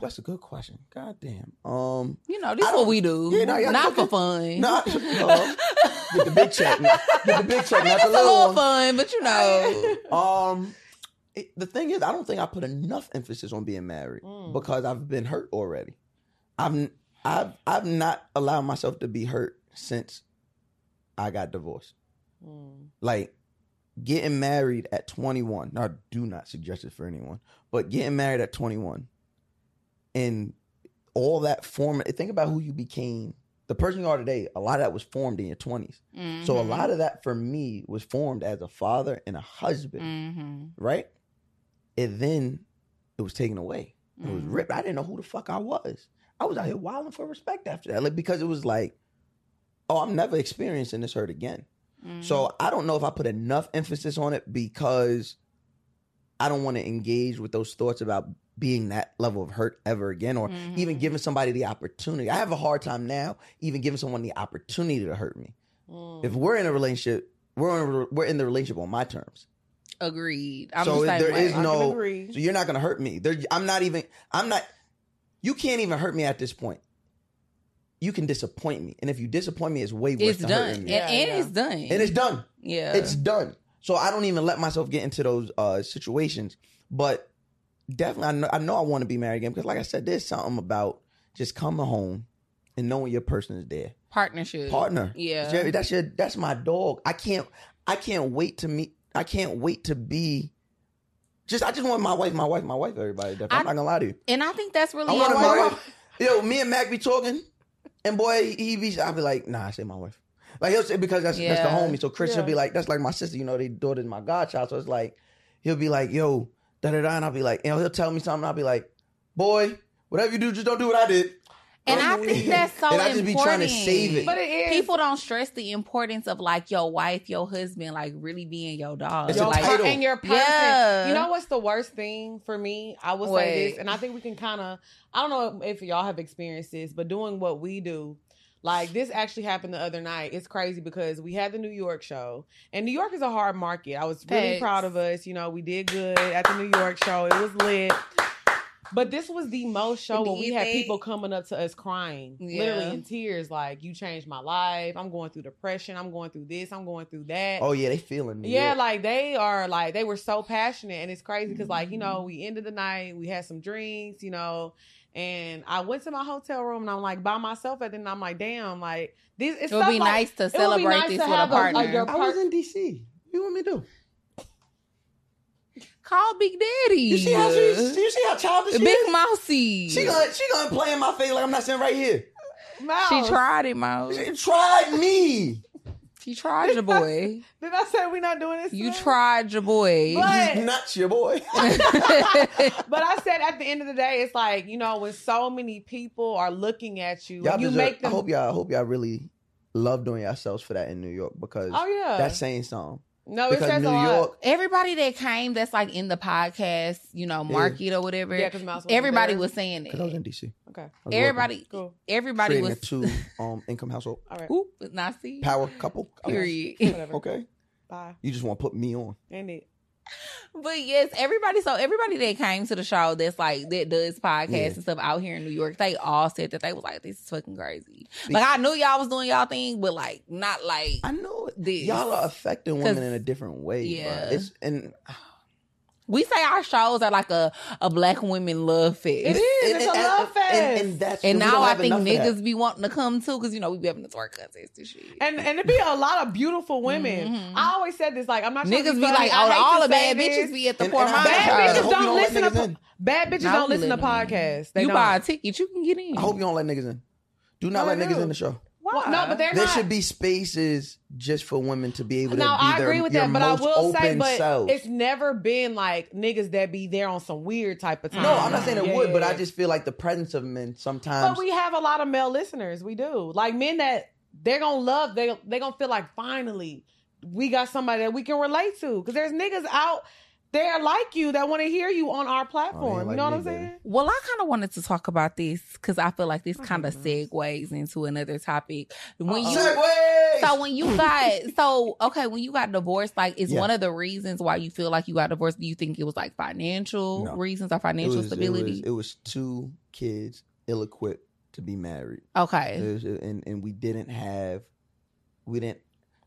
Speaker 3: that's a good question. God damn. Um,
Speaker 2: You know, this
Speaker 3: I
Speaker 2: is
Speaker 3: don't-
Speaker 2: what we do.
Speaker 3: Yeah, no, y'all
Speaker 2: not for
Speaker 3: cooking.
Speaker 2: fun.
Speaker 3: no, I- no, get the big check. no. Get
Speaker 2: [laughs]
Speaker 3: the big check, not
Speaker 2: it's
Speaker 3: the
Speaker 2: a little
Speaker 3: little one.
Speaker 2: fun, but you know.
Speaker 3: Um, it- the thing is, I don't think I put enough emphasis on being married
Speaker 1: Mm.
Speaker 3: because I've been hurt already. I'm I've I've not allowed myself to be hurt since I got divorced.
Speaker 1: Mm.
Speaker 3: Like getting married at 21. Now, I do not suggest it for anyone, but getting married at 21 and all that form. Think about who you became. The person you are today, a lot of that was formed in your 20s. [laughs] So
Speaker 2: Mm-hmm.
Speaker 3: a lot of that for me was formed as a father and a husband,
Speaker 2: Mm-hmm.
Speaker 3: right? And then it was taken away. It
Speaker 2: Mm-hmm. Mm.
Speaker 3: was ripped. I didn't know who the fuck I was. I was out here wilding for respect after that, like because it was like, oh, I'm never experiencing this hurt again.
Speaker 2: Mhm.
Speaker 3: So I don't know if I put enough emphasis on it because I don't want to engage with those thoughts about being that level of hurt ever again or even
Speaker 2: Mhm.
Speaker 3: giving somebody the opportunity. I have a hard time now even giving someone the opportunity to hurt me.
Speaker 1: Mm.
Speaker 3: If we're in a relationship, we're in a, we're in the relationship on my terms.
Speaker 2: agreed. I'm
Speaker 3: So
Speaker 2: the same
Speaker 3: there
Speaker 2: way.
Speaker 3: is
Speaker 1: I can
Speaker 3: no-
Speaker 1: agree.
Speaker 3: So you're not going to hurt me. There, I'm not even. I'm not. You can't even hurt me at this point. You can disappoint me, and if you disappoint me, it's way worse
Speaker 2: It's
Speaker 3: than
Speaker 2: done,
Speaker 3: hurting
Speaker 2: and,
Speaker 3: me.
Speaker 1: Yeah,
Speaker 2: and
Speaker 1: yeah.
Speaker 2: it's done,
Speaker 3: And it's done.
Speaker 2: yeah.
Speaker 3: It's done. So I don't even let myself get into those uh, situations. But definitely, I know I, know I want to be married again because, like I said, there's something about just coming home and knowing your person is there,
Speaker 2: partnership,
Speaker 3: partner.
Speaker 2: yeah.
Speaker 3: Jerry, that's your that's my dog. I can't I can't wait to meet. I can't wait to be. Just I just want my wife, my wife, my wife. Everybody, definitely. I'm
Speaker 2: I-
Speaker 3: not gonna lie to you.
Speaker 2: and I think that's really
Speaker 3: I
Speaker 2: it.
Speaker 3: want
Speaker 1: Yeah,
Speaker 3: to
Speaker 1: why-
Speaker 2: Like,
Speaker 3: marry. Yo, me and Mac be talking, and boy, he be. I be like, nah, I say my wife. Like he'll say because that's that's
Speaker 2: Yeah.
Speaker 3: the homie. So Chris will
Speaker 1: Yeah.
Speaker 3: be like, that's like my sister. You know, they daughter's my godchild. So it's like, he'll be like, yo, da da da, and I'll be like, you know, he'll tell me something. I'll be like, boy, whatever you do, just don't do what I did.
Speaker 2: And
Speaker 3: [laughs]
Speaker 2: I think that's so
Speaker 3: And I just be trying to
Speaker 2: important.
Speaker 3: save it.
Speaker 1: but it is
Speaker 2: people don't stress the importance of like your wife, your husband, like really being your dog.
Speaker 3: It's a
Speaker 1: your
Speaker 2: like,
Speaker 3: title.
Speaker 1: per- and your person.
Speaker 2: Yeah.
Speaker 1: You know what's the worst thing for me? I will say
Speaker 2: Wait.
Speaker 1: this, and I think we can kind of. I don't know if y'all have experienced this, but doing what we do. Like this actually happened the other night. It's crazy because we had the New York show, and New York is a hard market. I was really
Speaker 2: Facts.
Speaker 1: proud of us. You know, we did good at the New York show. It was lit. But this was the most show
Speaker 2: Do
Speaker 1: when we
Speaker 2: you
Speaker 1: had
Speaker 2: think-
Speaker 1: people coming up to us crying,
Speaker 2: Yeah.
Speaker 1: literally in tears, like "You changed my life. I'm going through depression. I'm going through this. I'm going through that."
Speaker 3: Oh yeah, they feeling me.
Speaker 1: Eh. Yeah, like they are like they were so passionate, and it's crazy because like you
Speaker 3: Mm-hmm.
Speaker 1: know we ended the night, we had some drinks, you know, and I went to my hotel room and I'm like by myself, and then I'm like, damn, like this. It's
Speaker 2: it would
Speaker 1: stuff
Speaker 2: be
Speaker 1: like-
Speaker 2: nice to
Speaker 1: would be
Speaker 2: celebrate
Speaker 1: nice
Speaker 2: this
Speaker 1: to
Speaker 2: with a
Speaker 1: have a-
Speaker 2: partner.
Speaker 1: a girl-
Speaker 3: I was in DC. You want me to do?
Speaker 2: Call Big Daddy.
Speaker 3: You see how she? You see how childish she
Speaker 2: Big
Speaker 3: is?
Speaker 2: Mousy.
Speaker 3: She gonna she gonna play in my face like I'm not sitting right here.
Speaker 1: Mouse.
Speaker 2: She tried it, Mouse.
Speaker 3: She tried me.
Speaker 2: She tried your
Speaker 3: [laughs]
Speaker 2: boy.
Speaker 1: Did I say we're not doing this?
Speaker 2: You
Speaker 1: tonight?
Speaker 2: tried your boy. [laughs]
Speaker 1: But-
Speaker 3: He's not your boy.
Speaker 1: But I said at the end of the day, it's like you know when so many people are looking at you,
Speaker 3: y'all
Speaker 1: and you
Speaker 3: deserve,
Speaker 1: make
Speaker 3: I
Speaker 1: them.
Speaker 3: hope y'all. I hope y'all really love doing yourselves for that in New York because
Speaker 1: oh yeah,
Speaker 3: that's saying something.
Speaker 2: Oh,
Speaker 1: no, it
Speaker 3: Because
Speaker 1: says
Speaker 3: New
Speaker 1: a lot.
Speaker 3: York,
Speaker 2: Everybody that came that's like in the podcast, you know,
Speaker 3: Yeah.
Speaker 2: market or whatever.
Speaker 1: Yeah, 'cause Mouse wasn't
Speaker 2: everybody
Speaker 1: there.
Speaker 2: was saying
Speaker 3: because I was
Speaker 2: it.
Speaker 3: in DC.
Speaker 1: Okay,
Speaker 3: I was
Speaker 2: Everybody
Speaker 1: cool,
Speaker 2: everybody
Speaker 3: working, creating
Speaker 2: was
Speaker 3: a two
Speaker 2: [laughs]
Speaker 3: um income household
Speaker 1: all right,
Speaker 2: oop, not see.
Speaker 3: power couple. Come on.
Speaker 2: Period.
Speaker 1: whatever.
Speaker 3: [laughs] Okay,
Speaker 1: Bye,
Speaker 3: you just want to put me on.
Speaker 1: end it.
Speaker 2: but yes, everybody so everybody that came to the show that's like that does podcasts
Speaker 3: Yeah.
Speaker 2: and stuff out here in New York, they all said that they was like, This is fucking crazy. Like I knew y'all was doing y'all thing, but like not like
Speaker 3: I know it.
Speaker 2: this.
Speaker 3: y'all are affecting
Speaker 2: 'Cause-
Speaker 3: women in a different way.
Speaker 2: Yeah.
Speaker 3: Yeah, it's and
Speaker 2: we say our shows are like a, a black women love fest.
Speaker 1: It is.
Speaker 3: and,
Speaker 1: It's a
Speaker 3: and-
Speaker 1: love fest.
Speaker 3: and, and that's
Speaker 2: And
Speaker 3: we
Speaker 2: now
Speaker 3: don't
Speaker 2: I
Speaker 3: have
Speaker 2: think
Speaker 3: enough of that.
Speaker 2: niggas be wanting to come too, because you know we be having the twerk contest and shit.
Speaker 1: And and it be a lot of beautiful women.
Speaker 2: Mhm.
Speaker 1: I always said this, like I'm not trying to
Speaker 2: niggas be
Speaker 1: funny.
Speaker 2: like,
Speaker 1: I
Speaker 2: oh,
Speaker 1: hate
Speaker 2: all
Speaker 1: to
Speaker 2: the
Speaker 1: say
Speaker 2: bad
Speaker 1: this.
Speaker 2: bitches be at the
Speaker 3: And-
Speaker 2: poor
Speaker 3: and I-
Speaker 2: mom
Speaker 1: Bad
Speaker 3: I
Speaker 1: bitches
Speaker 3: hope you
Speaker 1: don't
Speaker 3: let
Speaker 1: listen to
Speaker 3: niggas
Speaker 1: po-
Speaker 3: in.
Speaker 1: Bad bitches
Speaker 2: Now
Speaker 1: don't
Speaker 2: we
Speaker 1: listen to
Speaker 2: let them in.
Speaker 1: podcasts. They
Speaker 2: you
Speaker 1: don't.
Speaker 2: buy a ticket, you can get in.
Speaker 3: I hope you don't let niggas in. Do not
Speaker 1: No,
Speaker 3: let
Speaker 1: they
Speaker 3: niggas
Speaker 1: do.
Speaker 3: in the show.
Speaker 2: Why?
Speaker 1: Well, no, but they're
Speaker 3: There
Speaker 1: not.
Speaker 3: should be spaces just for women to be able to
Speaker 1: no,
Speaker 3: be
Speaker 1: I
Speaker 3: their,
Speaker 1: agree with
Speaker 3: your
Speaker 1: that, but I
Speaker 3: most
Speaker 1: will say,
Speaker 3: open
Speaker 1: but
Speaker 3: selves.
Speaker 1: it's never been like niggas that be there on some weird type of time.
Speaker 3: No, I'm not saying it
Speaker 1: Mm, Yeah,
Speaker 3: would, but
Speaker 1: yeah,
Speaker 3: I
Speaker 1: yeah.
Speaker 3: just feel like the presence of men sometimes.
Speaker 1: But we have a lot of male listeners. We do like men that they're gonna love. They they gonna feel like finally we got somebody that we can relate to because there's niggas out there like you that want to hear you on our platform. you
Speaker 3: Oh, like
Speaker 1: know what
Speaker 3: me,
Speaker 1: I'm
Speaker 3: baby.
Speaker 1: saying?
Speaker 2: Well, I kind of wanted to talk about this because I feel like this
Speaker 1: I
Speaker 2: kind of
Speaker 1: hate this.
Speaker 2: segues into another topic. When
Speaker 1: Uh-oh.
Speaker 2: you
Speaker 3: Segways!
Speaker 2: so when you got so okay when you got divorced, like is
Speaker 3: Yeah.
Speaker 2: one of the reasons why you feel like you got divorced? Do you think it was like financial
Speaker 3: No.
Speaker 2: reasons or
Speaker 3: It
Speaker 2: financial
Speaker 3: was- it
Speaker 2: stability?
Speaker 3: was- It was two kids ill-equipped to be married,
Speaker 2: okay,
Speaker 3: It was- and and we didn't have, we didn't.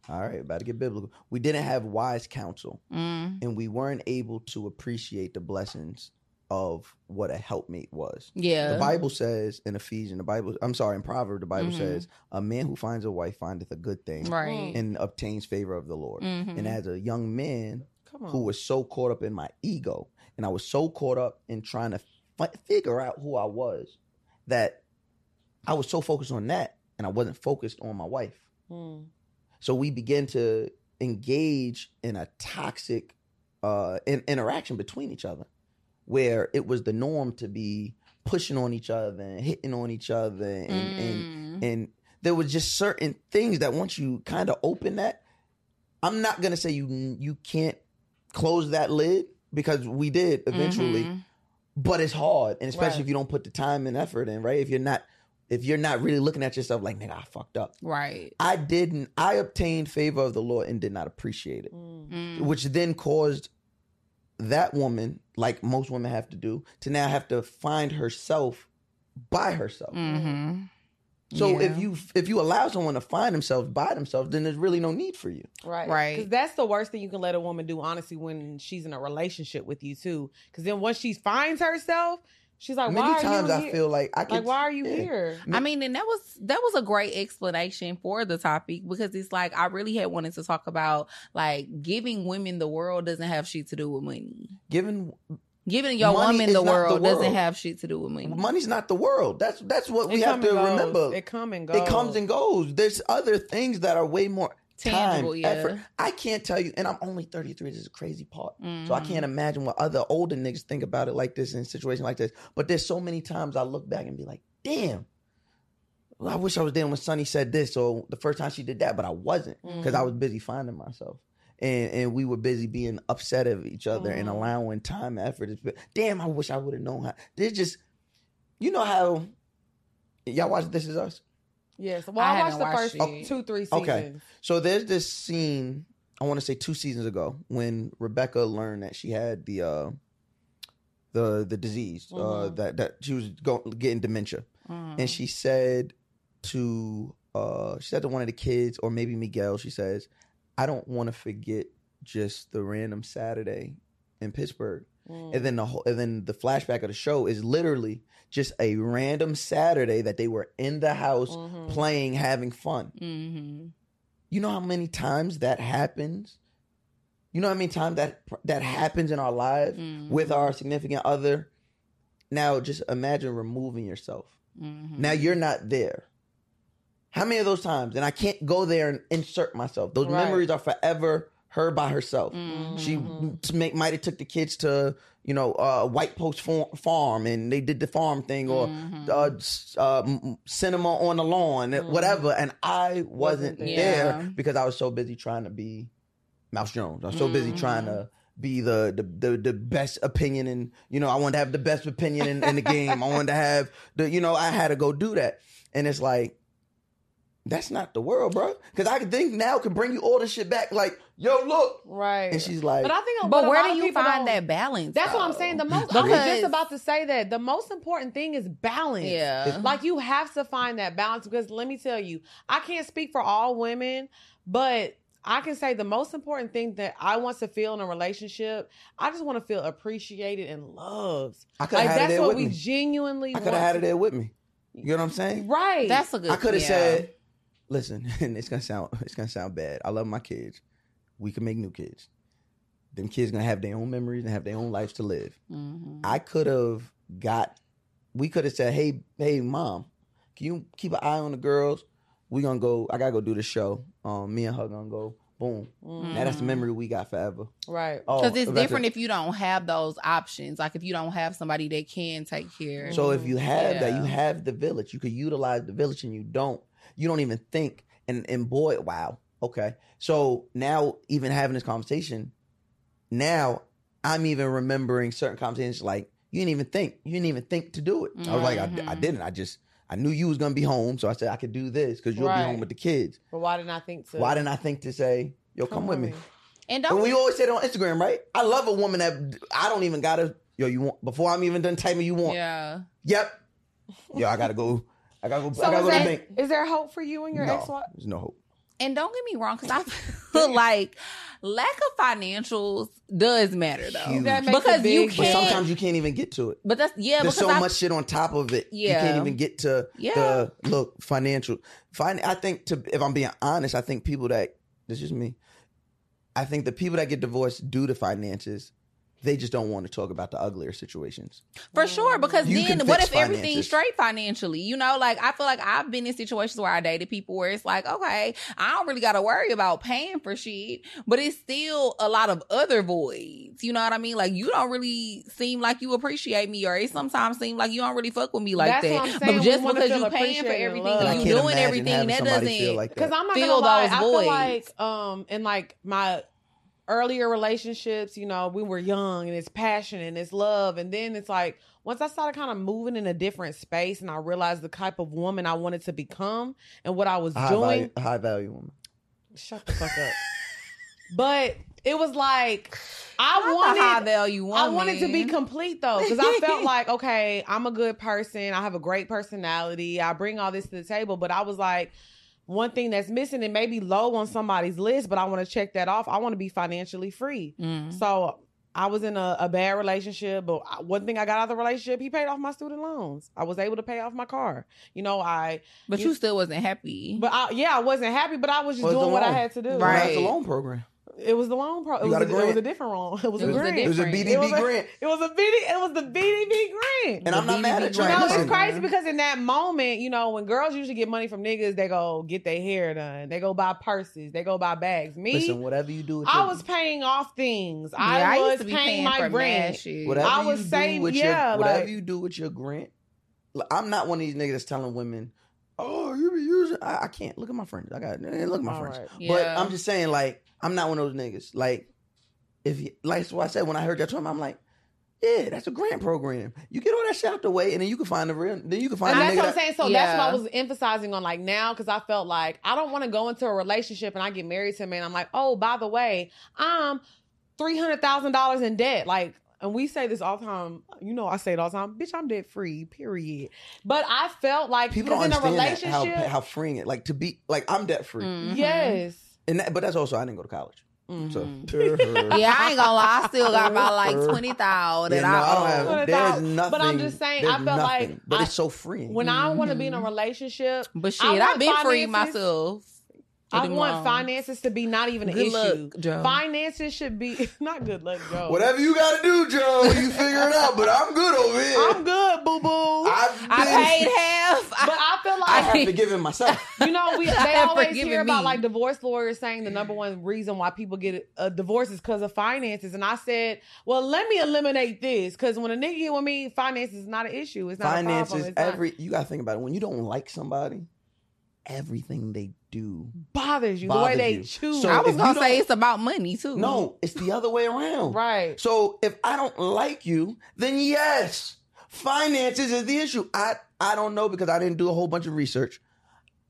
Speaker 3: All right, about to get biblical. We didn't have wise counsel,
Speaker 2: Mm.
Speaker 3: and we weren't able to appreciate the blessings of what a helpmate was. The
Speaker 2: yeah,
Speaker 3: Bible says in Ephesians, the Bible, I'm sorry, in Proverbs, the Bible
Speaker 2: Mhm.
Speaker 3: says, a man who finds a wife findeth a good thing
Speaker 2: right.
Speaker 3: and obtains favor of the Lord.
Speaker 2: Mhm.
Speaker 3: And as a young man
Speaker 1: Come on.
Speaker 3: who was so caught up in my ego and I was so caught up in trying to fi- figure out who I was that I was so focused on that and I wasn't focused on my wife.
Speaker 1: Mm.
Speaker 2: Mm-hmm.
Speaker 3: So we began to engage in a toxic uh, in- interaction between each other, where it was the norm to be pushing on each other and hitting on each other, and and,
Speaker 2: Mm.
Speaker 3: and there was just certain things that once you kind of open that, I'm not gonna say you you can't close that lid because we did eventually,
Speaker 2: Mhm.
Speaker 3: but it's hard, and especially
Speaker 1: Right.
Speaker 3: if you don't put the time and effort in, right? If you're not if you're not really looking at yourself like, nigga, I fucked up.
Speaker 2: Right.
Speaker 3: I didn't. I obtained favor of the Lord and did not appreciate it
Speaker 1: Mm.
Speaker 2: Mm.
Speaker 3: which then caused that woman, like most women have to do, to now have to find herself by herself.
Speaker 1: Mm.
Speaker 2: Mm-hmm.
Speaker 3: So if you if you allow someone to find themselves by themselves, then there's really no need for you.
Speaker 1: Right.
Speaker 2: Right.
Speaker 1: Because that's the worst thing you can let a woman do, honestly, when she's in a relationship with you, too. Because then once she finds herself, she's like, why
Speaker 3: Many
Speaker 1: are
Speaker 3: times
Speaker 1: you
Speaker 3: I
Speaker 1: here?
Speaker 3: feel like I can
Speaker 1: like, why are you
Speaker 3: yeah.
Speaker 1: here?
Speaker 2: I mean, and that was that was a great explanation for the topic because it's like I really had wanted to talk about like giving women the world doesn't have shit to do with money.
Speaker 3: Given
Speaker 2: Giving your
Speaker 3: Money
Speaker 2: woman
Speaker 3: is
Speaker 2: the
Speaker 3: not the
Speaker 2: world, doesn't
Speaker 3: world.
Speaker 2: have shit to do with money.
Speaker 3: money's not the world. That's that's what we
Speaker 1: It
Speaker 3: have
Speaker 1: come
Speaker 3: to
Speaker 1: and goes.
Speaker 3: remember.
Speaker 1: It come and goes.
Speaker 3: It comes and goes. There's other things that are way more
Speaker 2: Tangible,
Speaker 3: time,
Speaker 2: yeah.
Speaker 3: effort. I can't tell you, and I'm only 33. This is a crazy part. So I
Speaker 2: Mhm.
Speaker 3: can't imagine what other older niggas think about it like this in a situation like this. But there's so many times I look back and be like, damn, well, I wish I was there when Sonny said this or the first time she did that, but I wasn't because
Speaker 1: Mm. Mm-hmm.
Speaker 3: I was busy finding myself. And, and we were busy being upset of each other and
Speaker 1: Mhm.
Speaker 3: allowing time and effort. It's- Damn, I wish I would have known how. There's just, you know how, y'all watch This Is Us?
Speaker 1: Yes. Well, I,
Speaker 2: I
Speaker 1: watched
Speaker 2: haven't
Speaker 1: the first
Speaker 2: watched it.
Speaker 1: two, three seasons.
Speaker 3: Okay. So there's this scene I want to say two seasons ago when Rebecca learned that she had the uh the the disease uh
Speaker 1: Mhm.
Speaker 3: that that she was going getting dementia
Speaker 2: Mhm.
Speaker 3: and she said to uh she said to one of the kids or maybe Miguel she says I don't want to forget just the random Saturday in Pittsburgh
Speaker 1: Mm.
Speaker 3: and then the whole, and then the flashback of the show is literally just a random Saturday that they were in the house
Speaker 1: Mhm.
Speaker 3: playing having fun
Speaker 2: Mhm.
Speaker 3: you know how many times that happens you know how many times that that happens in our lives
Speaker 2: Mhm.
Speaker 3: with our significant other now just imagine removing yourself
Speaker 2: Mhm.
Speaker 3: now you're not there how many of those times and i can't go there and insert myself those
Speaker 1: Right.
Speaker 3: memories are forever her by herself
Speaker 2: Mhm.
Speaker 3: she
Speaker 1: Mhm.
Speaker 3: t- make, might have took the kids to you know uh, white post Fa- farm and they did the farm thing or
Speaker 2: Mhm.
Speaker 3: uh, s- uh, m- m- cinema on the lawn,
Speaker 1: Mhm.
Speaker 3: whatever. And I wasn't
Speaker 1: Wasn't
Speaker 3: there,
Speaker 1: there.
Speaker 2: Yeah.
Speaker 3: because I was so busy trying to be Mouse Jones. I was so busy
Speaker 1: Mm-hmm.
Speaker 2: Mhm.
Speaker 3: trying to be the, the the the best opinion, and you know, I wanted to have the best opinion in, in the game. I wanted to have the, you know, I had to go do that. And it's like, that's not the world, bro. Because I could think now could bring you all this shit back. Like, yo, look.
Speaker 1: Right.
Speaker 3: And she's like,
Speaker 1: but I think, a-
Speaker 2: but
Speaker 1: a
Speaker 2: where
Speaker 1: lot of
Speaker 2: do you
Speaker 1: people
Speaker 2: find
Speaker 1: don't-
Speaker 2: that balance?
Speaker 1: That's what I'm
Speaker 2: though?
Speaker 1: saying. The most. I was
Speaker 2: Because-
Speaker 1: just about to say that the most important thing is balance.
Speaker 2: yeah.
Speaker 1: Like you have to find that balance because let me tell you, I can't speak for all women, but I can say the most important thing that I want to feel in a relationship, I just want to feel appreciated and loved.
Speaker 3: I could have
Speaker 1: Like
Speaker 3: had it
Speaker 1: that's
Speaker 3: there
Speaker 1: what
Speaker 3: with
Speaker 1: we
Speaker 3: me.
Speaker 1: genuinely
Speaker 3: I
Speaker 1: want.
Speaker 3: could have had it
Speaker 1: to-
Speaker 3: there with me. You know what I'm saying?
Speaker 1: Right.
Speaker 2: That's a good.
Speaker 3: I could have
Speaker 2: yeah.
Speaker 3: said, "Listen, [laughs] and it's gonna sound it's gonna sound bad. I love my kids. We can make new kids. Them kids gonna have their own memories and have their own lives to live.
Speaker 2: Mhm.
Speaker 3: I could have got. We could have said, "Hey, hey, mom, can you keep an eye on the girls? We gonna go. I gotta go do the show. Um, me and her gonna go. Boom.
Speaker 1: Mm,
Speaker 3: Now that's the
Speaker 2: Mhm.
Speaker 3: memory we got forever.
Speaker 1: right.
Speaker 3: Oh,
Speaker 2: because it's
Speaker 3: Rebecca,
Speaker 2: different if you don't have those options. Like if you don't have somebody that can take care.
Speaker 3: So if you have that, you
Speaker 2: Yeah.
Speaker 3: have the village. You could utilize the village, and you don't. You don't even think. And and boy, wow. Okay. So now, even having this conversation, now I'm even remembering certain conversations. Like you didn't even think. You didn't even think to do it. I was like, I, I
Speaker 2: Mhm.
Speaker 3: didn't. I just I knew you was gonna be home, so I said I could do this because you'll be
Speaker 1: Right.
Speaker 3: home with the kids.
Speaker 1: But why didn't I think to?
Speaker 3: Why didn't I think to say, yo, come, with me?
Speaker 2: and
Speaker 3: And
Speaker 2: don't
Speaker 3: we always said it on Instagram, right? I love a woman that I don't even gotta. Yo, you want before I'm even done typing, you want.
Speaker 2: yeah.
Speaker 3: Yep. Yo, I gotta go.
Speaker 2: [laughs]
Speaker 3: I gotta go.
Speaker 1: So
Speaker 3: I gotta
Speaker 1: is,
Speaker 3: go to the
Speaker 1: that-
Speaker 3: bank.
Speaker 1: is there hope for you and your
Speaker 3: no,
Speaker 1: ex-wife?
Speaker 3: there's no hope.
Speaker 2: And don't get me wrong, because I
Speaker 3: [laughs]
Speaker 2: feel like lack of financials does matter though.
Speaker 3: Huge.
Speaker 1: That makes a
Speaker 2: Because you
Speaker 1: big
Speaker 3: But
Speaker 2: Can't-
Speaker 1: difference.
Speaker 3: sometimes you can't even get to it.
Speaker 2: But that's yeah,
Speaker 3: There's
Speaker 2: because
Speaker 3: so
Speaker 2: I,
Speaker 3: much shit on top of it. You
Speaker 2: Yeah.
Speaker 3: can't even get to
Speaker 2: Yeah.
Speaker 3: the look financial. Fin- I think to if I'm being honest, I think people that this is me. I think the people that get divorced due to finances, They just don't want to talk about the uglier situations.
Speaker 2: For sure, because
Speaker 3: You can
Speaker 2: then what
Speaker 3: fix
Speaker 2: if everything's
Speaker 3: finances.
Speaker 2: straight financially? You know, like I feel like I've been in situations where I dated people where it's like, okay, I don't really got to worry about paying for shit, but it's still a lot of other voids. You know what I mean? Like you don't really seem like you appreciate me, or it sometimes seems like you don't really fuck with me like
Speaker 1: That's
Speaker 2: that.
Speaker 1: what I'm saying.
Speaker 2: But
Speaker 1: We
Speaker 2: just
Speaker 1: wanna
Speaker 2: because
Speaker 1: feel
Speaker 2: you paying for
Speaker 1: appreciated and
Speaker 2: everything,
Speaker 1: loved.
Speaker 3: And I
Speaker 2: Oh, you
Speaker 3: can't
Speaker 2: doing
Speaker 3: imagine
Speaker 2: everything,
Speaker 3: having
Speaker 2: that
Speaker 3: somebody
Speaker 2: doesn't.
Speaker 3: feel like
Speaker 1: Because
Speaker 3: that.
Speaker 1: I'm not
Speaker 2: Fill
Speaker 1: gonna lie,
Speaker 2: those
Speaker 1: I
Speaker 2: voids.
Speaker 1: feel like um in like my earlier relationships, you know, we were young and it's passion and it's love, and then it's like once I started kind of moving in a different space and I realized the type of woman I wanted to become and what I was
Speaker 3: A high
Speaker 1: doing.
Speaker 3: value, a high value woman.
Speaker 1: Shut the fuck
Speaker 3: [laughs]
Speaker 1: up. but it was like I
Speaker 2: I'm a
Speaker 1: wanted
Speaker 2: high value woman.
Speaker 1: I wanted to be complete though, because I felt like, okay, I'm a good person. I have a great personality. I bring all this to the table. But I was like, one thing that's missing, it may be low on somebody's list, but I want to check that off. I want to be financially free.
Speaker 2: Mm.
Speaker 1: So I was in a, a bad relationship, but I- one thing I got out of the relationship, he paid off my student loans. I was able to pay off my car. You know, I,
Speaker 2: But you still wasn't happy.
Speaker 1: but I, yeah, I wasn't happy, but I was just
Speaker 3: Was the
Speaker 1: doing what I
Speaker 3: loan.
Speaker 1: had to do.
Speaker 3: Well,
Speaker 2: Right.
Speaker 3: That's a loan program.
Speaker 1: It was the loan pro. It
Speaker 3: You
Speaker 1: was,
Speaker 3: got
Speaker 1: a,
Speaker 3: a
Speaker 1: it was
Speaker 3: grant?
Speaker 1: a different loan. [laughs] It was
Speaker 2: It
Speaker 1: a
Speaker 2: was a
Speaker 1: grant.
Speaker 3: It
Speaker 2: different-
Speaker 3: was a
Speaker 2: It
Speaker 3: BDB
Speaker 1: was a-
Speaker 3: grant.
Speaker 1: It was a BD. It was the BDB grant.
Speaker 3: And I'm not mad at you.
Speaker 2: Right,
Speaker 1: No,
Speaker 2: listen.
Speaker 1: it's crazy
Speaker 2: Mhm.
Speaker 1: because in that moment, you know, when girls usually get money from niggas, they go get their hair done, they go buy purses, they go buy bags. Me,
Speaker 3: Listen, whatever you do, with
Speaker 1: I
Speaker 3: your-
Speaker 1: was paying off things.
Speaker 2: Yeah,
Speaker 1: I,
Speaker 2: I
Speaker 1: was
Speaker 2: used to be
Speaker 1: paying
Speaker 2: paying
Speaker 1: my
Speaker 2: for mad
Speaker 1: rent.
Speaker 2: shit.
Speaker 3: whatever
Speaker 1: I
Speaker 3: you
Speaker 1: was
Speaker 3: do
Speaker 1: saying-
Speaker 3: with
Speaker 1: yeah,
Speaker 3: your, whatever
Speaker 1: like-
Speaker 3: you do with your grant. like, I'm not one of these niggas that's telling women, "Oh, you be using." I, I can't look at my friends. I got eh, look at my
Speaker 1: All
Speaker 3: friends.
Speaker 1: right.
Speaker 3: But um,
Speaker 2: Yeah.
Speaker 3: I'm just saying, like, I'm not one of those niggas. Like, if you, like that's what I said when I heard that term, I'm like, yeah, that's a grant program. You get all that shit out the way, and then you can find the real. Then you can find
Speaker 1: And
Speaker 3: the
Speaker 1: that's
Speaker 3: nigga.
Speaker 1: what I'm
Speaker 3: that-
Speaker 1: saying. So that's
Speaker 2: Yeah.
Speaker 1: what I was emphasizing on like now because I felt like I don't want to go into a relationship and I get married to a man. I'm like, oh, by the way, I'm three hundred thousand dollars in debt. Like, and we say this all the time. You know, I say it all the time. Bitch, I'm debt free. Period. But I felt like
Speaker 3: People
Speaker 1: because
Speaker 3: don't
Speaker 1: in a
Speaker 3: understand that,
Speaker 1: relationship, Mm.
Speaker 3: how how freeing it like to be like I'm debt free,
Speaker 1: Mm-hmm.
Speaker 2: Mhm.
Speaker 1: yes,
Speaker 3: and that, but that's also I didn't go to college, so
Speaker 1: Mm.
Speaker 3: [laughs]
Speaker 2: Mhm.
Speaker 1: [laughs]
Speaker 3: yeah,
Speaker 2: yeah, I ain't gonna lie. I still got about
Speaker 3: [laughs]
Speaker 2: like twenty thousand that
Speaker 3: no, I
Speaker 2: I owe.
Speaker 3: don't
Speaker 1: But
Speaker 3: have,
Speaker 1: I-
Speaker 3: there's nothing.
Speaker 1: but I'm just saying, I
Speaker 3: there's
Speaker 1: felt like
Speaker 3: nothing. but
Speaker 1: I-
Speaker 3: it's so freeing.
Speaker 1: when I want to be in a
Speaker 2: Mhm.
Speaker 1: relationship,
Speaker 2: But
Speaker 1: I
Speaker 2: shit,
Speaker 1: want
Speaker 2: I've been free
Speaker 1: finances-
Speaker 2: myself.
Speaker 1: I want finances to be not even an
Speaker 2: Good luck,
Speaker 1: issue.
Speaker 2: Joe.
Speaker 1: Finances should be [laughs] not good luck, Joe.
Speaker 3: Whatever you gotta do, Joe, you figure it out. But I'm good over here.
Speaker 1: I'm good, boo boo.
Speaker 3: I've been,
Speaker 2: I paid half.
Speaker 1: [laughs] But
Speaker 2: I,
Speaker 1: I feel
Speaker 3: I
Speaker 1: like
Speaker 3: have forgiven myself.
Speaker 1: [laughs] You know,
Speaker 2: [laughs]
Speaker 1: we they
Speaker 2: Have
Speaker 1: always
Speaker 2: forgiven
Speaker 1: hear about
Speaker 2: me.
Speaker 1: like divorce lawyers saying the number one reason why people get a divorce is because of finances. And I said, well, let me eliminate this because when a nigga get with me, finances is not an issue. It's not a problem.
Speaker 3: Finances,
Speaker 1: It's
Speaker 3: every you gotta think about it. When you don't like somebody, everything they do.
Speaker 1: not, bothers you the way
Speaker 3: bothers
Speaker 1: they
Speaker 3: you.
Speaker 1: choose.
Speaker 2: [laughs]
Speaker 3: So
Speaker 2: I was
Speaker 3: if you
Speaker 2: gonna say
Speaker 3: don't-
Speaker 2: it's about money too.
Speaker 3: No, it's the other way around.
Speaker 1: right.
Speaker 3: So if I don't like you, then yes, finances is the issue. I I don't know because I didn't do a whole bunch of research.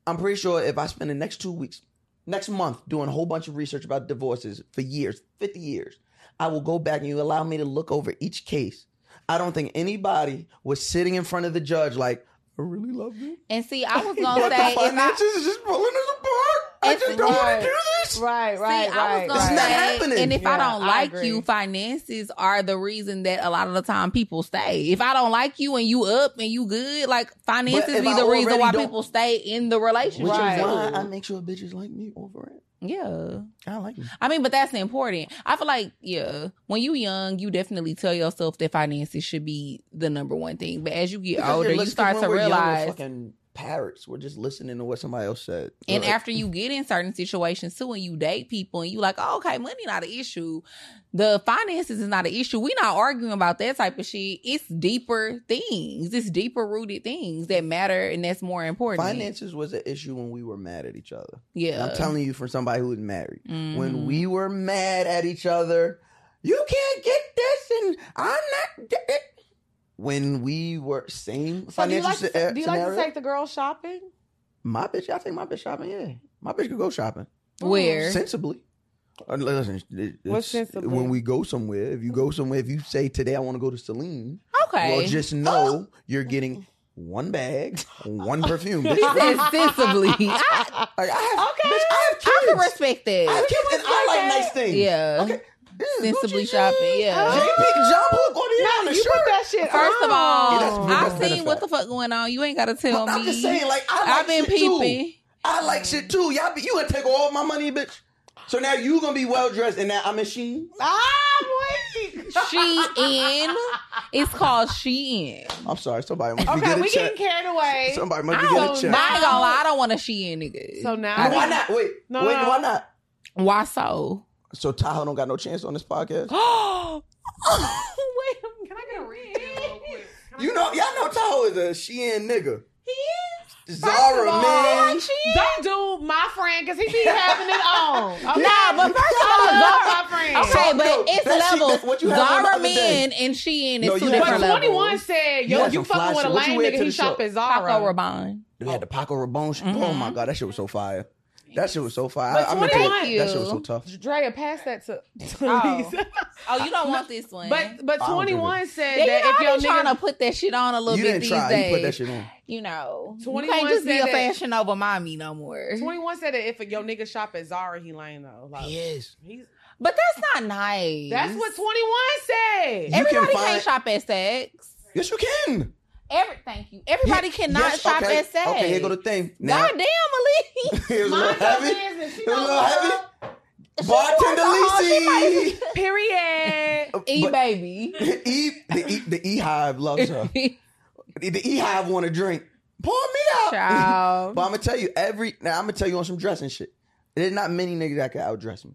Speaker 3: I'm pretty sure if I spend the next two weeks, next month doing a whole bunch of research about divorces for years, 50 years, I will go back and you allow me to look over each case. I don't think anybody was sitting in front of the judge like, I really love you.
Speaker 2: And see, I
Speaker 3: [laughs]
Speaker 2: was
Speaker 3: But
Speaker 2: gonna
Speaker 3: the
Speaker 2: say if I,
Speaker 3: finances is just pulling us apart. I
Speaker 2: It's-
Speaker 3: just don't want
Speaker 1: Right.
Speaker 3: to do this.
Speaker 1: Right, right,
Speaker 2: see, I
Speaker 1: right.
Speaker 2: was gonna
Speaker 3: It's
Speaker 1: right.
Speaker 3: not
Speaker 2: say,
Speaker 3: happening.
Speaker 2: and if I
Speaker 1: Yeah,
Speaker 2: don't
Speaker 1: I
Speaker 2: like
Speaker 1: agree.
Speaker 2: you, finances are the reason that a lot of the time people stay. If I don't like you and you up and you good, like finances
Speaker 3: if
Speaker 2: be
Speaker 3: I
Speaker 2: the reason
Speaker 3: already
Speaker 2: why
Speaker 3: don't-
Speaker 2: people stay in the relationship.
Speaker 3: Which
Speaker 1: Right.
Speaker 3: is why I make sure bitches like me over it.
Speaker 2: Yeah.
Speaker 3: I like me.
Speaker 2: I mean, but that's important. I feel like, yeah, when you young, you definitely tell yourself that finances should be the number one thing. But as you get
Speaker 3: Because
Speaker 2: older,
Speaker 3: you're
Speaker 2: you
Speaker 3: listening-
Speaker 2: start
Speaker 3: when
Speaker 2: to
Speaker 3: we're young, we're
Speaker 2: realize.
Speaker 3: fucking parrots. We're just listening to what somebody else said.
Speaker 2: And
Speaker 3: Like,
Speaker 2: after you get in certain situations too, and you date people, and you like, oh, okay, money not an issue, the finances is not an issue. We not arguing about that type of shit. It's deeper things. It's deeper rooted things that matter, and that's more important.
Speaker 3: finances was an issue when we were mad at each other. And
Speaker 2: yeah.
Speaker 3: I'm telling you, from somebody who was married, when
Speaker 2: Mhm.
Speaker 1: Mm-hmm.
Speaker 3: we were mad at each other, you can't get this, and I'm not. get it." When we were same
Speaker 1: So do you
Speaker 3: financial
Speaker 1: like to,
Speaker 3: se-
Speaker 1: do you like to
Speaker 3: scenario,
Speaker 1: take the girl shopping?
Speaker 3: my bitch, I take my bitch shopping. Yeah, my bitch could go shopping
Speaker 2: Mm. where
Speaker 3: sensibly. Uh, Listen, it-
Speaker 1: What's
Speaker 3: it's-
Speaker 1: sensibly?
Speaker 3: When we go somewhere, if you go somewhere, if you say today I want to go to Celine,
Speaker 2: okay, [laughs]
Speaker 3: Well, just know you're getting one bag, one perfume. bitch.
Speaker 2: he said
Speaker 3: [laughs]
Speaker 2: sensibly. I,
Speaker 3: Like, I have,
Speaker 1: Okay.
Speaker 3: bitch, I
Speaker 2: I
Speaker 3: have
Speaker 2: can
Speaker 3: kids.
Speaker 2: respect
Speaker 3: I have
Speaker 2: that.
Speaker 3: kids, and I like nice things.
Speaker 2: Yeah.
Speaker 3: Okay. This is
Speaker 2: Sensibly
Speaker 3: Gucci
Speaker 2: shopping,
Speaker 3: jeans,
Speaker 2: yeah.
Speaker 3: JP, John Hook on the
Speaker 1: No,
Speaker 3: island
Speaker 1: you
Speaker 3: shirt.
Speaker 1: put that shit
Speaker 2: First of
Speaker 1: on.
Speaker 2: all,
Speaker 3: Yeah, that's-
Speaker 2: I've
Speaker 3: that's
Speaker 2: seen
Speaker 3: a
Speaker 2: what
Speaker 3: fact.
Speaker 2: the fuck going on. You ain't gotta tell
Speaker 3: I'm
Speaker 2: me.
Speaker 3: just saying, like, I like
Speaker 2: I've been
Speaker 3: shit
Speaker 2: peeping.
Speaker 3: Too. I like shit too. Y'all be, you gonna take all my money, bitch. So now you gonna be well dressed, and now I'm a she. [laughs]
Speaker 1: I'm weak.
Speaker 2: She in. It's called She in.
Speaker 3: I'm sorry. Somebody must be
Speaker 1: Okay,
Speaker 3: getting
Speaker 1: we
Speaker 3: checked.
Speaker 1: getting carried away.
Speaker 3: Somebody must be
Speaker 1: I
Speaker 3: getting
Speaker 1: don't
Speaker 2: I
Speaker 1: Yeah.
Speaker 2: ain't
Speaker 3: checked.
Speaker 1: know.
Speaker 2: gonna lie, I don't want a she in nigga.
Speaker 1: So now-
Speaker 2: I-
Speaker 3: Why not? Wait.
Speaker 1: No,
Speaker 3: wait.
Speaker 1: no.
Speaker 3: Why not?
Speaker 2: why so?
Speaker 3: So Tahoe don't got no chance on this podcast.
Speaker 2: Oh,
Speaker 1: [gasps] Wait, can I get a read real quick? Can I
Speaker 3: You
Speaker 1: get
Speaker 3: know,
Speaker 1: a-
Speaker 3: y'all know Tahoe is a Shein nigga.
Speaker 1: He is.
Speaker 3: Zara,
Speaker 1: all,
Speaker 3: man.
Speaker 2: like she in.
Speaker 1: Don't do my friend because he be having it
Speaker 3: [laughs]
Speaker 1: on. Okay?
Speaker 3: Nah, but
Speaker 1: first
Speaker 3: of all,
Speaker 1: my friend.
Speaker 2: Okay, but
Speaker 3: So, no,
Speaker 2: it's
Speaker 3: that shit-
Speaker 2: levels.
Speaker 3: that- what you had on the
Speaker 2: Zara
Speaker 3: other day.
Speaker 2: men and she in is
Speaker 3: No,
Speaker 2: two
Speaker 3: you had
Speaker 1: But
Speaker 2: different
Speaker 3: on-
Speaker 2: levels.
Speaker 1: 21 said,
Speaker 3: You
Speaker 1: yo,
Speaker 3: had
Speaker 1: you
Speaker 3: some
Speaker 1: fucking
Speaker 3: fly
Speaker 1: with a
Speaker 3: shit. What you
Speaker 1: lame nigga,
Speaker 3: wear to
Speaker 1: he
Speaker 3: the
Speaker 1: shop
Speaker 3: show?
Speaker 1: at Zara.
Speaker 2: Paco Rabanne.
Speaker 3: We had the Paco Rabanne. sh Oh my god, that shit was so fire. That shit was so fire.
Speaker 1: But
Speaker 3: I, I meant to-
Speaker 1: 21.
Speaker 3: that shit was so tough.
Speaker 1: Drea, pass that to, to
Speaker 2: Oh.
Speaker 1: Lisa.
Speaker 2: Oh, you don't want this one.
Speaker 1: But but
Speaker 3: I don't drink
Speaker 1: 21 said
Speaker 2: yeah, you know,
Speaker 1: that
Speaker 2: I've
Speaker 1: if
Speaker 2: been
Speaker 1: your
Speaker 2: trying
Speaker 1: nigga
Speaker 2: to put that shit on a little
Speaker 3: You
Speaker 2: bit
Speaker 3: didn't
Speaker 2: these
Speaker 3: try.
Speaker 2: days.
Speaker 3: You put that shit on.
Speaker 2: You know, you
Speaker 1: 21
Speaker 2: can't just be
Speaker 1: said
Speaker 2: a
Speaker 1: that-
Speaker 2: fashion over mommy no more.
Speaker 1: 21 said that if your nigga shop at Zara, he lame though. Like,
Speaker 3: Yes.
Speaker 1: he's,
Speaker 2: But that's not nice.
Speaker 1: that's what 21 said.
Speaker 3: You can
Speaker 2: Everybody can
Speaker 3: find-
Speaker 2: not shop at sex.
Speaker 3: Yes, you can.
Speaker 2: Every, thank you. Everybody
Speaker 3: Ye-
Speaker 2: cannot
Speaker 3: yes,
Speaker 2: shop
Speaker 3: okay.
Speaker 2: at sex.
Speaker 3: Okay, here go the thing. Now,
Speaker 2: God
Speaker 3: [laughs]
Speaker 2: damn, Malik.
Speaker 1: [laughs]
Speaker 3: it was a little
Speaker 1: Mind your
Speaker 3: heavy.
Speaker 1: business. uh, She knows
Speaker 3: It was a little
Speaker 1: what's
Speaker 3: heavy.
Speaker 1: up.
Speaker 3: Bartender Lisi. [laughs]
Speaker 1: Period.
Speaker 3: Oh,
Speaker 2: E
Speaker 1: [laughs]
Speaker 3: But
Speaker 2: baby.
Speaker 3: the E, the E, the E Hive loves [laughs] her. The, the E Hive want to drink. Pour me out.
Speaker 2: Child.
Speaker 3: But I'm gonna tell you every. Now I'm gonna tell you on some dressing shit. There's not many niggas that can outdress me.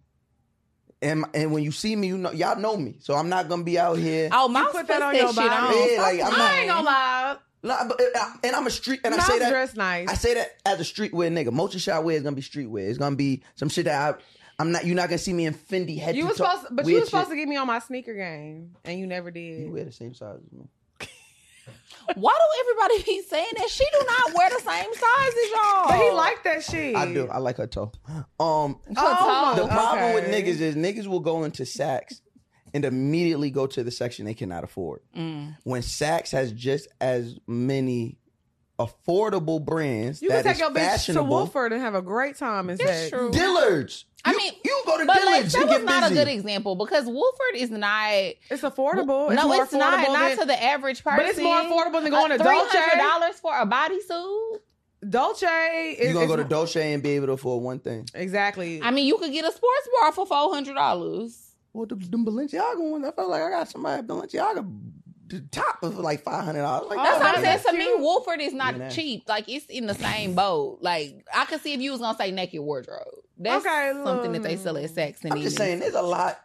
Speaker 3: And and when you see me, you know y'all know me. So I'm not gonna be out here.
Speaker 2: Oh, my
Speaker 1: put that on
Speaker 2: shit
Speaker 1: your
Speaker 2: on.
Speaker 1: body.
Speaker 3: Yeah, like, I'm
Speaker 1: I ain't gonna lie.
Speaker 3: Nah, but, uh, and I'm a street. And I
Speaker 1: Mom's
Speaker 3: say that
Speaker 1: dressed nice.
Speaker 3: I say that as a streetwear nigga. Most of y'all wear is gonna be streetwear. It's gonna be some shit that I. I'm not. You're not gonna see me in Fendi head
Speaker 1: You
Speaker 3: to
Speaker 1: was
Speaker 3: toe.
Speaker 1: supposed, but you
Speaker 3: weird
Speaker 1: was supposed to
Speaker 3: shit.
Speaker 1: get me on my sneaker game, and you never
Speaker 3: You
Speaker 1: did.
Speaker 3: wear the same size as me.
Speaker 2: Why do everybody be saying that? She do not wear the same size as y'all.
Speaker 1: But he liked that shit.
Speaker 3: Oh, I do. I like her toe. Um,
Speaker 1: Oh,
Speaker 3: the
Speaker 1: okay.
Speaker 3: problem with niggas is niggas will go into Saks and immediately go to the section they cannot afford.
Speaker 2: Mm.
Speaker 3: When Saks has just as many affordable brands
Speaker 1: You
Speaker 3: that
Speaker 1: can take
Speaker 3: is
Speaker 1: your bitch to
Speaker 3: fashionable.
Speaker 1: Wolford and have a great time. Is that
Speaker 2: That's true.
Speaker 3: Dillard's.
Speaker 2: I
Speaker 3: You-
Speaker 2: mean,
Speaker 3: you go to
Speaker 2: But like,
Speaker 3: Dillard's.
Speaker 2: that
Speaker 3: you
Speaker 2: was
Speaker 3: get
Speaker 2: not
Speaker 3: busy.
Speaker 2: a good example because Wolford is not.
Speaker 1: It's affordable. It's
Speaker 2: no,
Speaker 1: more
Speaker 2: it's
Speaker 1: affordable
Speaker 2: not. Not
Speaker 1: than-
Speaker 2: to the average person.
Speaker 1: but it's more affordable than going to
Speaker 2: Three
Speaker 1: Dolce.
Speaker 2: hundred dollars for a bodysuit.
Speaker 1: Dolce.
Speaker 3: You're
Speaker 1: is-
Speaker 3: gonna go to
Speaker 1: it's-
Speaker 3: Dolce and be able to afford one thing.
Speaker 1: Exactly.
Speaker 2: I mean, you could get a sports bra for four hundred dollars.
Speaker 3: Well, the, them Balenciaga ones, I felt like I got somebody at Balenciaga the top of like five hundred dollars. Like
Speaker 2: That's
Speaker 1: Oh,
Speaker 2: what
Speaker 3: what
Speaker 2: I'm saying.
Speaker 1: that's
Speaker 2: To me,
Speaker 1: cute.
Speaker 2: Wolford is not
Speaker 3: Yeah.
Speaker 2: cheap. Like it's in the same boat. Like I could see if you was gonna say naked wardrobe. That's
Speaker 1: Okay,
Speaker 2: something that they
Speaker 1: look.
Speaker 2: sell at Saks and
Speaker 3: I'm just
Speaker 2: Neiman's.
Speaker 3: saying, there's a lot.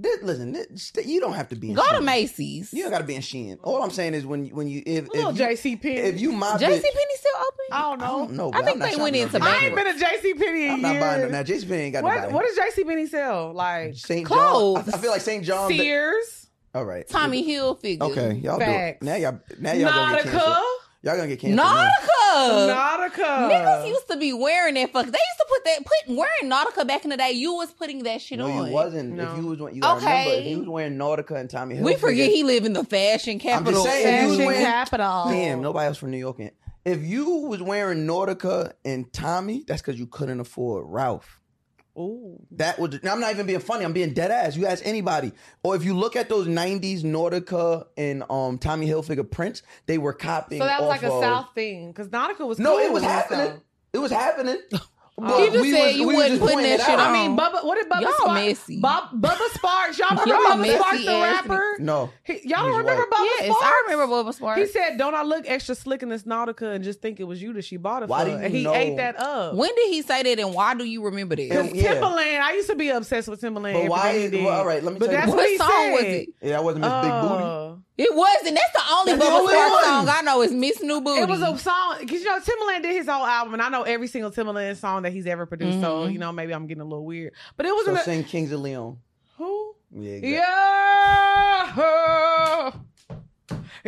Speaker 3: This, listen, this, you don't have to be. In
Speaker 2: Go to
Speaker 3: Shein.
Speaker 2: Macy's.
Speaker 3: You don't got to be in Shein. All I'm saying is when when you if if
Speaker 1: little
Speaker 3: you,
Speaker 1: JC
Speaker 3: if
Speaker 1: Penney.
Speaker 3: you my
Speaker 2: JC Penney
Speaker 3: bitch,
Speaker 2: still open?
Speaker 1: I don't
Speaker 3: I don't
Speaker 1: know.
Speaker 3: know.
Speaker 2: I
Speaker 3: but
Speaker 2: think
Speaker 3: I'm not
Speaker 2: they
Speaker 3: shopping
Speaker 2: went
Speaker 3: on
Speaker 2: into
Speaker 3: JCPenney.
Speaker 1: I
Speaker 2: Back
Speaker 1: ain't been a JC Penney in
Speaker 3: I'm not buying
Speaker 1: years.
Speaker 3: them now. JC Penney ain't got
Speaker 1: What
Speaker 3: nobody.
Speaker 1: what does JC Penney sell? Like
Speaker 3: St. John.
Speaker 2: Clothes.
Speaker 3: I, I feel like St. John.
Speaker 1: Sears,
Speaker 3: all right.
Speaker 2: Tommy Hilfiger.
Speaker 3: Okay, y'all
Speaker 1: Facts.
Speaker 3: do it. Now y'all now y'all gonna get
Speaker 1: Nautica,
Speaker 3: canceled. Y'all gonna get canceled. now.
Speaker 2: Nautica. Niggas
Speaker 1: Nautica.
Speaker 2: used to be wearing that fuck. They used to put that put wearing Nautica back in the day. You was putting that shit
Speaker 3: No,
Speaker 2: on.
Speaker 3: you wasn't.
Speaker 1: No.
Speaker 3: If you was wearing- you gotta remember,
Speaker 2: Okay.
Speaker 3: if you was wearing Nautica and Tommy Hilfiger.
Speaker 2: We forget he live in the fashion capital.
Speaker 3: saying,
Speaker 2: Fashion
Speaker 3: you was wearing-
Speaker 2: capital.
Speaker 1: Oh.
Speaker 3: Damn, nobody else from New York. In. If you was wearing Nautica and Tommy, that's because you couldn't afford Ralph.
Speaker 1: Ooh.
Speaker 3: That was. now, I'm not even being funny. I'm being dead ass. You ask anybody, or if you look at those '90s Nautica and um Tommy Hilfiger prints, they were copying.
Speaker 1: So that was like
Speaker 3: off
Speaker 1: a
Speaker 3: of-
Speaker 1: South thing because Nautica was
Speaker 3: No,
Speaker 1: cool
Speaker 3: it was
Speaker 1: and stuff.
Speaker 3: happening. It was [laughs] happening.
Speaker 1: He
Speaker 2: just said you
Speaker 3: was
Speaker 2: wasn't
Speaker 3: just
Speaker 2: putting
Speaker 3: pointing
Speaker 2: that
Speaker 3: it
Speaker 2: shit
Speaker 3: out.
Speaker 1: I
Speaker 2: on.
Speaker 1: mean, Bubba, what did Bubba
Speaker 2: Y'all
Speaker 1: Sparks?
Speaker 2: messy.
Speaker 1: Bub- Bubba Sparks. Y'all remember
Speaker 2: Y'all
Speaker 1: Bubba Sparks,
Speaker 2: messy
Speaker 1: the
Speaker 2: ass
Speaker 1: rapper?
Speaker 3: No,
Speaker 1: He- y'all don't
Speaker 3: He's
Speaker 1: remember
Speaker 3: white.
Speaker 1: Bubba
Speaker 2: Yes,
Speaker 1: Sparks?
Speaker 2: I remember Bubba Sparks.
Speaker 1: He said, "Don't I look extra slick in this Nautica and just think it was you that she bought it
Speaker 3: Why
Speaker 1: for?"
Speaker 3: do you
Speaker 1: and he
Speaker 3: know-
Speaker 1: ate that up.
Speaker 2: when did he say that and why do you remember that?
Speaker 3: Yeah.
Speaker 1: Timberland. I used to be obsessed with Timberland.
Speaker 3: But why
Speaker 1: everything
Speaker 3: is-
Speaker 1: he did.
Speaker 3: well, all right, let me
Speaker 1: But
Speaker 3: tell you
Speaker 1: that's
Speaker 2: what
Speaker 1: what, he
Speaker 2: song
Speaker 1: said.
Speaker 2: was it?
Speaker 3: yeah, that wasn't Miss
Speaker 2: Oh.
Speaker 3: Big Booty.
Speaker 1: Uh,
Speaker 2: It wasn't. That's the only
Speaker 3: That's the
Speaker 2: Bubba
Speaker 3: only
Speaker 2: Sparks
Speaker 3: one.
Speaker 2: song I know is Miss New Booty.
Speaker 1: It was a song because you know Timberland did his whole album, and I know every single Timberland song that he's ever produced. So
Speaker 2: Mhm.
Speaker 1: you know maybe I'm getting a little weird, but it
Speaker 3: So
Speaker 1: wasn't. a,
Speaker 3: sing Kings of Leon.
Speaker 1: who?
Speaker 3: Yeah, exactly.
Speaker 1: Yeah,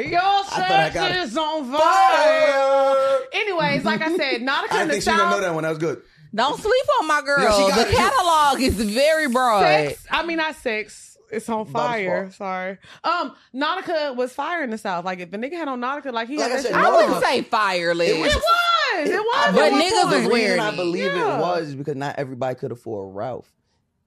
Speaker 1: your
Speaker 3: thought I got
Speaker 1: sex
Speaker 3: it.
Speaker 1: is on fire.
Speaker 3: Fire!
Speaker 1: Anyways, like I said, Nautica
Speaker 3: I
Speaker 1: in
Speaker 3: didn't
Speaker 1: the
Speaker 3: think she gonna know
Speaker 1: South.
Speaker 3: that one. That was good.
Speaker 2: Don't sleep on my girl.
Speaker 3: Yeah, she got
Speaker 2: the
Speaker 3: it.
Speaker 2: catalog is very broad.
Speaker 1: Sex. I mean, not sex. It's on
Speaker 3: Bottom
Speaker 1: fire.
Speaker 3: spot.
Speaker 1: Sorry. Um, Nautica was fire in the South. Like if the nigga had on Nautica, like he
Speaker 3: Like
Speaker 1: had
Speaker 3: I
Speaker 1: that
Speaker 3: said,
Speaker 1: shit
Speaker 2: I
Speaker 1: on.
Speaker 3: Nautica-
Speaker 2: wouldn't say fireless.
Speaker 3: It was-
Speaker 1: It was. It was.
Speaker 3: I
Speaker 1: at
Speaker 2: But
Speaker 1: one
Speaker 3: believe-
Speaker 2: niggas
Speaker 1: point.
Speaker 2: was
Speaker 3: the reason
Speaker 2: wearing
Speaker 3: I
Speaker 2: it.
Speaker 3: believe
Speaker 1: Yeah.
Speaker 3: it was is because not everybody could afford Ralph.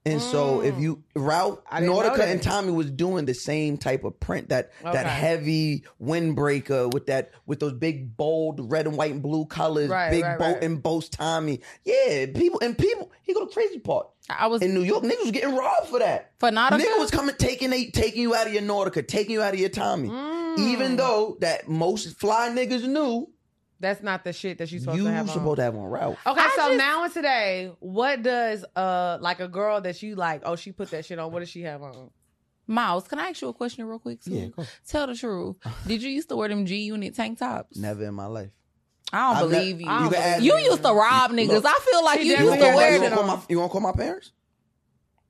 Speaker 3: And so if
Speaker 1: Mm.
Speaker 3: you Ralph
Speaker 1: I didn't know
Speaker 3: Nordica
Speaker 1: that.
Speaker 3: and Tommy was doing the same type of print that that
Speaker 1: Okay.
Speaker 3: heavy windbreaker with that with those big bold red and white and blue colors,
Speaker 2: Right,
Speaker 3: big
Speaker 2: right,
Speaker 3: boat
Speaker 2: right.
Speaker 3: and boast Tommy. Yeah, people and people. He go to crazy part
Speaker 2: I was
Speaker 3: in New York. Niggas was getting robbed for that.
Speaker 2: for not a
Speaker 3: Nigga was coming taking they taking you out of your Nordica, taking you out of your Tommy.
Speaker 1: Mm.
Speaker 3: Even though that most fly niggas knew
Speaker 1: that's not the shit that you supposed
Speaker 3: you
Speaker 1: to have.
Speaker 3: were
Speaker 1: on.
Speaker 3: supposed to have on Ralph.
Speaker 1: Okay,
Speaker 2: I
Speaker 1: so
Speaker 2: just-
Speaker 1: now and today, what does uh like a girl that you like? Oh, she put that shit on. What does she have on?
Speaker 2: Miles, can I ask you a question real quick? Too?
Speaker 3: Yeah, go.
Speaker 2: Tell the truth. Did you used to wear them G unit tank tops?
Speaker 3: Never in my life.
Speaker 2: I don't
Speaker 3: I've ne-
Speaker 2: believe
Speaker 1: I
Speaker 3: You
Speaker 1: don't
Speaker 3: can ask
Speaker 1: believe
Speaker 2: you. You
Speaker 1: it.
Speaker 2: used to rob
Speaker 3: Look,
Speaker 2: niggas. I feel like
Speaker 1: she
Speaker 2: you
Speaker 3: You
Speaker 1: definitely
Speaker 2: used to
Speaker 3: want to
Speaker 1: had
Speaker 2: wear
Speaker 1: that
Speaker 2: them.
Speaker 1: on.
Speaker 3: call my you want to call my parents?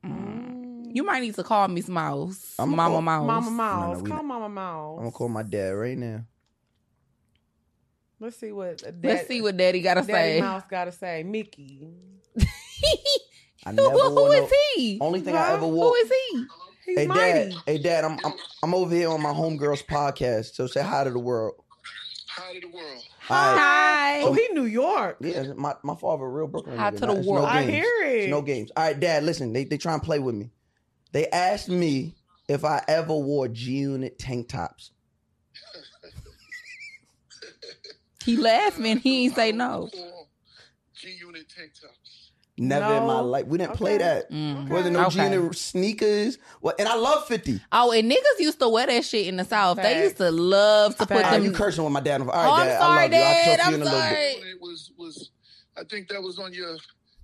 Speaker 2: Mm. You might need to call Miss Mouse.
Speaker 3: I'ma
Speaker 2: Mama
Speaker 3: call-
Speaker 2: Mouse.
Speaker 1: Mama Miles,
Speaker 3: No, no, we
Speaker 1: call
Speaker 3: not.
Speaker 1: Mama Miles.
Speaker 3: I'm gonna call my dad right now.
Speaker 1: Let's see what. Dad,
Speaker 2: Let's see what Daddy gotta
Speaker 1: Daddy
Speaker 2: say. [laughs]
Speaker 1: Mouse gotta say. Mickey,
Speaker 3: I
Speaker 2: [laughs]
Speaker 3: never
Speaker 2: who who
Speaker 3: wore no-
Speaker 2: is he?
Speaker 3: Only thing
Speaker 1: Huh?
Speaker 3: I ever wore.
Speaker 2: Who is he?
Speaker 1: he's
Speaker 3: hey
Speaker 1: mighty.
Speaker 3: dad, hey dad, I'm, I'm I'm over here on my homegirls podcast. So say hi to the world.
Speaker 4: How did the world?
Speaker 3: All
Speaker 2: Hi.
Speaker 3: right.
Speaker 1: Oh, he New York.
Speaker 3: Yeah, my, my father a real Brooklyn.
Speaker 2: Hi
Speaker 3: nigga.
Speaker 2: to the
Speaker 3: Nah, it's
Speaker 2: world.
Speaker 3: No
Speaker 1: I
Speaker 3: games.
Speaker 1: hear
Speaker 3: It's
Speaker 1: it.
Speaker 3: no games. All right, dad, listen. They they try and play with me. They asked me if I ever wore G Unit tank tops.
Speaker 2: He laughing. He ain't say no.
Speaker 4: G Unit tank tops.
Speaker 3: Never in my
Speaker 1: No.
Speaker 3: life. We didn't play
Speaker 1: Okay.
Speaker 3: that.
Speaker 2: Mm.
Speaker 3: Wasn't no
Speaker 2: Okay.
Speaker 3: G Unit sneakers. Well, and I love 50.
Speaker 2: Oh, and niggas used to wear that shit in the South. They
Speaker 1: Facts.
Speaker 2: used to love to put
Speaker 1: Facts.
Speaker 3: Are
Speaker 1: Alright,
Speaker 2: them.
Speaker 3: you cursing with my dad? All right,
Speaker 2: Oh, I'm
Speaker 3: dad.
Speaker 2: sorry,
Speaker 3: I love you. I'll
Speaker 2: Dad.
Speaker 3: talk to you
Speaker 2: I'm
Speaker 3: in a little bit.
Speaker 2: sorry.
Speaker 4: G Unit was was I think that was on your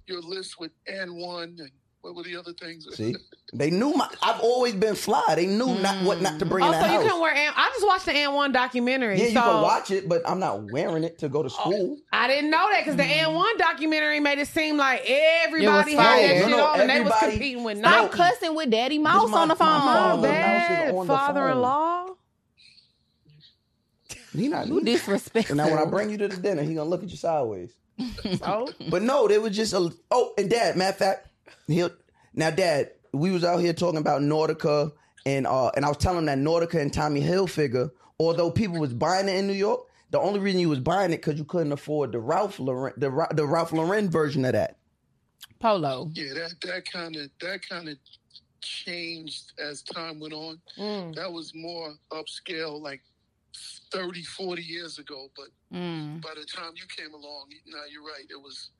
Speaker 4: your list with N one and what were the other things?
Speaker 3: See, they knew my. I've always been fly. They knew not what not to bring in
Speaker 1: Also,
Speaker 3: the
Speaker 1: you
Speaker 3: house.
Speaker 1: can wear. An- I just watched the N One documentary.
Speaker 3: yeah,
Speaker 1: so
Speaker 3: you can watch it, but I'm not wearing it to go to
Speaker 2: Oh,
Speaker 3: school.
Speaker 1: I didn't know that because the N One documentary made it seem like everybody had
Speaker 2: fire.
Speaker 1: that
Speaker 2: No,
Speaker 1: shit
Speaker 3: no,
Speaker 1: on and they was
Speaker 3: everybody-
Speaker 1: competing with
Speaker 2: I'm
Speaker 1: Nike.
Speaker 2: cussing with Daddy Mouse
Speaker 3: my-
Speaker 2: on the phone.
Speaker 3: my
Speaker 1: My
Speaker 3: phone.
Speaker 1: bad,
Speaker 3: Mouse is on the
Speaker 1: father-in-law.
Speaker 3: He not.
Speaker 2: You disrespectful.
Speaker 3: and now when I bring you to the dinner, he gonna look at you sideways.
Speaker 1: Oh,
Speaker 3: But no, they was just a. Oh, and dad. Matter of fact, he'll. Now, dad, we was out here talking about Nordica, and uh, and I was telling him that Nordica and Tommy Hilfiger, although people was buying it in New York, the only reason you was buying it because you couldn't afford the Ralph Lauren, the, Ra- the Ralph Lauren version of that.
Speaker 2: Polo.
Speaker 4: [laughs] Yeah, that that kind of that kind of changed as time went on.
Speaker 1: Mm.
Speaker 4: That was more upscale, like 30, 40 years ago. But
Speaker 2: Mm.
Speaker 4: by the time you came along, now you're right. It was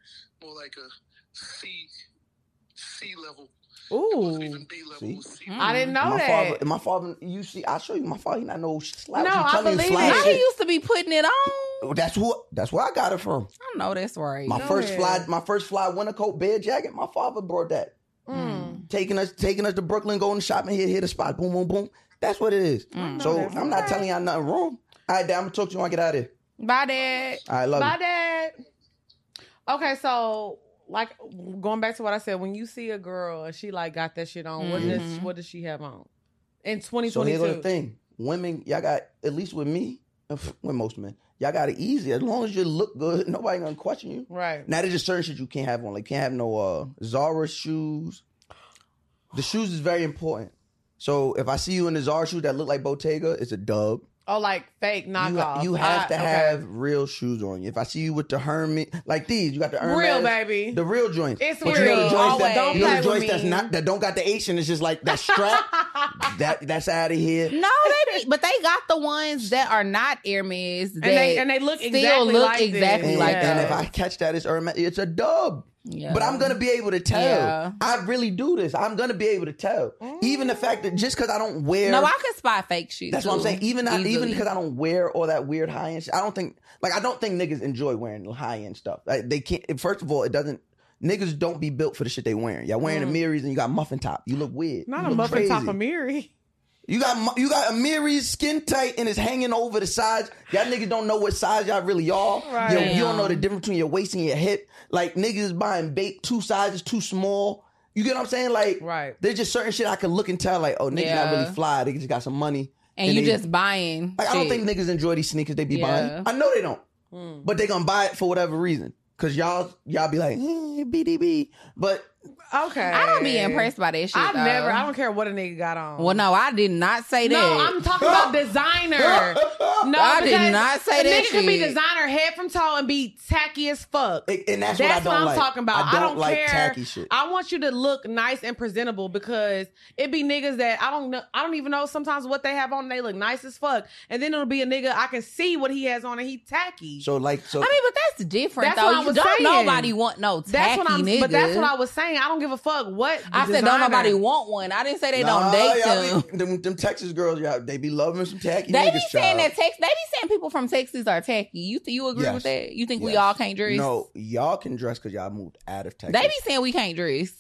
Speaker 4: more like a C C level. It wasn't
Speaker 1: Ooh,
Speaker 4: even B level.
Speaker 3: See?
Speaker 4: It was C
Speaker 2: Mm.
Speaker 1: I didn't know
Speaker 3: my
Speaker 1: that.
Speaker 3: father, my father, you see, I show you my father. He not no slouch.
Speaker 1: No,
Speaker 3: He
Speaker 1: I
Speaker 3: tell you
Speaker 1: believe
Speaker 3: slouch
Speaker 1: it.
Speaker 2: Now
Speaker 3: shit.
Speaker 2: he used to be putting it on. I
Speaker 3: Oh, That's who. That's where I got it from.
Speaker 2: know that's right.
Speaker 3: My
Speaker 1: No
Speaker 3: first
Speaker 1: way.
Speaker 3: fly, my first fly winter coat, bear jacket. My father brought that,
Speaker 1: Mm.
Speaker 3: taking us, taking us to Brooklyn, going shopping here, hit the spot, boom, boom, boom. That's what it is.
Speaker 2: Mm.
Speaker 3: So
Speaker 1: that's
Speaker 3: I'm not
Speaker 1: right.
Speaker 3: telling y'all nothing wrong. All right, Dad, I'm gonna talk to you when I get out of here.
Speaker 2: Bye, Dad.
Speaker 3: All right, love
Speaker 1: My
Speaker 3: you.
Speaker 1: dad. Okay, so like going back to what I said, when you see a girl and she like got that shit on, what does
Speaker 2: Mhm.
Speaker 3: Mm-hmm.
Speaker 1: what does she have on in
Speaker 3: So here's the
Speaker 1: 2022?
Speaker 3: thing: women, y'all got at least with me, with most men, y'all got it easy. As long as you look good, [laughs] nobody gonna question you.
Speaker 1: right.
Speaker 3: Now there's just certain shit you can't have on. Like you can't have no uh Zara shoes. The shoes is very important. So if I see you in the Zara shoes that look like Bottega, it's a dub.
Speaker 1: Oh, like fake
Speaker 3: You, ha-
Speaker 1: knockoff.
Speaker 3: you have
Speaker 1: I-
Speaker 3: to
Speaker 1: okay.
Speaker 3: have real shoes on you. If I see you with the Hermit, like these, you got the Hermes,
Speaker 1: real baby.
Speaker 3: the real joints.
Speaker 1: It's
Speaker 3: But you know
Speaker 1: real,
Speaker 3: the joints that
Speaker 1: always.
Speaker 3: you know
Speaker 1: Don't
Speaker 3: the
Speaker 1: play with
Speaker 3: joints that's
Speaker 1: me.
Speaker 3: not that don't got the H and it's just like
Speaker 1: [laughs]
Speaker 3: that strap. that that's out of here.
Speaker 2: No, they be, but they got the ones that are not Hermes. That
Speaker 1: and they and they look
Speaker 2: still
Speaker 1: exactly
Speaker 2: look
Speaker 1: like this.
Speaker 2: exactly
Speaker 3: And,
Speaker 2: like
Speaker 3: and
Speaker 2: that.
Speaker 3: if I catch that, it's Hermes. It's a dub.
Speaker 2: yeah.
Speaker 3: But I'm gonna be able to tell.
Speaker 2: Yeah.
Speaker 3: I really do this. I'm gonna be able to tell. Even the fact that just because I don't wear,
Speaker 2: No, I could spy fake shit.
Speaker 3: that's what I'm
Speaker 2: too,
Speaker 3: saying. Even I, even
Speaker 2: easily.
Speaker 3: because I don't wear all that weird high end. shit, I don't think like I don't think niggas enjoy wearing high end stuff. Like, they can't. First of all, it doesn't. Niggas don't be built for the shit they wearing. Y'all wearing
Speaker 1: Mm.
Speaker 3: Amiris and you got muffin top. You look weird.
Speaker 1: Not a
Speaker 3: You look
Speaker 1: muffin
Speaker 3: crazy.
Speaker 1: top of Mary.
Speaker 3: You got mu- you got Amiri's skin tight and it's hanging over the sides. Y'all niggas don't know what size y'all really are.
Speaker 1: Right.
Speaker 3: You, you don't know the
Speaker 2: Damn.
Speaker 3: difference between your waist and your hip. Like niggas is buying bait two sizes too small. You get what I'm saying? Like
Speaker 1: Right.
Speaker 3: there's just certain shit I can look and tell. Like oh niggas not
Speaker 2: Yeah.
Speaker 3: really fly. They just got some money.
Speaker 2: and,
Speaker 3: and
Speaker 2: you
Speaker 3: they-
Speaker 2: just buying.
Speaker 3: Like I don't
Speaker 2: shit.
Speaker 3: think niggas enjoy these sneakers they be
Speaker 2: Yeah.
Speaker 3: buying. I know they don't,
Speaker 1: Hmm.
Speaker 3: but they gonna buy it for whatever reason. Cause y'all y'all be like eh, BDB, but
Speaker 1: Okay.
Speaker 2: I don't be impressed by that shit.
Speaker 1: I
Speaker 2: though.
Speaker 1: never. I don't care what a nigga got on.
Speaker 2: Well, no, I did not say that.
Speaker 1: No, I'm talking
Speaker 3: [laughs]
Speaker 1: about designer. No,
Speaker 2: I did
Speaker 1: because
Speaker 2: not say
Speaker 1: a
Speaker 2: that
Speaker 1: Nigga can be
Speaker 2: shit.
Speaker 1: designer head from toe and be tacky as fuck.
Speaker 3: And- and that's,
Speaker 1: That's
Speaker 3: what
Speaker 1: what
Speaker 3: I
Speaker 1: I'm
Speaker 3: don't like.
Speaker 1: talking about.
Speaker 3: I don't,
Speaker 1: I don't
Speaker 3: like
Speaker 1: care.
Speaker 3: tacky shit.
Speaker 1: I want you to look nice and presentable because it be niggas that I don't know. I don't even know sometimes what they have on. They look nice as fuck, and then it'll be a nigga I can see what he has on and he tacky.
Speaker 3: so like so
Speaker 2: I mean, but that's different
Speaker 1: That's
Speaker 2: though.
Speaker 1: what I
Speaker 2: You
Speaker 1: was
Speaker 2: don't
Speaker 1: saying.
Speaker 2: nobody want no tacky
Speaker 1: that's what I'm.
Speaker 2: nigga.
Speaker 1: But that's what I was saying. I don't give a fuck what. the
Speaker 2: I said don't
Speaker 1: designer-
Speaker 2: nobody want one. I didn't say they
Speaker 3: Nah,
Speaker 2: don't date
Speaker 3: y'all
Speaker 2: them.
Speaker 3: be- them. Them Texas girls, y'all, they be loving some tacky
Speaker 2: They be
Speaker 3: niggas.
Speaker 2: saying
Speaker 3: child.
Speaker 2: that Tex. They be saying people from Texas are tacky. You you agree
Speaker 3: Yes.
Speaker 2: with that? You think we
Speaker 3: Yes.
Speaker 2: all can't dress?
Speaker 3: No, y'all can dress because y'all moved out of Texas.
Speaker 2: They be saying we can't dress.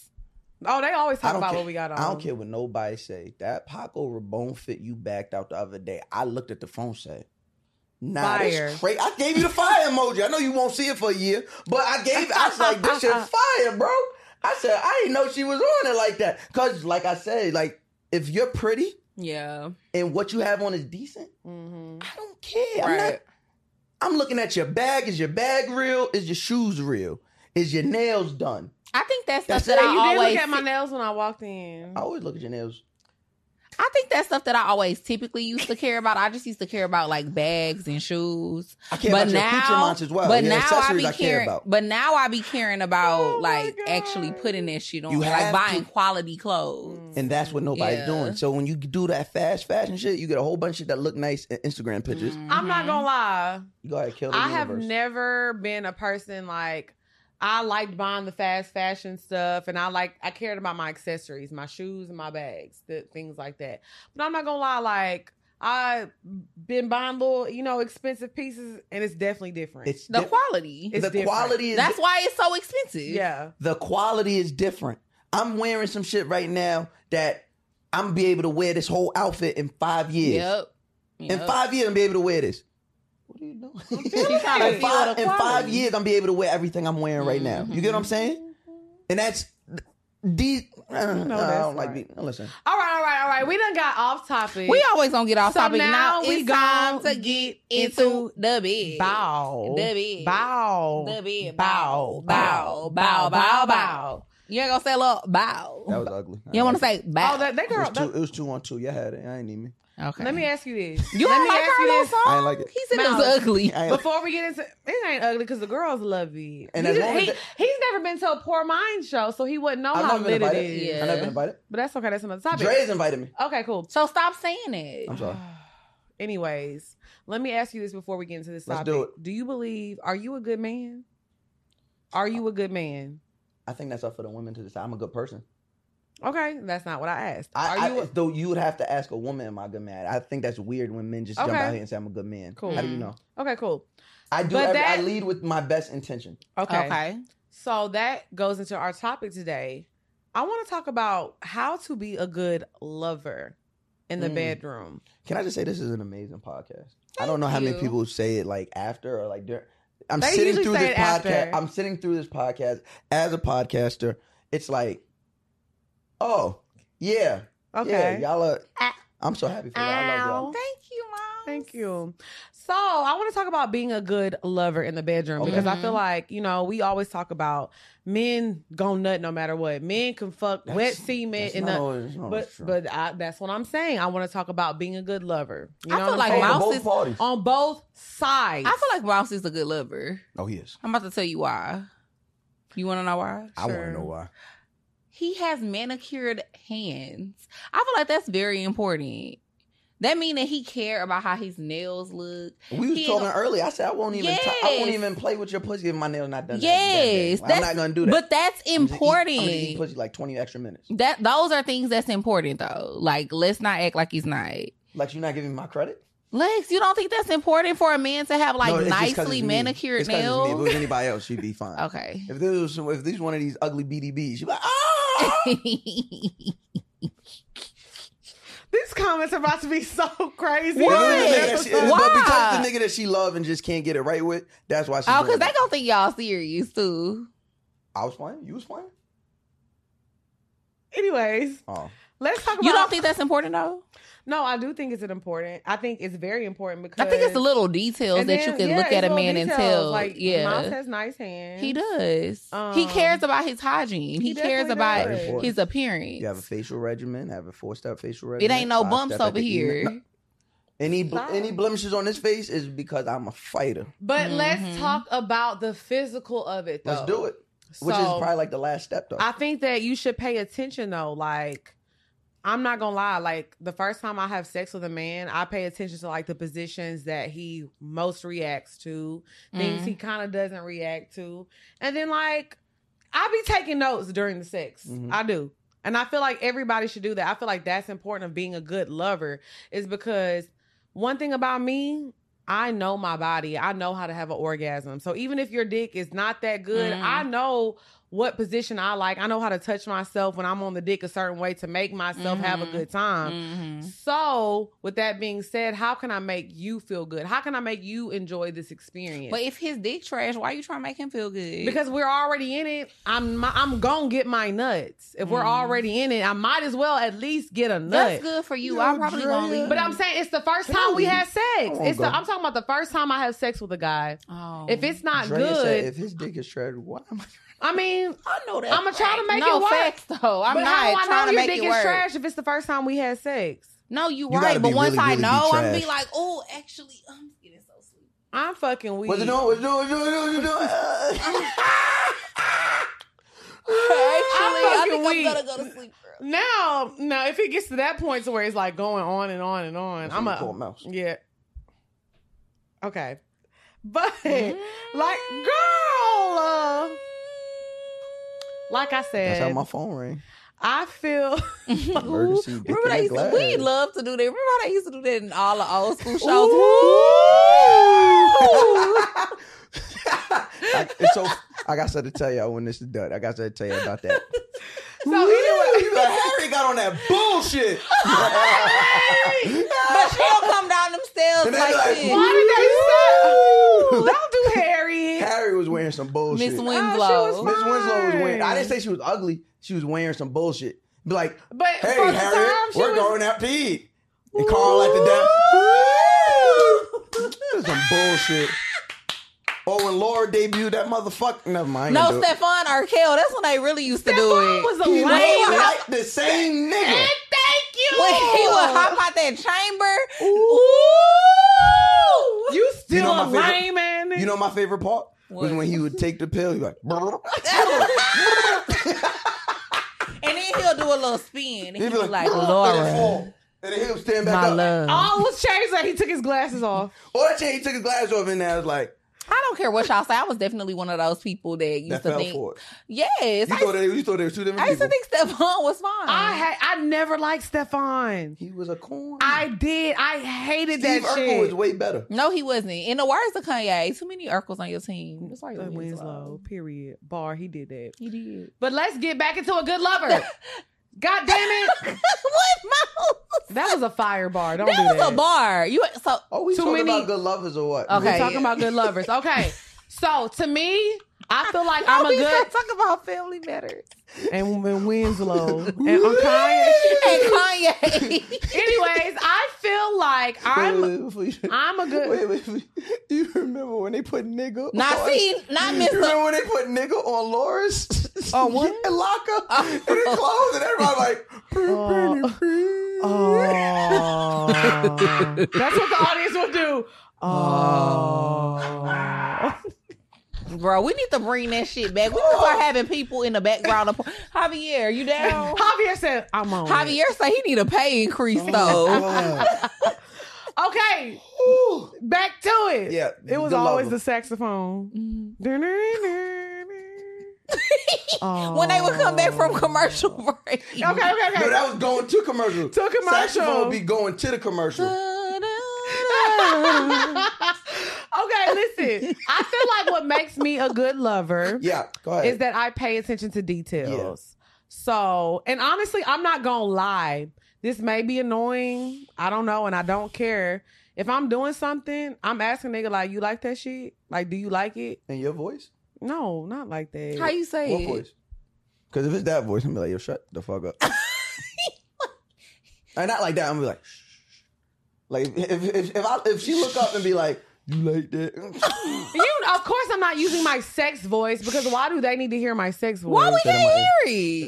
Speaker 1: Oh, they always
Speaker 3: I
Speaker 1: talk
Speaker 3: don't
Speaker 1: about
Speaker 3: care.
Speaker 1: what we got on.
Speaker 2: Um,
Speaker 3: I don't care what nobody say. That Paco Rabanne fit you backed out the other day. I looked at the phone set. Nah,
Speaker 1: Fire.
Speaker 3: that's crazy. I gave you the fire emoji. I know you won't see it for a year, but I gave. I was like,
Speaker 2: [laughs]
Speaker 3: this shit fire, bro. I said I didn't know she was on it like that. Cause like I said, like if you're pretty
Speaker 2: Yeah,
Speaker 3: and what you have on is decent,
Speaker 1: Mhm.
Speaker 3: I don't care. I'm,
Speaker 2: right.
Speaker 3: not, I'm looking at your bag. Is your bag real? Is your shoes real? Is your nails done?
Speaker 2: I think that's stuff that
Speaker 3: That's it.
Speaker 2: I
Speaker 3: You
Speaker 1: You did
Speaker 2: always.
Speaker 1: look at my nails when I walked in.
Speaker 3: I
Speaker 2: Mm.
Speaker 3: always look at your nails.
Speaker 2: I think that's stuff that I always typically used to care about. I just used to care about like bags and shoes.
Speaker 3: I care
Speaker 2: but
Speaker 3: about your
Speaker 2: now,
Speaker 3: accoutrements as well.
Speaker 2: but
Speaker 3: your
Speaker 2: now I
Speaker 3: accessories
Speaker 2: be
Speaker 3: I, care
Speaker 2: caring.
Speaker 3: about.
Speaker 2: But now I be caring about
Speaker 1: Oh my
Speaker 2: like
Speaker 1: God.
Speaker 2: actually putting that shit on,
Speaker 3: You
Speaker 2: like
Speaker 3: have
Speaker 2: buying
Speaker 3: to.
Speaker 2: quality clothes.
Speaker 3: And that's
Speaker 1: Mm-hmm.
Speaker 3: what nobody's
Speaker 2: Yeah.
Speaker 3: doing. So when you do that fast fashion shit, you get a whole bunch of shit that look nice in Instagram pictures.
Speaker 2: Mm-hmm.
Speaker 1: I'm not
Speaker 3: Mm-hmm.
Speaker 1: gonna lie.
Speaker 3: You go ahead, kill the
Speaker 1: I have
Speaker 3: universe.
Speaker 1: never been a person like I liked buying the fast fashion stuff, and I like I cared about my accessories, my shoes, and my bags, the, things like that. But I'm not gonna lie, like I've been buying little, you know, expensive pieces, and it's definitely different.
Speaker 3: it's
Speaker 2: the
Speaker 3: di-
Speaker 2: quality.
Speaker 1: It's
Speaker 3: the
Speaker 1: different.
Speaker 3: quality is
Speaker 2: That's why it's so expensive.
Speaker 1: yeah,
Speaker 3: the quality is different. I'm wearing some shit right now that I'm be able to wear this whole outfit in five years.
Speaker 2: Yep.
Speaker 3: In
Speaker 2: Yep.
Speaker 3: five years, I'm be able to wear this. What are you [laughs] doing?
Speaker 2: She's trying to
Speaker 3: in,
Speaker 2: feel
Speaker 3: five,
Speaker 2: the
Speaker 3: in five
Speaker 2: quality. Mm-hmm.
Speaker 3: years, I'm be able to wear everything I'm wearing right now. You get what I'm saying? And that's these. uh, I
Speaker 1: that's
Speaker 3: don't like.
Speaker 1: right.
Speaker 3: these- Listen,
Speaker 1: All right, all right, all right. We done got off topic.
Speaker 2: We always gonna get off
Speaker 1: So
Speaker 2: topic.
Speaker 1: now
Speaker 2: Now,
Speaker 1: we
Speaker 2: it's time
Speaker 1: gonna
Speaker 2: to get
Speaker 1: into
Speaker 2: into the bed.
Speaker 1: bow,
Speaker 2: The bed.
Speaker 1: bow,
Speaker 2: The bed.
Speaker 1: bow,
Speaker 2: Bow. Bow. Bow. Bow. You ain't gonna say little bow.
Speaker 3: that was ugly. I
Speaker 2: you don't want to
Speaker 3: like
Speaker 2: say bow.
Speaker 1: Oh, that, that
Speaker 3: it. It
Speaker 1: girl.
Speaker 3: was,
Speaker 1: that-
Speaker 3: two, it was two on two. Yeah, I had it. I ain't even.
Speaker 2: okay.
Speaker 1: let me ask you this.
Speaker 2: you
Speaker 1: let
Speaker 2: don't
Speaker 1: me
Speaker 2: like
Speaker 1: ask
Speaker 2: her
Speaker 1: you
Speaker 2: little
Speaker 1: this.
Speaker 2: song?
Speaker 3: I ain't like it.
Speaker 2: He said it
Speaker 1: No.
Speaker 2: was ugly.
Speaker 3: I ain't like,
Speaker 1: Before we get into it, ain't ugly because the girls love it.
Speaker 3: And
Speaker 1: he
Speaker 3: as
Speaker 1: just-
Speaker 3: long as
Speaker 1: he- he's never been to a poor mind show, so he wouldn't know
Speaker 3: I've
Speaker 1: how
Speaker 3: never been
Speaker 1: lit it
Speaker 3: invited.
Speaker 1: is.
Speaker 2: Yeah.
Speaker 3: I never been invited.
Speaker 1: But that's okay. That's another topic.
Speaker 3: Dre's invited me.
Speaker 1: Okay, cool.
Speaker 2: So stop saying it.
Speaker 3: I'm sorry.
Speaker 1: [sighs] Anyways, let me ask you this before we get into this
Speaker 3: Let's
Speaker 1: topic.
Speaker 3: do
Speaker 1: you believe? Are you a good man? Are you a good man?
Speaker 3: I think that's up for the women to decide. I'm a good person.
Speaker 1: Okay, that's not what I asked.
Speaker 3: I,
Speaker 1: are
Speaker 3: I,
Speaker 1: you? a-
Speaker 3: though you would have to ask a woman, "Am I a good man?" I think that's weird when men just jump
Speaker 1: Okay.
Speaker 3: out here and say, "I'm a good man."
Speaker 1: Cool.
Speaker 3: How do you know?
Speaker 1: okay, cool.
Speaker 3: I do.
Speaker 1: But
Speaker 3: every- I
Speaker 1: that-
Speaker 3: lead with my best intention.
Speaker 1: Okay. So that goes into our topic today. I want to talk about how to be a good lover in the
Speaker 3: Mm.
Speaker 1: bedroom.
Speaker 3: Can I just say this is an amazing podcast? I don't know how many
Speaker 2: you.
Speaker 3: people say it like after or like during. I'm
Speaker 1: They
Speaker 3: sitting
Speaker 1: usually
Speaker 3: through
Speaker 1: say
Speaker 3: this
Speaker 1: it after.
Speaker 3: podcast. I'm sitting through this podcast as a podcaster. It's like, oh yeah,
Speaker 1: Okay.
Speaker 3: yeah, y'all are.
Speaker 2: Ah.
Speaker 3: I'm so happy for y'all. I love y'all.
Speaker 2: Thank you, mom.
Speaker 1: Thank you. So I want to talk about being a good lover in the bedroom
Speaker 3: Okay.
Speaker 1: because I
Speaker 2: Mhm.
Speaker 1: feel like you know we always talk about men go nut no matter what. Men can fuck wet
Speaker 3: That's-
Speaker 1: semen
Speaker 3: That's
Speaker 1: and
Speaker 3: not
Speaker 1: the,
Speaker 3: always- that's not
Speaker 1: but
Speaker 3: always true.
Speaker 1: but I, that's what I'm saying. I want to talk about being a good lover. You
Speaker 2: I
Speaker 1: know
Speaker 2: feel
Speaker 1: what I'm
Speaker 2: like
Speaker 3: Oh,
Speaker 1: saying?
Speaker 3: for
Speaker 2: Mouse
Speaker 3: both
Speaker 2: is-
Speaker 3: parties.
Speaker 1: on both sides.
Speaker 2: I feel like Mouse is a good lover.
Speaker 3: oh, he is.
Speaker 2: I'm about to tell you why. You want to know why?
Speaker 3: I want
Speaker 1: Sure.
Speaker 3: to know why.
Speaker 2: He has manicured hands. I feel like that's very important. That mean that he care about how his nails look.
Speaker 3: We was
Speaker 2: He
Speaker 3: talking
Speaker 2: ain't-
Speaker 3: earlier. I said I won't even. I I won't
Speaker 2: Yes.
Speaker 3: even play with your pussy if my nails not done. that-
Speaker 2: Yes,
Speaker 3: that day. I'm
Speaker 2: that's-
Speaker 3: not gonna do that.
Speaker 2: But that's
Speaker 3: I'm just eat- I'm
Speaker 2: important.
Speaker 3: gonna eat pussy like 20 extra minutes.
Speaker 2: that those are things that's important though. Like let's not act like he's not.
Speaker 3: Like you're not giving me my credit.
Speaker 2: Lex, you don't think that's important for a man to have like
Speaker 3: No, it's just 'cause
Speaker 2: nicely
Speaker 3: it's me.
Speaker 2: manicured
Speaker 3: It's 'cause it's me. If it
Speaker 2: nails?
Speaker 3: was anybody else, she'd be fine.
Speaker 2: Okay.
Speaker 3: If this was if this was one of these ugly BDBs, she'd be like,
Speaker 2: [laughs]
Speaker 3: ah.
Speaker 1: These comments are about to be so crazy.
Speaker 2: What?
Speaker 3: If it was a nigga that she-
Speaker 2: Why?
Speaker 3: But because the nigga that she love and just can't get it right with, that's why she.
Speaker 2: oh, because they gonna think y'all serious too.
Speaker 3: I was playing. You was playing.
Speaker 1: Anyways,
Speaker 3: Oh,
Speaker 1: Let's talk about.
Speaker 2: You don't think that's important though?
Speaker 1: No, I do think it's important. I think it's very important because
Speaker 2: I think it's the little details that
Speaker 1: And
Speaker 2: you
Speaker 1: then,
Speaker 2: can
Speaker 1: yeah,
Speaker 2: look
Speaker 1: it's
Speaker 2: at a
Speaker 1: little
Speaker 2: man and
Speaker 1: details,
Speaker 2: tell.
Speaker 1: Like,
Speaker 2: yeah.
Speaker 1: Miles has nice hands.
Speaker 2: He does. he
Speaker 1: Um,
Speaker 2: cares about his hygiene. He,
Speaker 1: he
Speaker 2: cares
Speaker 1: definitely
Speaker 2: about
Speaker 1: does.
Speaker 3: Very
Speaker 2: his appearance.
Speaker 3: You have a facial regimen. Have a four-step facial regimen.
Speaker 2: it ain't no
Speaker 3: five-step
Speaker 2: bumps
Speaker 3: at the E.
Speaker 2: over here.
Speaker 3: end. No, Any bl-
Speaker 1: Wow.
Speaker 3: any blemishes on this face is because I'm a fighter.
Speaker 1: But
Speaker 2: Mhm.
Speaker 1: let's talk about the physical of it. Though.
Speaker 3: Let's do it. Which is
Speaker 1: So,
Speaker 3: probably like the last step though.
Speaker 1: I think that you should pay attention though. Like, I'm not gonna lie. Like the first time I have sex with a man, I pay attention to like the positions that he most reacts to, things
Speaker 2: Mhm.
Speaker 1: he kind of doesn't react to, and then like I be taking notes during the sex.
Speaker 3: Mhm.
Speaker 1: I do, and I feel like everybody should do that. I feel like that's important of being a good lover is because one thing about me. I know my body. I know how to have an orgasm. So even if your dick is not that good,
Speaker 2: Mhm.
Speaker 1: I know what position I like. I know how to touch myself when I'm on the dick a certain way to make myself have a
Speaker 2: Mhm.
Speaker 1: good time.
Speaker 2: Mhm.
Speaker 1: So, with that being said, how can I make you feel good? How can I make you enjoy this experience?
Speaker 2: But if his dick trash, why you trying to make him feel good?
Speaker 1: because we're already in it, I'm my, I'm gonna get my nuts. If we're
Speaker 2: Mhm.
Speaker 1: already in it, I might as well at least get a nut.
Speaker 2: that's good for you. I'm
Speaker 3: Yo,
Speaker 2: probably
Speaker 3: Drea.
Speaker 2: gonna leave.
Speaker 1: But I'm saying it's the first time we had sex.
Speaker 3: wanna
Speaker 1: It's the,
Speaker 3: go.
Speaker 1: I'm talking about the first time I have sex with a guy.
Speaker 2: oh.
Speaker 1: If it's not
Speaker 3: Drea
Speaker 1: good,
Speaker 3: Said, if his dick is shredded, what am I?
Speaker 1: I mean,
Speaker 2: I know that.
Speaker 1: I'ma try to make
Speaker 2: no,
Speaker 1: it work.
Speaker 2: Facts, though. I'm
Speaker 1: but
Speaker 2: not
Speaker 1: how do I
Speaker 2: trying
Speaker 1: know
Speaker 2: to
Speaker 1: your
Speaker 2: make
Speaker 1: dick
Speaker 2: it
Speaker 1: is
Speaker 2: work.
Speaker 1: trash if it's the first time we had sex?
Speaker 2: No, you,
Speaker 3: You
Speaker 2: right.
Speaker 3: gotta
Speaker 2: But
Speaker 3: be
Speaker 2: once
Speaker 3: really,
Speaker 2: I
Speaker 3: really be
Speaker 2: know, I'm gonna be
Speaker 3: trash.
Speaker 2: like, oh, actually, I'm getting so sleepy.
Speaker 1: I'm fucking weak.
Speaker 3: What's it doing? What's it doing? What's it doing? What's it doing? What's it
Speaker 2: [laughs]
Speaker 3: doing?
Speaker 2: [laughs] Actually, I
Speaker 1: fucking
Speaker 2: think
Speaker 1: weak.
Speaker 2: I'm gonna go to sleep, girl.
Speaker 1: Now, now, if it gets to that point to where it's like going on and on and on,
Speaker 3: That's
Speaker 1: I'm
Speaker 3: what you call
Speaker 1: a
Speaker 3: mouse.
Speaker 1: yeah. Okay, but
Speaker 2: [laughs]
Speaker 1: like,
Speaker 2: Mm.
Speaker 1: girl, uh, like I
Speaker 3: That's how
Speaker 1: said,
Speaker 3: my phone ring.
Speaker 1: I feel [laughs]
Speaker 3: Emergency dick
Speaker 2: Remember
Speaker 3: in
Speaker 2: they
Speaker 3: the
Speaker 2: used to,
Speaker 3: glass.
Speaker 2: we love to do that. Remember how they used to do that in all the old school shows?
Speaker 3: [laughs] I, it's so. I got something to tell y'all when this is done. I got something to tell you
Speaker 2: [laughs]
Speaker 3: about that.
Speaker 1: so.
Speaker 3: [laughs]
Speaker 1: Anyway,
Speaker 3: you got Harry got on that
Speaker 2: [laughs]
Speaker 3: bullshit. [laughs]
Speaker 2: But she don't come down them stairs
Speaker 3: And they
Speaker 2: like,
Speaker 3: like,
Speaker 2: this.
Speaker 3: "What?"
Speaker 1: why [laughs] did they say?
Speaker 3: [laughs]
Speaker 1: Don't do Harry.
Speaker 3: Harry was wearing some bullshit.
Speaker 2: Miss
Speaker 1: Oh, she was
Speaker 2: Winslow.
Speaker 3: Miss Winslow was wearing. I
Speaker 1: fine.
Speaker 3: didn't say she was ugly. She was wearing some bullshit. Be like,
Speaker 1: But
Speaker 3: hey,
Speaker 1: for the time
Speaker 3: Harriet,
Speaker 1: she
Speaker 3: we're
Speaker 1: was,
Speaker 3: going out to eat. And Carl like the
Speaker 2: [laughs]
Speaker 3: down. This is some bullshit. Oh, when Laura debuted that motherfucker. Never mind. I ain't
Speaker 2: No,
Speaker 3: gonna do it.
Speaker 2: Stefan Arkell. That's when they really used to do
Speaker 1: Stephon
Speaker 2: it.
Speaker 1: was a
Speaker 3: He
Speaker 1: lame.
Speaker 3: looked like the same nigga.
Speaker 1: Thank you.
Speaker 2: when he would hop out that chamber.
Speaker 1: Ooh. You still
Speaker 3: You know my
Speaker 1: a
Speaker 3: favorite-
Speaker 1: lame man.
Speaker 3: You know my favorite part was
Speaker 2: What?
Speaker 3: when he would take the pill.
Speaker 2: [laughs]
Speaker 3: He like, [laughs] "Brr."
Speaker 2: and then he'll do a little spin. And
Speaker 3: he'd
Speaker 2: he'd
Speaker 3: be like,
Speaker 2: like,
Speaker 3: "Brr," and then
Speaker 2: Laura,
Speaker 3: fall. [laughs] and then he'll stand back
Speaker 2: my
Speaker 3: up.
Speaker 2: love.
Speaker 1: all was changed that he took his glasses off.
Speaker 3: Or that shit, he took his glass off and now it's like
Speaker 2: I don't care what y'all say. I was definitely one of those people that used
Speaker 3: that
Speaker 2: to
Speaker 3: fell
Speaker 2: think.
Speaker 3: for it.
Speaker 2: Yes.
Speaker 3: You
Speaker 2: I,
Speaker 3: thought they, you thought they were two different
Speaker 2: I used to
Speaker 3: people.
Speaker 2: think Stephon was fine.
Speaker 1: I had I never liked Stefan.
Speaker 3: he was a corn.
Speaker 1: I did. I hated
Speaker 3: Steve
Speaker 1: that
Speaker 3: Urkel
Speaker 1: shit.
Speaker 3: was way better.
Speaker 2: no, he wasn't. In the words of Kanye, too many Urkels on your team. That's why you're
Speaker 1: Winslow,
Speaker 2: Winslow.
Speaker 1: period. Bar, he did that.
Speaker 2: He did.
Speaker 1: But let's get back into a good
Speaker 2: [laughs]
Speaker 1: lover. God damn it.
Speaker 2: what mouth?
Speaker 1: That was a fire bar. Don't
Speaker 2: That
Speaker 1: do
Speaker 2: was
Speaker 1: that.
Speaker 2: a bar. You so
Speaker 3: Oh, we
Speaker 1: Too
Speaker 3: talking
Speaker 1: many-
Speaker 3: about good lovers or what?
Speaker 1: We're
Speaker 2: Okay.
Speaker 1: talking about good lovers. Okay. So to me, I feel like I'm a
Speaker 2: We
Speaker 1: good
Speaker 2: gotta talk about family matters.
Speaker 1: and, and Winslow and Kanye.
Speaker 2: And Kanye. [laughs]
Speaker 1: Anyways, I feel like I'm
Speaker 3: Wait, wait, wait,
Speaker 1: I'm a good
Speaker 3: wait, wait, wait. [laughs] Do you remember when they put nigga?
Speaker 2: Nah,
Speaker 3: on-
Speaker 2: see, not
Speaker 3: You
Speaker 2: Mr.
Speaker 3: remember when they put nigga on Laura's
Speaker 2: Oh,
Speaker 3: [laughs]
Speaker 2: what?
Speaker 3: yeah, locker and it closed and everybody like. [laughs]
Speaker 1: Oh. That's what the audience will do. Oh.
Speaker 2: Bro, we need to bring that shit back. We need to start having people in the background. Of- Javier, you [laughs] down?
Speaker 1: Javier said, I'm on. it."
Speaker 2: Javier say he need a pay increase [laughs] though.
Speaker 3: Oh.
Speaker 1: Okay, back to it.
Speaker 3: Yeah,
Speaker 1: It was
Speaker 3: the
Speaker 1: always
Speaker 3: lover.
Speaker 1: the saxophone.
Speaker 2: Mm.
Speaker 1: Oh.
Speaker 2: When they would come back from commercial [laughs] break.
Speaker 1: Okay, okay, okay.
Speaker 3: No, that was going to commercial.
Speaker 1: To commercial.
Speaker 3: Saxophone be going to the
Speaker 1: [laughs]
Speaker 3: commercial.
Speaker 1: okay, listen. I feel like what makes me a good lover
Speaker 3: Yeah, go ahead.
Speaker 1: is that I pay attention to details. So, and honestly, I'm not gonna lie. This may be annoying. I don't know, and I don't care. If I'm doing something, I'm asking nigga like, "You like that shit? Like, do you like it?"
Speaker 3: and your voice?
Speaker 1: No, not like that.
Speaker 2: How you say
Speaker 3: What
Speaker 2: it?
Speaker 1: [laughs]
Speaker 3: voice? Because if it's that voice, I'm be like, yo, shut the fuck up. And not like that. I'm gonna be like, shh. like if if if, I, if she look up and be like, you like that?
Speaker 1: You, of course, I'm not using my sex voice because why do they need to hear my sex voice?
Speaker 2: Why we
Speaker 3: Shut
Speaker 2: can't
Speaker 3: him up.
Speaker 2: hear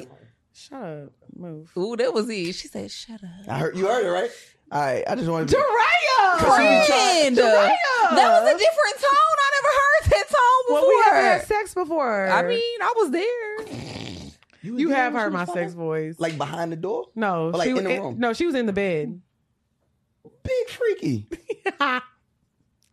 Speaker 2: it?
Speaker 1: Shut up, move.
Speaker 2: Ooh, that was it. She said, "Shut up."
Speaker 3: I heard you heard it right. All right, I just want to.
Speaker 1: Daria,
Speaker 3: Cause you-
Speaker 2: Friend. That was a different tone. I never heard that tone
Speaker 1: well, we
Speaker 2: before.
Speaker 1: haven't had sex before.
Speaker 2: I mean, I was there.
Speaker 3: You,
Speaker 1: you
Speaker 3: was
Speaker 1: have
Speaker 3: there
Speaker 1: heard
Speaker 3: when
Speaker 1: my
Speaker 3: she was
Speaker 1: sex
Speaker 3: fucking?
Speaker 1: voice.
Speaker 3: Like behind the door,
Speaker 1: no,
Speaker 3: Or, like,
Speaker 1: she
Speaker 3: in
Speaker 1: was
Speaker 3: the room.
Speaker 1: no, she was in the
Speaker 2: [laughs]
Speaker 1: bed.
Speaker 3: big freaky.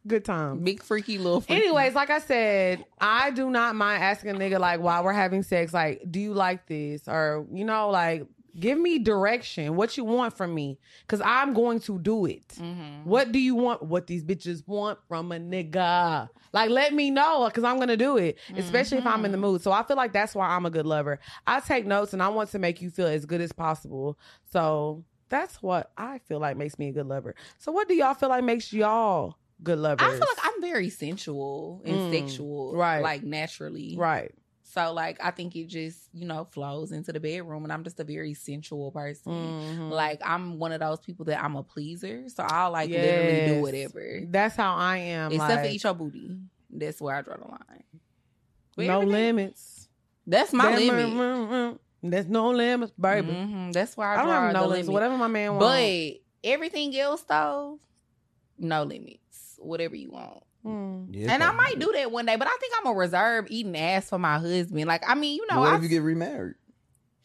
Speaker 1: Good time.
Speaker 2: Big freaky little freaky.
Speaker 1: Anyways, like I said, I do not mind asking a nigga like while we're having sex, like, do you like this? Or, you know, like give me direction, what you want from me. Cause I'm going to do it.
Speaker 2: Mhm.
Speaker 1: What do you want? What these bitches want from a nigga? Like, let me know because I'm gonna do it, especially if I'm in the
Speaker 2: Mm-hmm.
Speaker 1: mood. So I feel like that's why I'm a good lover. I take notes and I want to make you feel as good as possible. So that's what I feel like makes me a good lover. So what do y'all feel like makes y'all good lovers?
Speaker 2: I feel like I'm very sensual and
Speaker 1: Mm,
Speaker 2: sexual,
Speaker 1: right.
Speaker 2: Like naturally,
Speaker 1: right.
Speaker 2: So [laughs] like I think it just you know flows into the bedroom, and I'm just a very sensual person.
Speaker 1: Mhm.
Speaker 2: Like I'm one of those people that I'm a pleaser, so I'll like literally do
Speaker 1: Yes.
Speaker 2: whatever,
Speaker 1: that's how I am.
Speaker 2: except
Speaker 1: like,
Speaker 2: for eat your booty. That's where I draw the line. But
Speaker 1: no
Speaker 2: everything-
Speaker 1: limits.
Speaker 2: That's my
Speaker 1: Damn,
Speaker 2: limit.
Speaker 1: mm, mm, mm. There's no limits, baby.
Speaker 2: Mhm, That's where I,
Speaker 1: I don't
Speaker 2: draw
Speaker 1: have no
Speaker 2: the
Speaker 1: limits.
Speaker 2: limit.
Speaker 1: Whatever my man wants.
Speaker 2: But everything else though, no limits. Whatever you want.
Speaker 1: Mm.
Speaker 2: and I might do that one day, but I think I'm gonna reserve eating ass for my husband. Like, I mean, you know,
Speaker 3: what
Speaker 2: I,
Speaker 3: if you get remarried?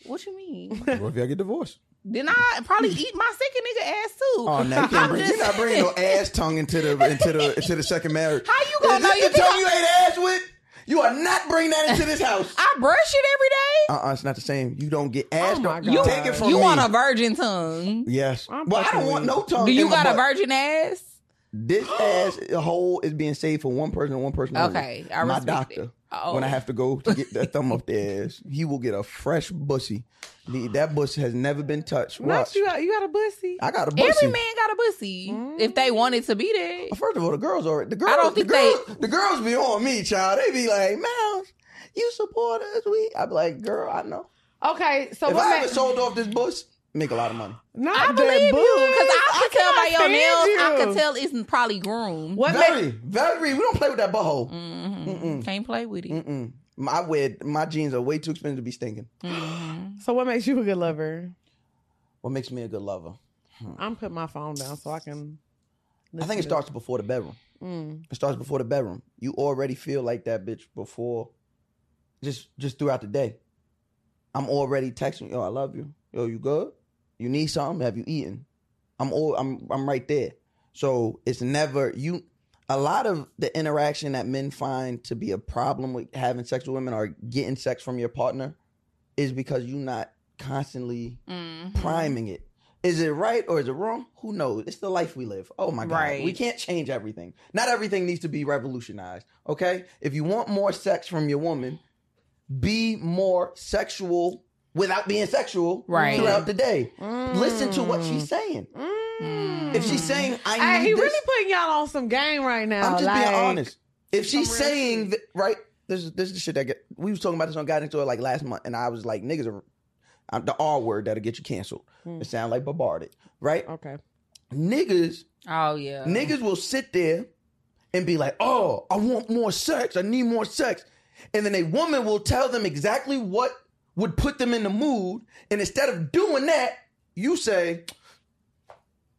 Speaker 2: what you mean?
Speaker 3: what if y'all get divorced?
Speaker 2: then I probably eat my second nigga ass too.
Speaker 3: Oh, now you can't
Speaker 2: I'm
Speaker 3: bring,
Speaker 2: just
Speaker 3: you're not bringing no ass tongue into the into the into the second marriage.
Speaker 2: How you
Speaker 3: Is
Speaker 2: gonna know
Speaker 3: this
Speaker 2: you
Speaker 3: the tongue
Speaker 2: can?
Speaker 3: you ate ass with? You are not bringing that into this house.
Speaker 2: [laughs] I brush it every day.
Speaker 3: Uh, uh it's not the same. You don't get ass.
Speaker 1: Oh my
Speaker 3: tongue.
Speaker 1: God.
Speaker 3: you take it from
Speaker 2: you
Speaker 3: me.
Speaker 2: want a virgin tongue?
Speaker 3: yes,
Speaker 1: I'm
Speaker 3: but I
Speaker 1: fucking
Speaker 3: don't want
Speaker 1: with
Speaker 3: no
Speaker 1: you.
Speaker 3: tongue.
Speaker 2: Do you
Speaker 3: in my
Speaker 2: got a
Speaker 3: butt.
Speaker 2: virgin ass? [gasps]
Speaker 3: This ass hole is being saved for one person, and one person. only.
Speaker 2: Okay, I
Speaker 3: my
Speaker 2: respect
Speaker 3: doctor.
Speaker 2: It. Oh,
Speaker 3: When I have to go to get that thumb up their ass, he will get a fresh bussy. The- That bussy has never been touched.
Speaker 1: Not
Speaker 3: Watch.
Speaker 1: you. You got a bussy.
Speaker 3: I got a bussy.
Speaker 2: every man got a pussy if they wanted to be there.
Speaker 3: First of all, the girls are the girls.
Speaker 2: don't think
Speaker 3: the girls, the girls be on me, child. They be like, "Mouse, you support us." We, I be like, "Girl, I know.
Speaker 1: Okay, so
Speaker 3: if
Speaker 1: what
Speaker 3: I
Speaker 1: ma-
Speaker 3: haven't sold off this bush, make a lot of money.
Speaker 1: Not
Speaker 2: I
Speaker 1: that
Speaker 2: believe you because
Speaker 1: bush.
Speaker 2: I could tell by your
Speaker 1: cannot
Speaker 2: nails. I
Speaker 1: stand
Speaker 2: could
Speaker 1: you.
Speaker 2: tell it's probably groomed.
Speaker 1: What ma-
Speaker 3: Very, very. We don't play with that butthole.
Speaker 2: Mhm. Can't play with it.
Speaker 3: Mm-mm. My wear, my jeans are way too expensive to be stinking.
Speaker 2: Mhm.
Speaker 1: so what makes you a good lover?
Speaker 3: What makes me a good lover?
Speaker 1: I'm putting my phone down so I can.
Speaker 3: I think it starts before the bedroom.
Speaker 1: Mm.
Speaker 3: It starts before the bedroom. You already feel like that bitch before, just just throughout the day. I'm already texting. Yo, I love you. Yo, you good? You need something? Have you eaten? I'm all. I'm I'm right there. So it's never you. A lot of the interaction that men find to be a problem with having sex with women or getting sex from your partner is because you're not constantly
Speaker 2: Mhm.
Speaker 3: priming it. Is it right or is it wrong? Who knows? It's the life we live. Oh my God.
Speaker 2: Right.
Speaker 3: We can't change everything. Not everything needs to be revolutionized. Okay? If you want more sex from your woman, be more sexual without being sexual
Speaker 2: Right.
Speaker 3: throughout the day. Listen to what she's saying.
Speaker 1: Mm.
Speaker 3: If she's saying, I
Speaker 1: Hey,
Speaker 3: need
Speaker 1: he
Speaker 3: this,
Speaker 1: really putting y'all on some game right now.
Speaker 3: I'm just
Speaker 1: like,
Speaker 3: being honest. If she's
Speaker 4: some real
Speaker 3: saying
Speaker 4: shit.
Speaker 3: that, right, this is this is the shit that get, we was talking about this on Guidance Door like last month, and I was like, niggas are uh, the R word that'll get you canceled.
Speaker 1: Hmm.
Speaker 3: It sound like bombarded, right?
Speaker 1: Okay.
Speaker 3: Niggas
Speaker 2: Oh yeah.
Speaker 3: Niggas will sit there and be like, "Oh, I want more sex. I need more sex," and then a woman will tell them exactly what would put them in the mood. And instead of doing that, you say,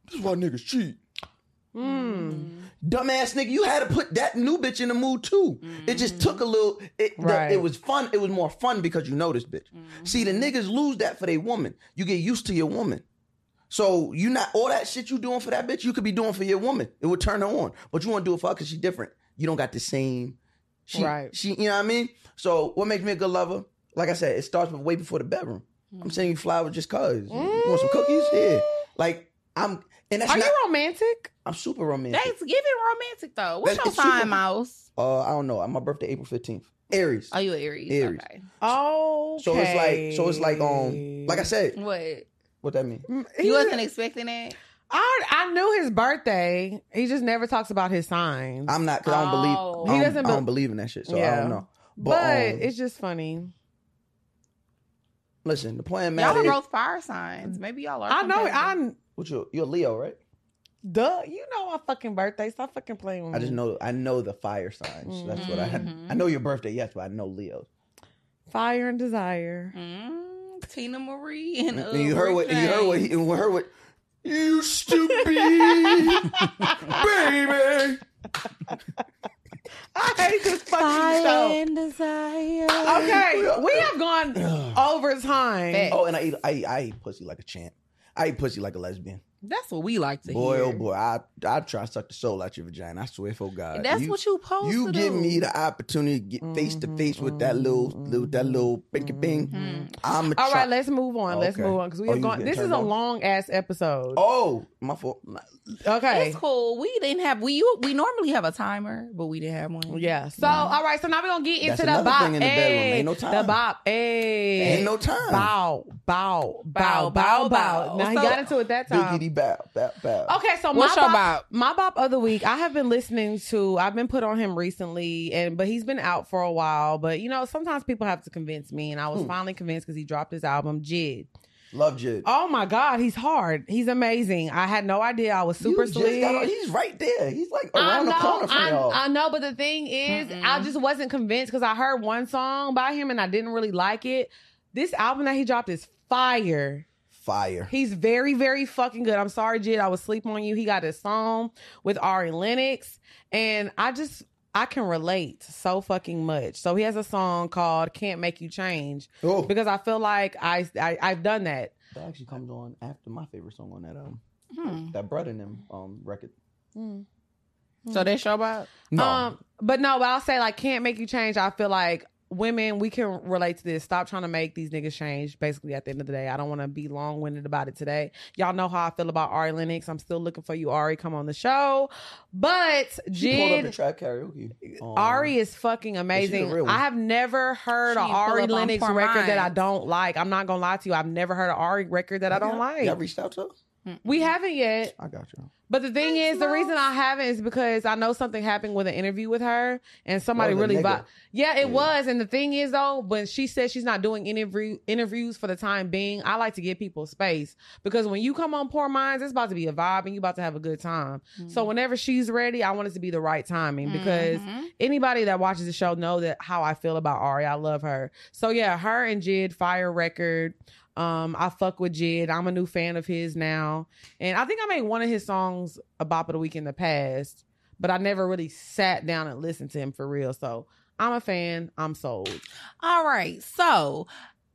Speaker 3: "This is why niggas cheat."
Speaker 1: Mm.
Speaker 2: Mm-hmm.
Speaker 3: Dumbass nigga, you had to put that new bitch in the mood too. It
Speaker 2: Mm-hmm.
Speaker 3: just took a little. It, the-
Speaker 1: Right.
Speaker 3: it was fun. It was more fun because you know this bitch.
Speaker 2: Mm-hmm.
Speaker 3: See,
Speaker 1: Mm-hmm.
Speaker 3: the niggas lose that for their woman. You get used to your woman. So you not all that shit you doing for that bitch. You could be doing for your woman. It would turn her on, but you want to do it for her because she different. You don't got the same. She,
Speaker 1: Right.
Speaker 3: She, you know what I mean. So what makes me a good lover? Like I said, it starts with way before the bedroom. I'm sending you flowers just cause. You want some cookies? Yeah. Like I'm, and
Speaker 1: Mm-hmm.
Speaker 3: that's
Speaker 1: Are
Speaker 3: not.
Speaker 1: you romantic?
Speaker 3: I'm super romantic.
Speaker 2: That's giving romantic though. What's
Speaker 3: That's-
Speaker 2: your
Speaker 3: it's super-
Speaker 2: sign, Mouse?
Speaker 3: uh, I don't know. My birthday April fifteenth. Aries.
Speaker 2: Oh, you an Aries.
Speaker 3: Aries.
Speaker 2: Okay.
Speaker 1: Oh.
Speaker 3: So it's like so it's like um like I said,
Speaker 2: What?
Speaker 3: what that mean?
Speaker 2: You wasn't expecting that?
Speaker 1: Mm, I, I knew his birthday. He just never talks about his signs.
Speaker 3: I'm not because I don't
Speaker 2: Oh.
Speaker 3: believe I
Speaker 1: He
Speaker 3: don't,
Speaker 1: doesn't
Speaker 3: I
Speaker 1: be-
Speaker 3: don't believe in that shit, so I
Speaker 1: Yeah.
Speaker 3: don't know. But,
Speaker 1: but
Speaker 3: um,
Speaker 1: it's just funny.
Speaker 3: Listen, the
Speaker 2: Y'all
Speaker 3: plan matter.
Speaker 2: are
Speaker 3: is-
Speaker 2: both fire signs. Maybe y'all are.
Speaker 1: I know.
Speaker 2: compatible.
Speaker 1: I'm
Speaker 3: What you? You're Leo, right?
Speaker 1: duh. You know my fucking birthday. Stop fucking playing with me.
Speaker 3: I just know. I know the fire signs. That's what I.
Speaker 2: Mhm.
Speaker 3: I know your birthday, yes, but I know Leo's.
Speaker 1: fire and
Speaker 3: [laughs]
Speaker 1: desire. [laughs]
Speaker 2: Mm, Tina Marie and, uh,
Speaker 3: And you heard what?
Speaker 2: Rick
Speaker 3: You heard what? He,
Speaker 2: James.
Speaker 3: you heard what? Used to
Speaker 2: [laughs]
Speaker 3: [sighs] be, baby.
Speaker 1: I hate this fucking show.
Speaker 2: and desire.
Speaker 1: Okay, we have gone over time.
Speaker 2: Facts.
Speaker 3: Oh, and I eat, I, eat- I eat pussy like a champ. I eat pussy like a lesbian.
Speaker 2: That's what we like to
Speaker 3: boy,
Speaker 2: hear.
Speaker 3: oh boy, I I try to suck the soul out your vagina. I swear for God.
Speaker 2: That's
Speaker 3: you,
Speaker 2: what you post.
Speaker 3: you
Speaker 2: to
Speaker 3: give
Speaker 2: do.
Speaker 3: me the opportunity to get face to
Speaker 1: Mhm,
Speaker 3: face with that little,
Speaker 1: mhm,
Speaker 3: little that little pinky bing.
Speaker 2: Mhm.
Speaker 3: I'm a
Speaker 1: Mm-hmm. All
Speaker 3: try-
Speaker 1: right, let's move on. Let's
Speaker 3: Okay.
Speaker 1: move on because we
Speaker 3: Oh,
Speaker 1: have
Speaker 3: you
Speaker 1: gone.
Speaker 3: getting
Speaker 1: This is
Speaker 3: turned
Speaker 1: a
Speaker 3: on?
Speaker 1: long ass episode.
Speaker 3: Oh, my fault. My-
Speaker 1: okay.
Speaker 3: Oh.
Speaker 2: It's cool. We didn't have we you we normally have a timer, but we didn't have one.
Speaker 1: Yeah. So, all right. So now we're gonna get
Speaker 3: Mm-hmm. That's
Speaker 1: into the
Speaker 3: another
Speaker 1: bop.
Speaker 3: thing in the bedroom.
Speaker 1: Ayy,
Speaker 3: Ain't no time.
Speaker 1: The bop. Hey.
Speaker 3: Ain't no time.
Speaker 1: Bow. Bow. Bow.
Speaker 2: Bow,
Speaker 1: Bow. Bow.
Speaker 2: bow, bow.
Speaker 1: Now he
Speaker 2: So-
Speaker 1: got into it that time.
Speaker 3: Biggity bow, bow, bow.
Speaker 1: Okay, so
Speaker 2: What's
Speaker 1: my
Speaker 2: your
Speaker 1: bop,
Speaker 2: bop?
Speaker 1: my bop of the week. I have been listening to. I've been put on him recently, and but he's been out for a while. But you know, sometimes people have to convince me, and I
Speaker 3: Hmm.
Speaker 1: was finally convinced because he dropped his album Jid.
Speaker 3: Love Jid.
Speaker 1: Oh my God, he's hard. He's amazing. I had no idea. I was
Speaker 3: You
Speaker 1: super
Speaker 3: just
Speaker 1: sleep.
Speaker 3: got- he's right there. He's like
Speaker 1: I
Speaker 3: around
Speaker 1: know,
Speaker 3: the corner from
Speaker 1: I,
Speaker 3: y'all.
Speaker 1: I know, but the thing is, I just wasn't convinced because I heard one song by him and I didn't really like it. This album that he dropped is fire.
Speaker 3: Fire.
Speaker 1: He's very, very fucking good. I'm sorry, Jid. I was sleep on you. He got his song with Ari Lennox, and I just I can relate so fucking much. So he has a song called "Can't Make You Change"
Speaker 3: Oh,
Speaker 1: because I feel like I, I I've done that.
Speaker 3: that actually comes on after my favorite song on that um
Speaker 2: Hmm.
Speaker 3: that Bread and them um record.
Speaker 2: So that's your bop.
Speaker 3: Mm. No,
Speaker 1: Um, but no, but I'll say like can't make you change. I feel like women, we can relate to this. Stop trying to make these niggas change. Basically, at the end of the day, I don't want to be long winded about it today. Y'all know how I feel about Ari Lennox. I'm still looking for you, Ari. Come on the show, but
Speaker 3: she pulled up the
Speaker 1: Jid.
Speaker 3: track karaoke. Um,
Speaker 1: Ari is fucking
Speaker 3: the real
Speaker 1: amazing.
Speaker 3: one?
Speaker 1: I have never heard
Speaker 2: She
Speaker 1: an
Speaker 2: didn't pull
Speaker 1: Ari
Speaker 2: up on
Speaker 1: Lennox
Speaker 2: Poor
Speaker 1: record that I
Speaker 2: Minds.
Speaker 1: don't like. I'm not gonna lie to you. I've never heard an Ari record that I don't
Speaker 3: y'all-
Speaker 1: like.
Speaker 3: Y'all reached out to her?
Speaker 2: Hmm.
Speaker 1: we haven't yet.
Speaker 3: I got you.
Speaker 1: But the thing
Speaker 2: Thanks,
Speaker 1: is, the
Speaker 2: Mom.
Speaker 1: reason I haven't is because I know something happened with an interview with her, and somebody
Speaker 3: That was a
Speaker 1: really,
Speaker 3: nigga.
Speaker 1: vi- yeah, it
Speaker 3: Yeah.
Speaker 1: was. And the thing is, though, when she said she's not doing interview interviews for the time being, I like to give people space because when you come on Poor Minds, it's about to be a vibe, and you about to have a good time. So
Speaker 2: Mm.
Speaker 1: whenever she's ready, I want it to be the right timing because
Speaker 2: Mhm.
Speaker 1: anybody that watches the show know that how I feel about Ari. I love her. So yeah, her and Jid fire record. Um, I fuck with Jid. I'm a new fan of his now, and I think I made one of his songs a bop of the week in the past, but I never really sat down and listened to him for real. So I'm a fan. I'm sold.
Speaker 2: all right. So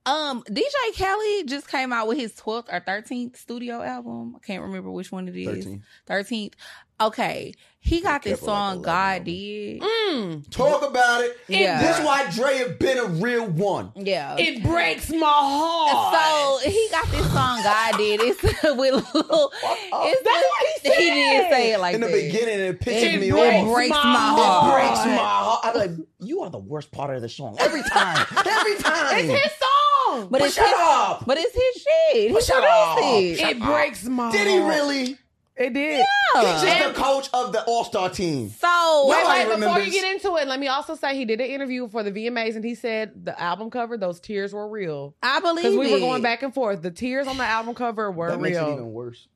Speaker 2: um DJ Kelly just came out with his 12th or 13th studio album. I can't remember which one it is.
Speaker 3: Thirteen.
Speaker 2: 13th. Okay. He got this
Speaker 3: careful, like
Speaker 2: song
Speaker 3: 11
Speaker 2: God
Speaker 3: of them.
Speaker 2: Did.
Speaker 1: Mm,
Speaker 3: Talk about it.
Speaker 2: Yeah.
Speaker 3: This is why Dre have been a real one.
Speaker 2: Yeah.
Speaker 1: it breaks my heart.
Speaker 2: so he got this song God Did. It's with little
Speaker 1: That's
Speaker 2: it's
Speaker 1: what he said.
Speaker 2: did say it like
Speaker 3: In the
Speaker 2: that.
Speaker 3: beginning, it pisses
Speaker 2: it
Speaker 3: me
Speaker 2: breaks,
Speaker 3: off.
Speaker 2: breaks my
Speaker 3: It
Speaker 2: heart.
Speaker 3: breaks my heart. I'm like, you are the worst part of the song. Every time. Every time.
Speaker 1: it's his song,
Speaker 2: But
Speaker 3: But
Speaker 2: it's
Speaker 3: shut
Speaker 2: his,
Speaker 3: up.
Speaker 2: But it's his shit. He
Speaker 3: But Oh, shut up.
Speaker 2: produced it.
Speaker 1: it breaks my.
Speaker 3: Did he
Speaker 1: heart.
Speaker 3: really?
Speaker 1: It did.
Speaker 3: He's just the coach of the All Star team.
Speaker 2: So
Speaker 1: Wait,
Speaker 3: Nobody
Speaker 1: wait, before you
Speaker 3: remembers.
Speaker 1: get into it, let me also say he did an interview for the VMAs and he said the album cover, those tears were real.
Speaker 2: I believe
Speaker 1: Because we were
Speaker 2: it.
Speaker 1: going back and forth. The tears on the album cover were
Speaker 3: That makes it
Speaker 1: real.
Speaker 3: even worse.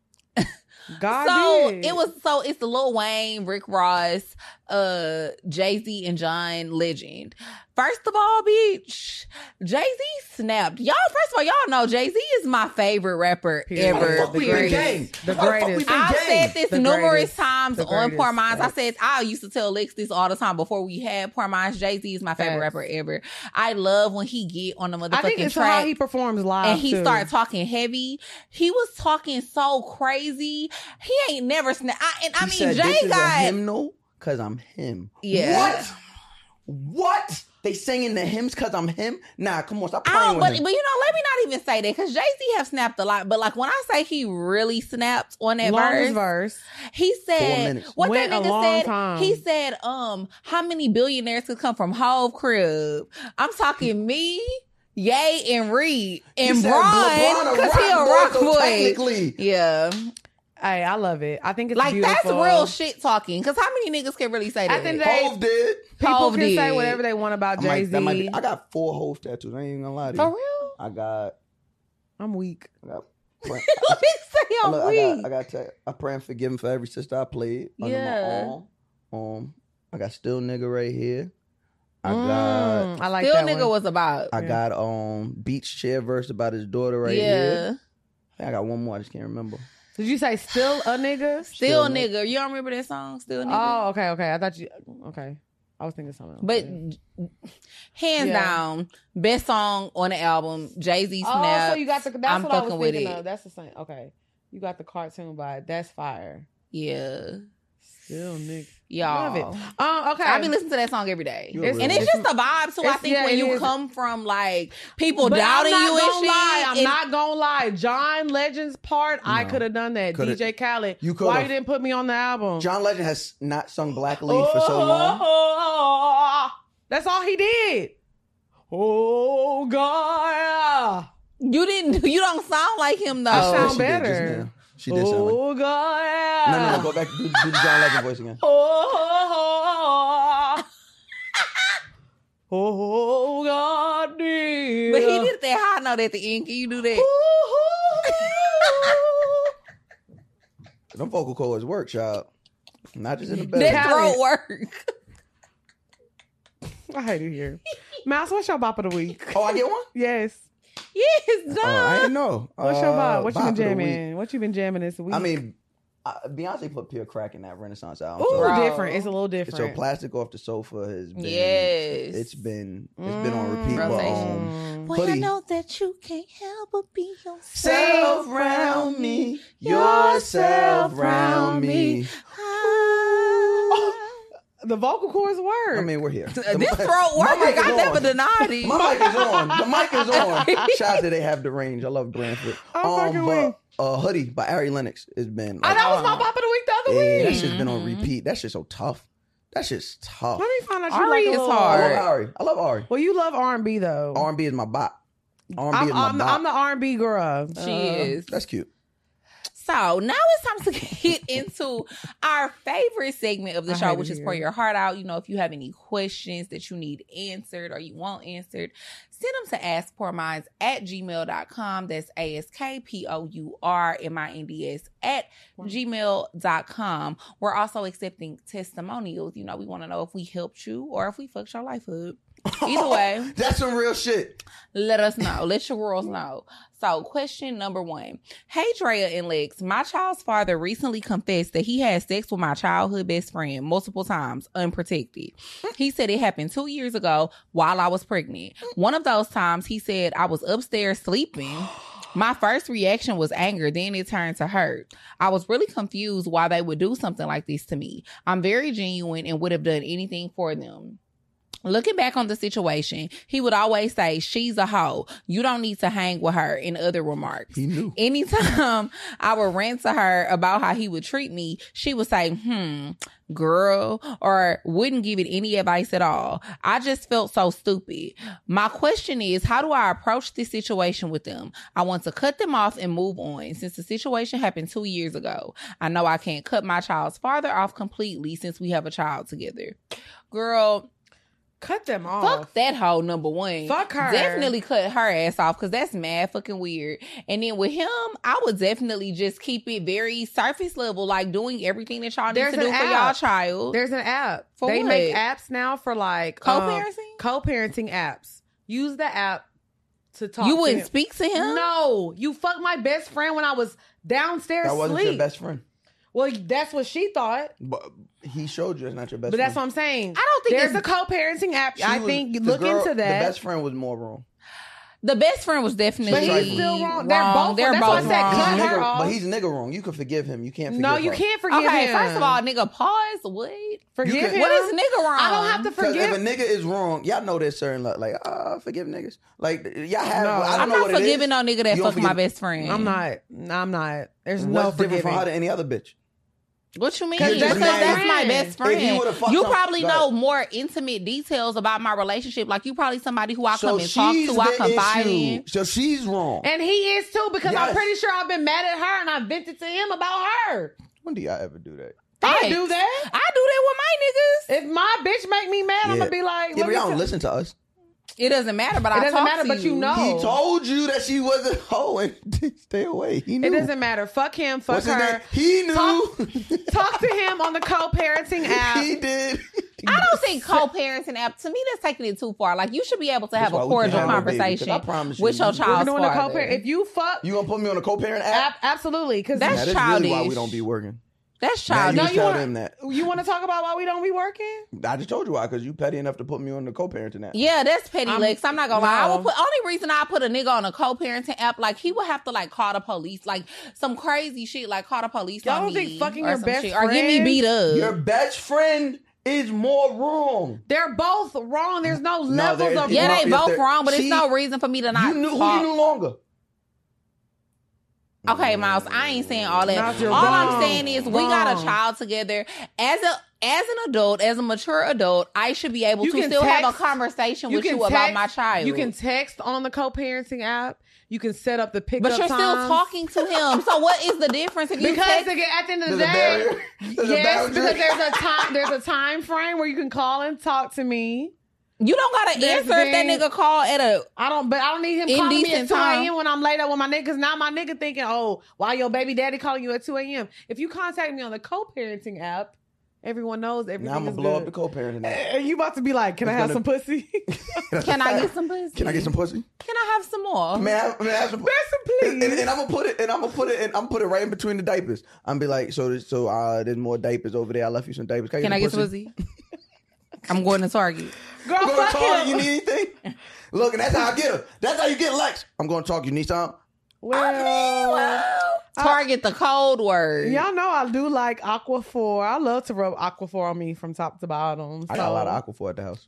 Speaker 1: God
Speaker 2: So
Speaker 1: did.
Speaker 2: it was so it's Lil Wayne, Rick Ross, uh, Jay Z, and John Legend. First of all, bitch, Jay Z snapped. Y'all, first of all, y'all know Jay Z is my favorite rapper
Speaker 1: Period.
Speaker 3: Why the
Speaker 2: ever.
Speaker 3: fuck we been gang?
Speaker 1: The
Speaker 3: Why fuck we
Speaker 1: greatest.
Speaker 3: been
Speaker 2: I've
Speaker 3: gang?
Speaker 2: said this
Speaker 1: The
Speaker 2: numerous
Speaker 1: greatest.
Speaker 2: times
Speaker 1: The
Speaker 2: on Poor
Speaker 1: greatest.
Speaker 2: Minds. I said I used to tell Lex this all the time before we had Poor Minds. Jay Z is my favorite
Speaker 1: Facts.
Speaker 2: rapper ever. I love when he get on the motherfucking
Speaker 1: I think it's
Speaker 2: track
Speaker 1: how he performs live.
Speaker 2: and he
Speaker 1: too.
Speaker 2: started talking heavy. He was talking so crazy. He ain't never snap. I, and I
Speaker 3: He
Speaker 2: mean,
Speaker 3: said, this
Speaker 2: Jay
Speaker 3: is a
Speaker 2: got
Speaker 3: hymnal because I'm him.
Speaker 2: Yeah.
Speaker 3: What? What? They singing the hymns because I'm him? Nah, come on, stop playing
Speaker 2: I don't,
Speaker 3: with
Speaker 2: but,
Speaker 3: him.
Speaker 2: but you know, let me not even say that because Jay Z have snapped a lot. But like when I say he really snapped on that
Speaker 1: longest
Speaker 2: verse,
Speaker 1: verse.
Speaker 2: he said
Speaker 3: minutes.
Speaker 2: what
Speaker 1: Went a
Speaker 2: that nigga
Speaker 1: long
Speaker 2: said.
Speaker 1: time.
Speaker 2: He said, um, how many billionaires could come from Hove Crib? I'm talking me, Yay, and Reed and
Speaker 3: He said,
Speaker 2: Braun
Speaker 3: "LeBron
Speaker 2: because he a rock
Speaker 3: so
Speaker 2: boy.
Speaker 3: Technically,
Speaker 2: Yeah,
Speaker 1: Hey, I love it. I think it's
Speaker 2: like that's
Speaker 1: beautiful.
Speaker 2: real shit talking. Because how many niggas can really say that?
Speaker 1: At the end of the
Speaker 2: [laughs]
Speaker 1: day,
Speaker 3: Hove did.
Speaker 1: People
Speaker 2: Hov
Speaker 1: can say
Speaker 2: did.
Speaker 1: whatever they want about
Speaker 3: I might-
Speaker 1: Jay
Speaker 3: that might be-
Speaker 1: Z.
Speaker 3: I got four Hove tattoos. I ain't even gonna lie to
Speaker 2: For
Speaker 3: you.
Speaker 2: [laughs] real?
Speaker 3: I got
Speaker 1: I'm weak.
Speaker 3: I pray-
Speaker 2: Let me say
Speaker 3: I,
Speaker 2: I'm
Speaker 3: look, I
Speaker 2: weak.
Speaker 3: got, I got to tell you, I pray and forgive him for every sister I played. Under
Speaker 2: Yeah.
Speaker 3: My arm. Um, I got still nigga right here. I got
Speaker 1: Mm, I like
Speaker 2: Still
Speaker 1: that
Speaker 2: nigga
Speaker 1: one.
Speaker 2: was about.
Speaker 3: I
Speaker 1: Yeah.
Speaker 3: got um beach chair verse about his daughter right here.
Speaker 2: yeah.
Speaker 3: I think I got one more. I just can't remember.
Speaker 1: Did you say still a nigga?
Speaker 2: Still
Speaker 3: Still nigga.
Speaker 2: nigga. You don't remember that song? Still nigga.
Speaker 1: Oh, okay, okay. I thought you. Okay, I was thinking something. Else.
Speaker 2: But
Speaker 1: Yeah.
Speaker 2: hands
Speaker 1: Yeah.
Speaker 2: down, best song on the album. Jay Z
Speaker 1: oh,
Speaker 2: Snap.
Speaker 1: so you got the. That's
Speaker 2: I'm
Speaker 1: what I was
Speaker 2: fucking with
Speaker 1: thinking
Speaker 2: it.
Speaker 1: of. That's the same. Okay, you got the cartoon vibe. That's fire.
Speaker 2: yeah,
Speaker 1: Still nigga.
Speaker 2: y'all.
Speaker 1: Love it. Um. Okay.
Speaker 2: I be listening to that song every day.
Speaker 3: You a
Speaker 2: and
Speaker 3: real
Speaker 2: it's just the vibe too. I
Speaker 1: It's-
Speaker 2: think
Speaker 1: yeah,
Speaker 2: when
Speaker 1: it
Speaker 2: you
Speaker 1: is.
Speaker 2: come from like people
Speaker 1: But
Speaker 2: doubting
Speaker 1: I'm not
Speaker 2: you and
Speaker 1: gonna
Speaker 2: shit,
Speaker 1: lie. I'm
Speaker 2: it-
Speaker 1: not gonna lie. John Legend's part, I
Speaker 3: No.
Speaker 1: could have done that.
Speaker 3: Coulda-
Speaker 1: DJ Khaled.
Speaker 3: You
Speaker 1: Why
Speaker 3: coulda.
Speaker 1: you didn't put me on the album?
Speaker 3: John Legend has not sung Black Lead for so
Speaker 2: Oh.
Speaker 3: long.
Speaker 1: long. That's all he did. Oh God.
Speaker 2: you didn't. [laughs] You don't sound like him though.
Speaker 1: I
Speaker 3: That's what
Speaker 1: sound
Speaker 3: she did just
Speaker 1: better.
Speaker 3: now. She did sound like.
Speaker 1: oh God.
Speaker 3: No, no, no. Go back. Do, do the John Legend voice again.
Speaker 1: Oh, [laughs] oh God, dear.
Speaker 2: but he did that high note at the end. Can you do that?
Speaker 3: Them vocal cords work, child. Not [laughs] just in the bed.
Speaker 2: That
Speaker 1: Khaled.
Speaker 2: throat work.
Speaker 1: [laughs] I
Speaker 2: [laughs]
Speaker 1: hate it here. Mouse, what's your bop of the week?
Speaker 3: Oh, I get one.
Speaker 1: Yes.
Speaker 2: yes,
Speaker 3: Oh,
Speaker 2: done.
Speaker 3: I didn't know.
Speaker 1: What's your
Speaker 3: Uh,
Speaker 1: vibe? What you
Speaker 3: bop
Speaker 1: been
Speaker 3: of the
Speaker 1: jamming? What you been jamming this week?
Speaker 3: week. I mean, I, Beyonce put pure crack in that Renaissance album.
Speaker 1: Ooh,
Speaker 3: so
Speaker 2: Bro.
Speaker 1: different. It's a little different.
Speaker 3: So plastic off the sofa has been.
Speaker 2: yes.
Speaker 3: It's been it's been on repeat.
Speaker 1: Mm.
Speaker 3: But,
Speaker 2: Rotation.
Speaker 3: um,
Speaker 1: Mm.
Speaker 2: Boy, I
Speaker 3: hoodie.
Speaker 2: know that you can't help but be yourself
Speaker 3: Self round me, yourself round me.
Speaker 2: Ah.
Speaker 1: [laughs] the vocal cords work.
Speaker 3: I mean, we're here. The
Speaker 2: this
Speaker 3: mi- [laughs]
Speaker 2: throat
Speaker 3: my
Speaker 2: work,
Speaker 3: mic
Speaker 2: I
Speaker 3: is
Speaker 2: never
Speaker 3: on.
Speaker 2: denied it.
Speaker 3: My mic is on. The mic is on. Shout out that they have the range. I love Branford.
Speaker 1: I'm fucking with-
Speaker 3: Um, but, um, uh, hoodie by Ari Lennox has been.
Speaker 1: oh,
Speaker 3: like,
Speaker 1: that was my bop of the week the other
Speaker 3: yeah, that
Speaker 1: week.
Speaker 3: shit's been on
Speaker 2: Mhm.
Speaker 3: repeat. That shit's so tough. That shit's tough.
Speaker 1: Let me find out you
Speaker 2: Ari
Speaker 1: like a
Speaker 2: is
Speaker 1: little-
Speaker 3: I
Speaker 2: hard.
Speaker 3: love Ari. I love Ari.
Speaker 1: Well, you love R&B though.
Speaker 3: R and B is my bop. R and
Speaker 1: I'm,
Speaker 3: B is my
Speaker 1: I'm, the,
Speaker 3: bop.
Speaker 1: I'm the R&B girl. Uh,
Speaker 2: She is.
Speaker 3: That's cute.
Speaker 2: So now it's time to [laughs] get into our favorite segment of the
Speaker 1: I
Speaker 2: show,
Speaker 1: hate
Speaker 2: which
Speaker 1: it
Speaker 2: is
Speaker 1: here.
Speaker 2: Pour Your Heart Out. You know, if you have any questions that you need answered or you want answered, send them to askpourminds at gmail.com. That's A-S-K-P-O-U-R-M-I-N-D-S at gmail.com. We're also accepting testimonials. You know, we want to know if we helped you or if we fucked your life up.
Speaker 1: [laughs]
Speaker 2: Either way.
Speaker 3: [laughs] that's some real shit.
Speaker 2: Let us know. Let your girls know. So, question number one. Hey, Drea and Lex, my child's father recently confessed that he had sex with my childhood best friend multiple times, unprotected. He said it happened two years ago while I was pregnant. One of those times, he said I was upstairs sleeping. My first reaction was anger, then it turned to hurt. I was really confused why they would do something like this to me. I'm very genuine and would have done anything for them. Looking back on the situation, he would always say, She's a hoe. You don't need to hang with her, and other remarks.
Speaker 3: He knew.
Speaker 2: Anytime [laughs] I would rant to her about how he would treat me, she would say, hmm, girl, or wouldn't give it any advice at all. I just felt so stupid. My question is, how do I approach this situation with them? I want to cut them off and move on since the situation happened two years ago. I know I can't cut my child's father off completely since we have a child together. Girl,
Speaker 1: Cut them off.
Speaker 2: fuck that hoe, number one.
Speaker 1: Fuck her.
Speaker 2: Definitely cut her ass off because that's mad fucking weird. And then with him, I would definitely just keep it very surface level, like doing everything that y'all need
Speaker 1: There's
Speaker 2: to do
Speaker 1: an
Speaker 2: for y'all
Speaker 1: app.
Speaker 2: child.
Speaker 1: There's an app.
Speaker 2: For
Speaker 1: they
Speaker 2: what?
Speaker 1: make apps now for like um,
Speaker 2: Co-parenting?
Speaker 1: co-parenting apps. Use the app to talk.
Speaker 2: you
Speaker 1: to
Speaker 2: wouldn't
Speaker 1: him.
Speaker 2: speak to him?
Speaker 1: No, you fucked my best friend when I was downstairs
Speaker 3: That wasn't
Speaker 1: sleep.
Speaker 3: your best friend.
Speaker 1: Well, that's what she thought,
Speaker 3: But he showed you it's not your best.
Speaker 1: but that's what
Speaker 3: friend.
Speaker 1: I'm saying.
Speaker 2: I don't think
Speaker 1: There's a
Speaker 2: it's-
Speaker 1: co-parenting app.
Speaker 3: She
Speaker 1: I
Speaker 3: was-
Speaker 1: think
Speaker 3: the
Speaker 1: look
Speaker 3: girl-
Speaker 1: into that.
Speaker 3: The best friend was more wrong.
Speaker 2: The best friend was definitely
Speaker 1: but
Speaker 3: She's
Speaker 1: he's still wrong.
Speaker 2: wrong.
Speaker 1: They're both.
Speaker 2: They're
Speaker 1: that's
Speaker 2: both
Speaker 1: why I said
Speaker 2: wrong.
Speaker 1: cut
Speaker 3: He's
Speaker 1: her
Speaker 3: nigga-
Speaker 1: off.
Speaker 3: but he's nigga wrong. You can forgive him. You can't. Forgive
Speaker 1: no, you
Speaker 3: her.
Speaker 1: can't forgive
Speaker 2: Okay,
Speaker 1: him.
Speaker 2: first of all, nigga, pause. What?
Speaker 1: forgive
Speaker 3: you can-
Speaker 1: him.
Speaker 2: What is nigga wrong?
Speaker 1: I don't have to
Speaker 3: 'Cause
Speaker 1: forgive.
Speaker 3: if a nigga is wrong, y'all know there's certain like, like uh, forgive niggas. Like y'all have.
Speaker 1: No.
Speaker 3: I don't
Speaker 2: I'm
Speaker 3: know
Speaker 2: not
Speaker 3: what it
Speaker 2: forgiving
Speaker 3: is.
Speaker 2: no nigga that
Speaker 3: You don't
Speaker 2: fucked my
Speaker 3: forgive-
Speaker 2: best friend.
Speaker 1: I'm not. I'm not. There's
Speaker 3: What's
Speaker 1: no
Speaker 3: different from
Speaker 1: forgiving.
Speaker 3: her than any other bitch?
Speaker 2: What you mean?
Speaker 3: Cause
Speaker 2: Because
Speaker 3: that's
Speaker 2: that's,
Speaker 3: my
Speaker 2: my
Speaker 1: friend.
Speaker 2: best
Speaker 3: If you
Speaker 2: friend.
Speaker 3: would've fucked
Speaker 2: You
Speaker 3: some-
Speaker 2: probably
Speaker 3: like-
Speaker 2: know more intimate details about my relationship. Like you probably somebody who I
Speaker 3: so
Speaker 2: come and talk
Speaker 3: she's
Speaker 2: to, I
Speaker 3: the
Speaker 2: confide
Speaker 3: issue.
Speaker 2: in.
Speaker 3: So she's wrong.
Speaker 1: And he is too, because I'm
Speaker 3: Yes.
Speaker 1: pretty sure I've been mad at her and I vented to him about her.
Speaker 3: when do y'all ever do that?
Speaker 1: I
Speaker 2: Thanks.
Speaker 1: do that.
Speaker 2: I do that with my niggas.
Speaker 1: If my bitch make me mad, I'm
Speaker 3: Yeah.
Speaker 1: gonna be like,
Speaker 3: Yeah,
Speaker 1: let
Speaker 3: but
Speaker 1: me
Speaker 3: y'all don't
Speaker 1: tell-
Speaker 3: listen to us.
Speaker 2: It doesn't matter, but
Speaker 1: It
Speaker 2: I
Speaker 1: doesn't
Speaker 2: talk
Speaker 1: matter,
Speaker 2: to
Speaker 1: but you know.
Speaker 3: He told you that she wasn't hoe and [laughs] stay away. He knew.
Speaker 1: It doesn't matter. Fuck him. Fuck
Speaker 3: What's his
Speaker 1: her.
Speaker 3: name? He knew. [laughs]
Speaker 1: Talk-
Speaker 2: [laughs]
Speaker 1: Talk to him on the co-parenting app.
Speaker 3: he did.
Speaker 2: I don't think co-parenting app to me that's taking it too far. Like you should be able to have
Speaker 3: why
Speaker 2: a
Speaker 3: we can't
Speaker 2: cordial
Speaker 3: have no baby, 'cause
Speaker 2: conversation
Speaker 3: I promise you,
Speaker 2: with your
Speaker 3: we're
Speaker 1: We're
Speaker 2: child's
Speaker 1: doing the
Speaker 2: father.
Speaker 1: co-parent. If you fuck,
Speaker 3: You gonna put me on a co-parent
Speaker 1: ab-
Speaker 3: app?
Speaker 1: absolutely. Because
Speaker 2: That's
Speaker 3: Nah, that's really why
Speaker 2: childish.
Speaker 3: we don't be working.
Speaker 2: that's
Speaker 3: Now
Speaker 2: child.
Speaker 3: you
Speaker 1: No,
Speaker 3: just
Speaker 1: you
Speaker 3: tell
Speaker 1: wanna-
Speaker 3: them that.
Speaker 1: you want to talk about why we don't be working?
Speaker 3: I just told you why, because you petty enough to put me on the co-parenting app.
Speaker 2: Yeah, that's petty
Speaker 1: I'm-
Speaker 2: i I'm not gonna lie. I
Speaker 1: No.
Speaker 2: would put only reason I put a nigga on a co-parenting app, like he would have to like call the police, like some crazy shit, like call the police.
Speaker 1: Y'all
Speaker 2: on
Speaker 1: don't think
Speaker 2: me
Speaker 1: fucking
Speaker 2: or
Speaker 1: your
Speaker 2: some
Speaker 1: best
Speaker 2: shit, or get me
Speaker 1: friend-
Speaker 2: beat up.
Speaker 3: Your best friend is more wrong.
Speaker 1: They're both wrong. There's no, levels
Speaker 3: there-
Speaker 1: of
Speaker 2: yeah,
Speaker 3: No,
Speaker 2: they
Speaker 3: if
Speaker 2: both
Speaker 3: they're-
Speaker 2: wrong, but
Speaker 3: she-
Speaker 2: it's no reason for me to not.
Speaker 3: you knew
Speaker 2: talk.
Speaker 3: who you knew longer.
Speaker 2: Okay, Miles, I ain't saying all that.
Speaker 1: Not your
Speaker 2: All I'm
Speaker 1: wrong.
Speaker 2: saying is we got
Speaker 1: Wrong.
Speaker 2: a child together as a as an adult, as a mature adult, I should be able
Speaker 1: You
Speaker 2: to
Speaker 1: can
Speaker 2: still have a
Speaker 1: text-
Speaker 2: conversation
Speaker 1: you
Speaker 2: with you
Speaker 1: can
Speaker 2: about
Speaker 1: text-
Speaker 2: my child.
Speaker 1: You can text on the co-parenting app. You can set up the pickup.
Speaker 2: but you're still
Speaker 1: times.
Speaker 2: talking to him. So what is the difference if you
Speaker 1: because
Speaker 2: text?
Speaker 1: again, at the end of the
Speaker 3: There's a
Speaker 1: day,
Speaker 3: barrier. [laughs] There's a
Speaker 1: yes,
Speaker 3: boundary.
Speaker 1: because there's a time there's a time frame where you can call and talk to me.
Speaker 2: You don't gotta
Speaker 1: There's
Speaker 2: answer if that
Speaker 1: been-
Speaker 2: nigga call at a
Speaker 1: I don't, but I don't need him calling me at
Speaker 2: Indecent
Speaker 1: two
Speaker 2: time.
Speaker 1: a.m. when I'm laid up with my niggas. Now my nigga thinking, oh, why your baby daddy calling you at two a.m. If you contact me on the co-parenting app, everyone knows everything.
Speaker 3: Now I'm
Speaker 1: is
Speaker 3: gonna blow up
Speaker 1: good.
Speaker 3: the co-parenting app.
Speaker 1: Eh, you about to be like, can I
Speaker 3: It's
Speaker 1: have
Speaker 3: gonna-
Speaker 1: some pussy?
Speaker 2: [laughs]
Speaker 3: [laughs]
Speaker 1: [laughs]
Speaker 2: Can I get some pussy?
Speaker 3: Can I get some pussy?
Speaker 2: Can I have some more?
Speaker 3: Man, I, man, I have some pussy.
Speaker 1: Bessie,
Speaker 3: And, and,
Speaker 1: please.
Speaker 3: and I'm gonna put it, and I'm gonna put it, and I'm gonna put it right in between the diapers. I'm be like, so, there's- so, uh, there's more diapers over there. I left you some diapers.
Speaker 2: Can I get some pussy? I'm going to Target.
Speaker 1: Girl,
Speaker 3: I'm going
Speaker 1: fuck
Speaker 3: to Target.
Speaker 1: him.
Speaker 3: You need anything?
Speaker 2: [laughs]
Speaker 3: Look, and that's how I get her. That's how you get Lex. I'm going to Target. You need something?
Speaker 1: well,
Speaker 2: Target the code word.
Speaker 1: y'all know I do like Aquaphor. I love to rub Aquaphor on me from top to bottom.
Speaker 3: I got a
Speaker 1: so-
Speaker 3: lot of Aquaphor at the house.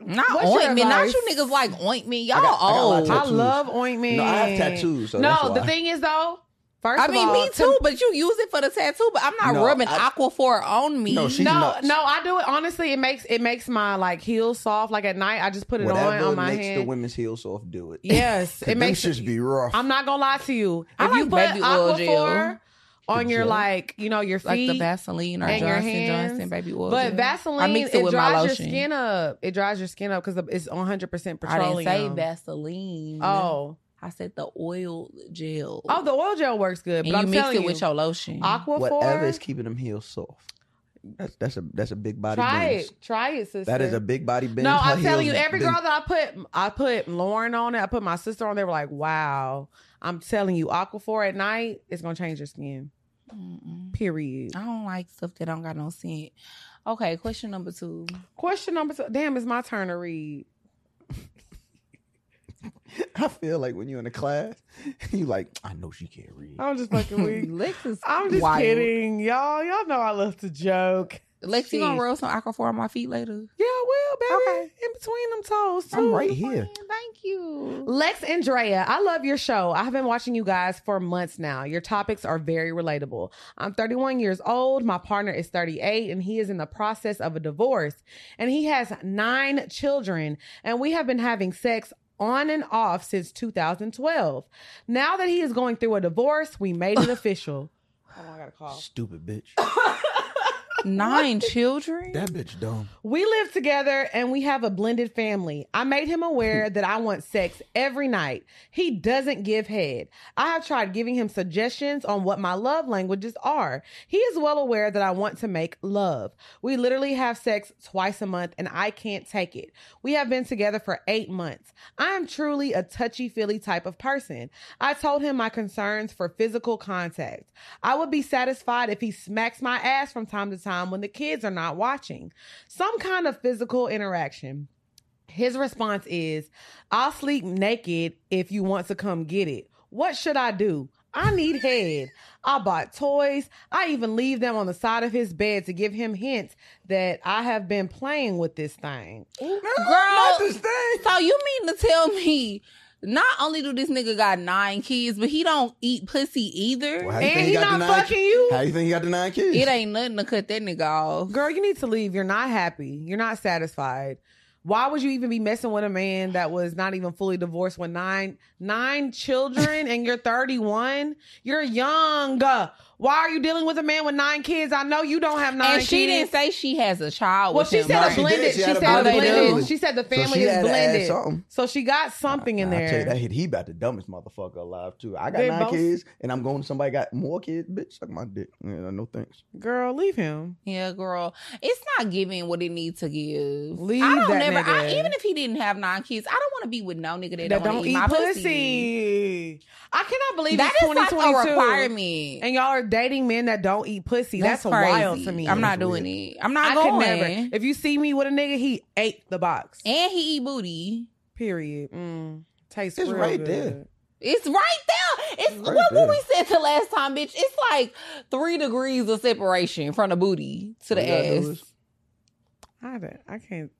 Speaker 2: Not
Speaker 1: What's your
Speaker 2: ointment. Not
Speaker 1: advice?
Speaker 2: you niggas like ointment. Y'all
Speaker 3: I got- I got a lot
Speaker 2: old.
Speaker 3: of
Speaker 1: I
Speaker 3: tattoos.
Speaker 1: love ointment.
Speaker 3: No, I have tattoos, so
Speaker 1: no,
Speaker 3: that's
Speaker 1: the
Speaker 3: why.
Speaker 1: thing is though, first
Speaker 2: I
Speaker 1: of
Speaker 2: mean,
Speaker 1: all,
Speaker 2: me
Speaker 1: to-
Speaker 2: too, but you use it for the tattoo, but I'm not
Speaker 3: No,
Speaker 2: rubbing
Speaker 3: I-
Speaker 2: Aquaphor on me.
Speaker 3: No, she's
Speaker 1: no,
Speaker 3: nuts.
Speaker 1: no, I do it honestly. It makes it makes my like heels soft. Like at night, I just put it
Speaker 3: Whatever
Speaker 1: on on my
Speaker 3: makes the
Speaker 1: hand.
Speaker 3: women's heels off, do it.
Speaker 1: [laughs]
Speaker 3: [laughs]
Speaker 1: yes, it
Speaker 3: Them
Speaker 1: makes.
Speaker 3: shits be rough.
Speaker 1: I'm not gonna lie to you.
Speaker 2: I
Speaker 1: if you
Speaker 2: like
Speaker 1: put
Speaker 2: baby oil gel.
Speaker 1: Aquaphor on
Speaker 3: The
Speaker 1: your
Speaker 3: gel?
Speaker 1: like, you know, your feet,
Speaker 2: like the Vaseline or
Speaker 1: and your
Speaker 2: Johnson
Speaker 1: hands,
Speaker 2: Johnson baby oil.
Speaker 1: but
Speaker 2: gel.
Speaker 1: Vaseline,
Speaker 2: I mix it
Speaker 1: it,
Speaker 2: with my
Speaker 1: dries your
Speaker 2: lotion.
Speaker 1: skin up. It dries your skin up because it's 100 percent
Speaker 2: I didn't
Speaker 1: petroleum.
Speaker 2: say Vaseline.
Speaker 1: Oh,
Speaker 2: I said the oil gel.
Speaker 1: oh, the oil gel works good,
Speaker 2: and
Speaker 1: but
Speaker 2: you
Speaker 1: I'm
Speaker 2: mix
Speaker 1: telling
Speaker 2: it
Speaker 1: you,
Speaker 2: with your lotion.
Speaker 3: Whatever is
Speaker 1: Aquaphor.
Speaker 3: keeping them heels soft. That's that's a that's a big body.
Speaker 1: Try
Speaker 3: bend.
Speaker 1: it, try it, sister.
Speaker 3: That is a big body bend.
Speaker 1: No,
Speaker 3: Her
Speaker 1: I'm telling you,
Speaker 3: heels
Speaker 1: every
Speaker 3: been-
Speaker 1: girl that I put, I put Lauren on it. I put my sister on. They were like, "Wow." I'm telling you, Aquaphor at night is gonna change your skin.
Speaker 2: Mm-mm.
Speaker 1: Period.
Speaker 2: I don't like stuff that don't got no scent. Okay, question number two.
Speaker 1: Question number two. Damn, it's my turn to read.
Speaker 3: [laughs] I feel like when you're in a class, [laughs] you like I know she can't read.
Speaker 1: I'm just fucking [laughs] weak.
Speaker 2: [laughs] Lex is
Speaker 1: I'm just
Speaker 2: wild.
Speaker 1: kidding, y'all. Y'all know I love to joke.
Speaker 2: Lex, you gonna
Speaker 1: Jeez.
Speaker 2: rub some Aquaphor on my feet later?
Speaker 1: Yeah, I will, baby.
Speaker 2: Okay.
Speaker 1: In between them toes, too.
Speaker 3: I'm right here.
Speaker 2: Thank you.
Speaker 1: [laughs] Lex and Drea, I love your show. I have been watching you guys for months now. Your topics are very relatable. I'm 31 years old. My partner is 38, and he is in the process of a divorce. And he has nine children, and we have been having sex on and off since 2012. Now that he is going through a divorce, we made [laughs] it official. Oh, I got a call. [coughs]
Speaker 3: Stupid bitch.
Speaker 2: Nine children.
Speaker 3: That bitch
Speaker 1: [coughs]
Speaker 3: dumb.
Speaker 1: We live together and we have a blended family. I made him aware that I want sex every night. He doesn't give head. I have tried giving him suggestions on what my love languages are. He is well aware that I want to make love. We literally have sex twice a month and I can't take it. We have been together for eight months. I am truly a touchy feely type of person. I told him my concerns for physical contact. I would be satisfied if he smacks my ass from time to time when the kids are not watching some kind of physical interaction. His response is, I'll sleep naked if you want to come get it. What should I do? I need head. I bought toys. I even leave them on the side of his bed to give him hints that I have been playing with this thing.
Speaker 3: Not this thing.
Speaker 2: So you mean to tell me not only do this nigga got nine kids, but he don't eat pussy either?
Speaker 3: Well, how you think
Speaker 1: And he
Speaker 3: he got
Speaker 1: not
Speaker 3: denied-
Speaker 1: fucking you.
Speaker 3: How you think he got the nine kids?
Speaker 2: It ain't nothing to cut that nigga off.
Speaker 1: Girl, you need to leave. You're not happy. You're not satisfied. Why would you even be messing with a man that was not even fully divorced with nine nine children and you're 31? You're young. Why are you dealing with a man with nine kids? I know you don't have nine
Speaker 2: and she
Speaker 1: kids.
Speaker 2: didn't say she has a child.
Speaker 1: well,
Speaker 2: with
Speaker 1: she
Speaker 2: him,
Speaker 1: said
Speaker 3: No,
Speaker 1: a
Speaker 2: right?
Speaker 3: she
Speaker 1: blended.
Speaker 3: did.
Speaker 1: She,
Speaker 3: She had
Speaker 1: said
Speaker 3: a
Speaker 1: a
Speaker 2: blended
Speaker 1: blended.
Speaker 2: family.
Speaker 1: She said the
Speaker 3: So
Speaker 1: family
Speaker 3: she
Speaker 1: is
Speaker 3: had to add
Speaker 1: blended.
Speaker 3: something.
Speaker 1: So she got something in
Speaker 3: I Oh, tell you, that
Speaker 1: there.
Speaker 3: hit he about the dumbest motherfucker alive too. I got
Speaker 1: They
Speaker 3: nine
Speaker 1: both-
Speaker 3: kids, and I'm going to somebody got more kids. Bitch, suck my dick. Yeah, no thanks.
Speaker 1: Girl, leave him.
Speaker 2: Yeah, girl, it's not giving what it needs to give.
Speaker 1: Leave
Speaker 2: I don't
Speaker 1: that
Speaker 2: never. I,
Speaker 1: nigga.
Speaker 2: even if he didn't have nine kids, I don't want to be with no nigga that,
Speaker 1: That
Speaker 2: don't,
Speaker 1: don't
Speaker 2: eat,
Speaker 1: eat
Speaker 2: my
Speaker 1: pussy.
Speaker 2: pussy.
Speaker 1: I cannot believe
Speaker 2: That
Speaker 1: it's
Speaker 2: is like
Speaker 1: 2022.
Speaker 2: a requirement.
Speaker 1: And y'all are dating men that don't eat pussy. That's, wild to me.
Speaker 2: I'm not
Speaker 3: That's
Speaker 2: doing it. I'm not
Speaker 1: I could
Speaker 2: going.
Speaker 1: never. If you see me with a nigga, he ate the box.
Speaker 2: and he eat booty.
Speaker 1: Period. Mm. Tastes
Speaker 3: It's
Speaker 1: real
Speaker 3: right
Speaker 1: good.
Speaker 3: there.
Speaker 2: It's right there. It's
Speaker 3: Right
Speaker 2: what, what
Speaker 3: there.
Speaker 2: we said the last time, bitch. It's like three degrees of separation from the booty to the
Speaker 3: All you gotta do
Speaker 2: ass.
Speaker 3: is-
Speaker 1: I, don't- I can't.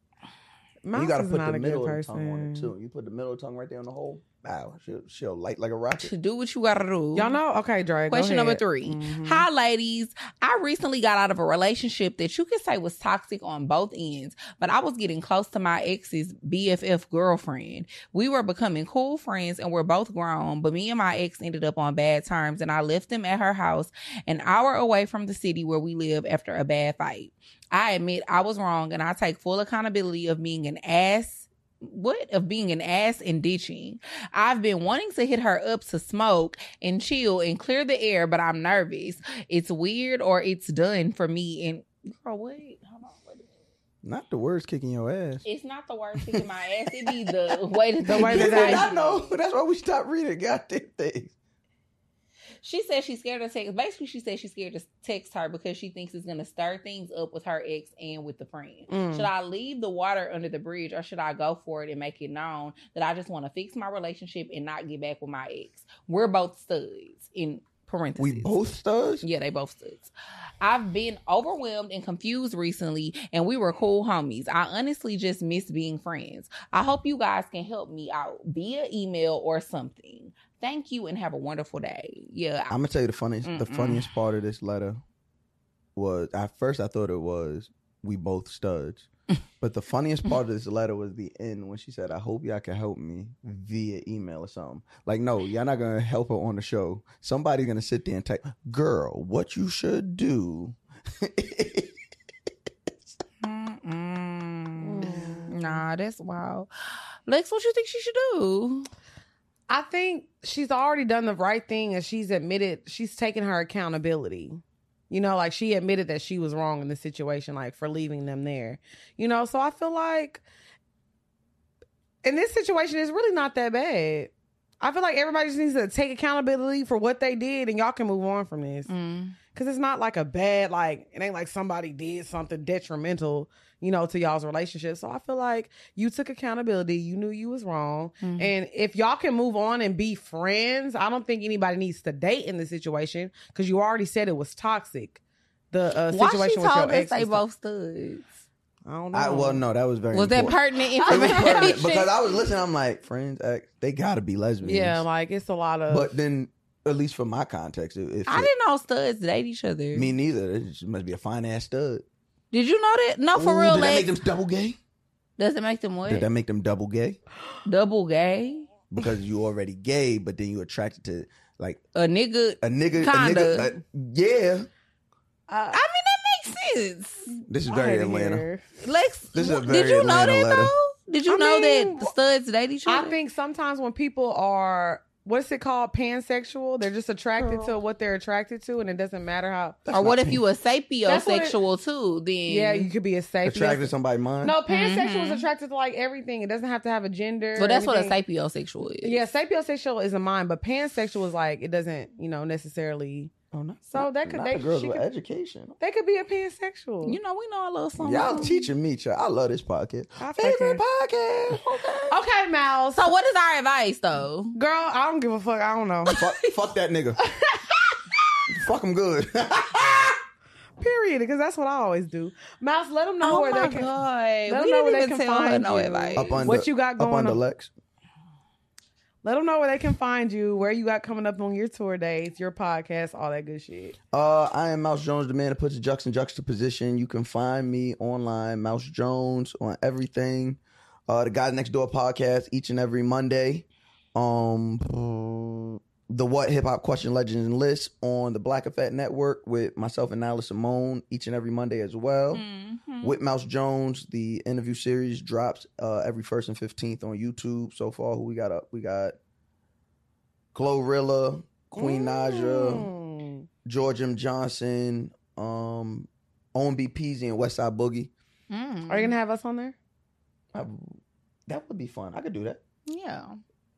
Speaker 3: You
Speaker 1: Mouse
Speaker 3: gotta
Speaker 1: is
Speaker 3: put
Speaker 1: not
Speaker 3: the
Speaker 1: a good
Speaker 3: middle of the tongue on
Speaker 1: person.
Speaker 3: it too. You put the middle tongue right there on the hole. Wow, she'll, she'll light like a rocket.
Speaker 2: To do what you gotta do.
Speaker 1: Y'all know? Okay, Dre. go
Speaker 2: Question
Speaker 1: ahead.
Speaker 2: number 3
Speaker 1: Mhm.
Speaker 2: Hi, ladies. I recently got out of a relationship that you could say was toxic on both ends, but I was getting close to my ex's BFF girlfriend. We were becoming cool friends and we're both grown, but me and my ex ended up on bad terms, and I left him at her house an hour away from the city where we live after a bad fight. I admit I was wrong, and I take full accountability of being an ass. What of being an ass and ditching? I've been wanting to hit her up to smoke and chill and clear the air, but I'm nervous. It's weird or it's done for me. And girl, what? Hold on. wait a minute.
Speaker 3: Not the words kicking your ass.
Speaker 2: It's not the word kicking my ass. It be [laughs] the way that
Speaker 3: [laughs]
Speaker 1: The way that
Speaker 2: they do it.
Speaker 1: I-
Speaker 3: I know. [laughs] That's why we stopped reading goddamn things.
Speaker 2: She said she's scared to text. Basically, she said she's scared to text her because she thinks it's gonna stir things up with her ex and with the friend.
Speaker 1: Mm.
Speaker 2: Should I leave the water under the bridge or should I go for it and make it known that I just want to fix my relationship and not get back with my ex? We're both studs in parentheses.
Speaker 3: We both studs.
Speaker 2: Yeah, they both studs. I've been overwhelmed and confused recently, and we were cool homies. I honestly just miss being friends. I hope you guys can help me out via email or something. Thank you and have a wonderful day. Yeah.
Speaker 3: I'm gonna tell you the funniest. The
Speaker 2: Mm-mm.
Speaker 3: funniest part of this letter was at first I thought it was we both
Speaker 2: [laughs]
Speaker 3: studs, but the funniest part of this letter was the end when she said, "I hope y'all can help me via email or something." Like, no, y'all not gonna help her on the show. Somebody's gonna sit there and type, "Girl, what you should do." [laughs]
Speaker 2: Mm-mm. Nah, that's wild. Lex, what you think she should do?
Speaker 1: I think she's already done the right thing and she's admitted she's taken her accountability. You know, like she admitted that she was wrong in the situation, like for leaving them there. You know, so I feel like in this situation, it's really not that bad. I feel like everybody just needs to take accountability for what they did and y'all can move on from this.
Speaker 2: Mm.
Speaker 1: Cause it's not like a bad, like, it ain't like somebody did something detrimental, you know, to y'all's relationship. So I feel like you took accountability, you knew you was wrong.
Speaker 2: Mm-hmm.
Speaker 1: And if y'all can move on and be friends, I don't think anybody needs to date in this situation because you already said it was toxic. The uh,
Speaker 2: Why
Speaker 1: situation
Speaker 2: she
Speaker 1: with
Speaker 2: told
Speaker 1: your
Speaker 2: us
Speaker 1: ex.
Speaker 2: they
Speaker 1: was-
Speaker 2: both studs?
Speaker 1: I don't know.
Speaker 3: I well, no, that was very
Speaker 2: Was that
Speaker 3: important.
Speaker 2: pertinent
Speaker 3: It was
Speaker 2: information?
Speaker 3: pertinent because I was listening. I'm like, friends, act, they gotta be lesbians.
Speaker 1: Yeah, like it's a lot of.
Speaker 3: but then at least for my context, if, if
Speaker 2: [laughs] I
Speaker 3: it-
Speaker 2: didn't know studs date each other.
Speaker 3: me neither, it just must be a fine ass stud.
Speaker 2: Did you know that?
Speaker 1: Oh,
Speaker 2: No, for
Speaker 3: Ooh,
Speaker 2: real,
Speaker 3: Did that make
Speaker 2: Lex.
Speaker 3: them double gay?
Speaker 2: Does it make them what?
Speaker 3: Did that make them double gay?
Speaker 2: Double gay?
Speaker 3: Because you already gay, but then you attracted to like
Speaker 2: A nigga?
Speaker 3: a nigga. A
Speaker 2: Kinda.
Speaker 3: nigga a- yeah,
Speaker 1: uh,
Speaker 2: I mean, that makes sense.
Speaker 3: this is
Speaker 1: I
Speaker 3: very
Speaker 1: hate to
Speaker 3: Atlanta.
Speaker 1: hear.
Speaker 2: Lex,
Speaker 3: This is a
Speaker 2: wh-
Speaker 3: very
Speaker 2: did you know
Speaker 3: Atlanta
Speaker 2: that
Speaker 3: letter.
Speaker 2: though? Did you
Speaker 1: I
Speaker 2: know
Speaker 1: mean,
Speaker 2: that the studs date each
Speaker 1: I
Speaker 2: other?
Speaker 1: think sometimes when people are what's it called pansexual, they're just attracted to what they're attracted to, and it doesn't matter how.
Speaker 3: That's
Speaker 2: Or what
Speaker 3: not
Speaker 2: if you a
Speaker 1: That's what it-
Speaker 2: sapiosexual too? Then
Speaker 1: Yeah, you could be a safe.
Speaker 3: attracted to somebody's mind?
Speaker 1: No, pansexual is
Speaker 2: Mhm.
Speaker 1: attracted to like everything. It doesn't have to have a gender.
Speaker 2: Well,
Speaker 1: or
Speaker 2: that's what a
Speaker 1: anything.
Speaker 2: sapiosexual is.
Speaker 1: Yeah, sapiosexual is a mind, but pansexual is like it doesn't, you know, necessarily.
Speaker 3: Oh, not,
Speaker 1: So that could-
Speaker 3: not
Speaker 1: they-
Speaker 3: the girls
Speaker 1: she
Speaker 3: with
Speaker 1: could-
Speaker 3: education.
Speaker 1: They could be a pansexual.
Speaker 2: You know, we know a little something.
Speaker 3: Y'all teaching me, child. I love this podcast.
Speaker 1: Oh, I
Speaker 3: Favorite
Speaker 1: fucking-
Speaker 3: podcast.
Speaker 1: [laughs] okay, Mal.
Speaker 2: So
Speaker 1: So,
Speaker 2: what is our advice though?
Speaker 1: girl, I don't give a fuck. I don't
Speaker 2: [laughs]
Speaker 1: know.
Speaker 3: fuck, fuck
Speaker 1: [laughs]
Speaker 3: that nigga. fuck him good. [laughs]
Speaker 1: Period. Because that's what I always do. Mouse, let them know
Speaker 2: oh
Speaker 1: where
Speaker 2: my
Speaker 1: they can.
Speaker 2: god,
Speaker 1: Let
Speaker 2: we
Speaker 1: them know where
Speaker 2: didn't
Speaker 1: they
Speaker 2: even
Speaker 1: can
Speaker 2: tell her
Speaker 1: find
Speaker 2: no
Speaker 1: you.
Speaker 2: advice.
Speaker 3: up under,
Speaker 1: What you got
Speaker 3: up
Speaker 1: going
Speaker 3: under
Speaker 1: on?
Speaker 3: Lex?
Speaker 1: Let them know where they can find you, where you got coming up on your tour dates, your podcast, all that good shit.
Speaker 3: Uh, I am Mouse Jones, the man that puts the jux in juxtaposition. You can find me online, Mouse Jones, on everything. Uh, the Guys Next Door podcast each and every Monday. Um, the What Hip Hop Question Legends and List on the Black Effect Network with myself and Nyla Simone each and every Monday as well.
Speaker 2: Mhm.
Speaker 3: With Mouse Jones, the interview series drops uh, every first and fifteenth on YouTube. So far, who we got up? We got Glorilla, Queen Naja,
Speaker 1: Mm.
Speaker 3: George M. Johnson, um, Own B. Peasy, and Westside Boogie.
Speaker 2: Mm.
Speaker 1: Are you gonna have us on there?
Speaker 3: I, that would be fun. I could do that.
Speaker 2: Mm-hmm. Yeah.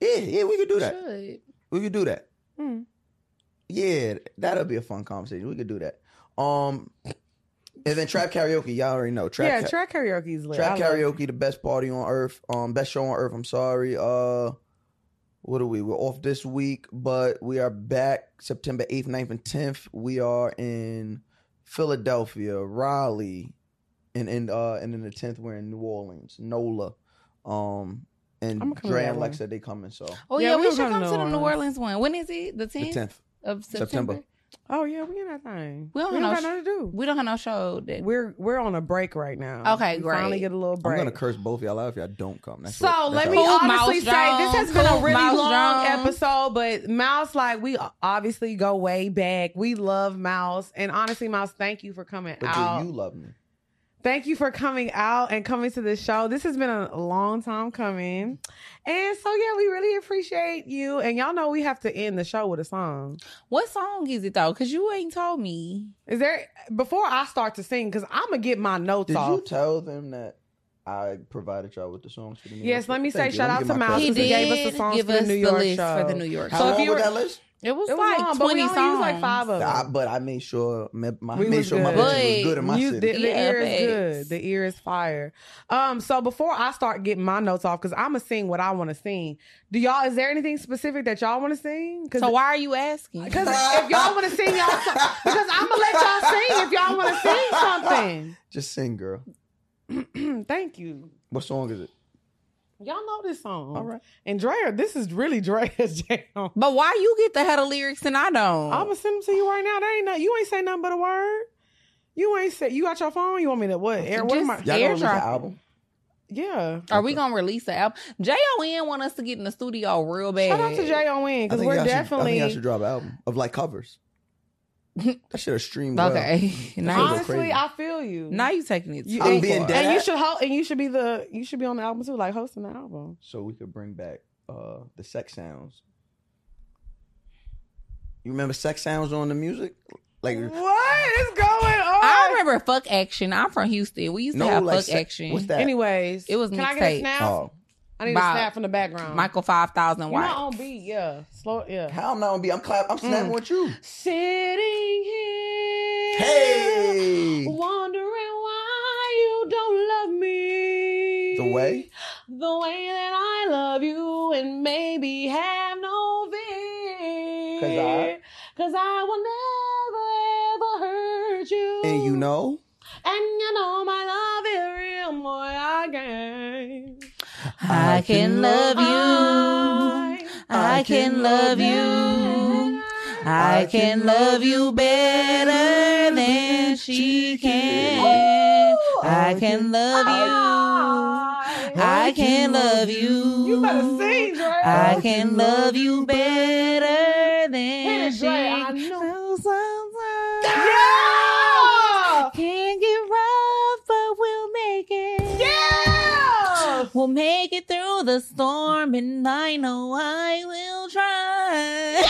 Speaker 3: Yeah, yeah, we could do that.
Speaker 2: Should.
Speaker 3: We could do that.
Speaker 1: Mm.
Speaker 3: Yeah, that'll be a fun conversation. We could do that. Um, and then trap karaoke. Y'all already know trap.
Speaker 1: yeah,
Speaker 3: Ka-
Speaker 1: track karaoke's lit.
Speaker 3: Trap
Speaker 1: I love-
Speaker 3: karaoke, the best party on earth, um, best show on earth. I'm sorry. Uh, what are we? We're off this week, but we are back September 8th, 9th, and 10th. We are in Philadelphia, Raleigh, and and uh, and then the 10th we're in New Orleans, NOLA, um,
Speaker 1: I'ma
Speaker 3: and
Speaker 1: come to
Speaker 3: Dre
Speaker 1: that
Speaker 3: and
Speaker 1: one.
Speaker 3: Lex said they coming. So
Speaker 2: Oh
Speaker 1: Yeah,
Speaker 2: yeah,
Speaker 1: we
Speaker 2: we,
Speaker 1: gonna
Speaker 2: should
Speaker 1: go
Speaker 2: come to the New Orleans one. When is it? The
Speaker 3: the
Speaker 2: 10th
Speaker 3: 10th.
Speaker 2: of September?
Speaker 3: September.
Speaker 1: Oh yeah, we in that thing.
Speaker 2: We don't
Speaker 1: we
Speaker 2: know
Speaker 1: don't got
Speaker 2: sh-
Speaker 1: nothing to do.
Speaker 2: We don't have no show that
Speaker 1: We're we're on a break right now.
Speaker 2: Okay,
Speaker 1: we Finally
Speaker 2: great.
Speaker 1: get a little
Speaker 3: I'm
Speaker 1: break.
Speaker 3: gonna curse both y'all out if y'all don't come. That's
Speaker 1: so
Speaker 3: what- that's
Speaker 1: let
Speaker 3: how-
Speaker 1: me
Speaker 2: Cool
Speaker 1: honestly
Speaker 2: Mouse
Speaker 1: say this has been a
Speaker 2: Jones.
Speaker 1: really
Speaker 2: Mouse
Speaker 1: long
Speaker 2: Jones.
Speaker 1: episode, but Mouse, like we obviously go way back. We love Mouse, and honestly, Mouse, thank you for coming
Speaker 3: But
Speaker 1: out.
Speaker 3: do you love me?
Speaker 1: Thank you for coming out and coming to the show. This has been a long time coming. And so, yeah, we really appreciate you. And y'all know we have to end the show with a song.
Speaker 2: What song is it though? Cause you ain't told me.
Speaker 1: Is there, before I start to sing, because I'm going to get my notes
Speaker 3: Did
Speaker 1: off.
Speaker 3: you tell them that I provided y'all with the songs for the New
Speaker 1: Yes,
Speaker 3: York
Speaker 1: let me
Speaker 3: show? Thank
Speaker 1: say shout
Speaker 3: you. Let me
Speaker 1: out
Speaker 3: get
Speaker 1: to
Speaker 3: my
Speaker 1: Miles.
Speaker 2: He
Speaker 3: props
Speaker 1: He
Speaker 3: in.
Speaker 2: did
Speaker 1: gave us the songs
Speaker 2: give
Speaker 1: for the
Speaker 2: us
Speaker 1: New
Speaker 2: the
Speaker 1: York
Speaker 2: list
Speaker 1: show.
Speaker 2: for the New York
Speaker 3: How
Speaker 1: So
Speaker 2: show.
Speaker 1: if
Speaker 3: long
Speaker 1: you
Speaker 3: was
Speaker 1: were-
Speaker 3: that list?
Speaker 2: it was,
Speaker 1: It was
Speaker 2: like
Speaker 1: long, but we
Speaker 2: 20
Speaker 1: only
Speaker 2: songs.
Speaker 1: used like five of
Speaker 3: I,
Speaker 1: them.
Speaker 3: but I made sure my, my
Speaker 1: We
Speaker 3: made
Speaker 1: was
Speaker 3: sure my
Speaker 1: good.
Speaker 3: bitches was
Speaker 2: But
Speaker 3: good in my
Speaker 1: You-
Speaker 3: city.
Speaker 1: The, the
Speaker 2: Yeah,
Speaker 1: ear is good.
Speaker 2: facts.
Speaker 1: The ear is fire. Um, so before I start getting my notes off, because I'm gonna sing what I want to sing. Do y'all? Is there anything specific that y'all want to sing? Because [laughs]
Speaker 2: So why are you asking?
Speaker 1: Because if y'all want to sing y'all, so- because I'm gonna let y'all sing if y'all want to
Speaker 3: Just sing, girl.
Speaker 1: sing something. [clears throat] Thank you.
Speaker 3: What song is it?
Speaker 1: Y'all know this song,
Speaker 3: All right.
Speaker 1: And Drea, this is really Drea's [laughs] jam. I'm
Speaker 2: But why you get the head of lyrics and I don't?
Speaker 1: gonna send them to you right now. They ain't not, you ain't say nothing but a word. You ain't say you got your phone. You want me to what? Air, what am I?
Speaker 2: Just-
Speaker 3: Y'all gonna release the
Speaker 2: Airdrop.
Speaker 3: album?
Speaker 1: Yeah.
Speaker 2: Are we gonna release the album? Jon want us to get in the studio real bad.
Speaker 1: Shout out to J.O.N.
Speaker 3: I
Speaker 1: because
Speaker 3: think
Speaker 1: we're
Speaker 3: y'all
Speaker 1: definitely.
Speaker 3: Should, I think y'all should drop an album of
Speaker 1: [laughs]
Speaker 3: like covers. that should have streamed. well.
Speaker 2: Okay, [laughs]
Speaker 3: should
Speaker 2: now,
Speaker 3: go
Speaker 1: honestly,
Speaker 3: crazy.
Speaker 1: I feel you.
Speaker 2: you, now you taking it.
Speaker 1: You-
Speaker 2: too
Speaker 1: I'm
Speaker 3: being
Speaker 2: far.
Speaker 3: dead.
Speaker 1: and you
Speaker 3: that-
Speaker 1: should ho- and you should be the you should be on the album too, like hosting the album.
Speaker 3: So we could bring back uh, the sex sounds. You remember sex sounds on the music? Like
Speaker 1: What is going on?
Speaker 2: I remember fuck action. I'm from Houston. We used to
Speaker 3: no,
Speaker 2: have
Speaker 3: like
Speaker 2: fuck
Speaker 3: se-
Speaker 2: action.
Speaker 3: What's that?
Speaker 1: Anyways,
Speaker 2: It was
Speaker 1: Can I get a
Speaker 2: mixtape.
Speaker 1: snap?
Speaker 3: Oh,
Speaker 1: I need
Speaker 2: by
Speaker 1: a snap from the background.
Speaker 2: Michael Five Thousand
Speaker 1: you not
Speaker 2: White.
Speaker 1: on beat, yeah. Slow, yeah.
Speaker 3: how I'm not gonna be? I'm clap. I'm snapping
Speaker 2: Mm.
Speaker 3: with you.
Speaker 1: Sitting here,
Speaker 3: Hey,
Speaker 1: wondering why you don't love me
Speaker 3: the way.
Speaker 1: the way that I love you, and maybe have no fear,
Speaker 3: 'Cause I-
Speaker 1: 'Cause I will never ever hurt you,
Speaker 3: And you know,
Speaker 1: and you know my love is real, boy. I can.
Speaker 2: I can love you.
Speaker 1: I-
Speaker 2: I can love you. I can love you better than she can. I can love you. I can love you. [laughs]
Speaker 1: You better sing, Dre.
Speaker 2: I can love you better than
Speaker 1: Hit it,
Speaker 2: she
Speaker 1: Dre. I
Speaker 2: can.
Speaker 1: know.
Speaker 2: Sometimes
Speaker 1: Yeah!
Speaker 2: can get rough, but we'll make it.
Speaker 1: Yeah!
Speaker 2: We'll make it through the storm, and I know I will [laughs] try.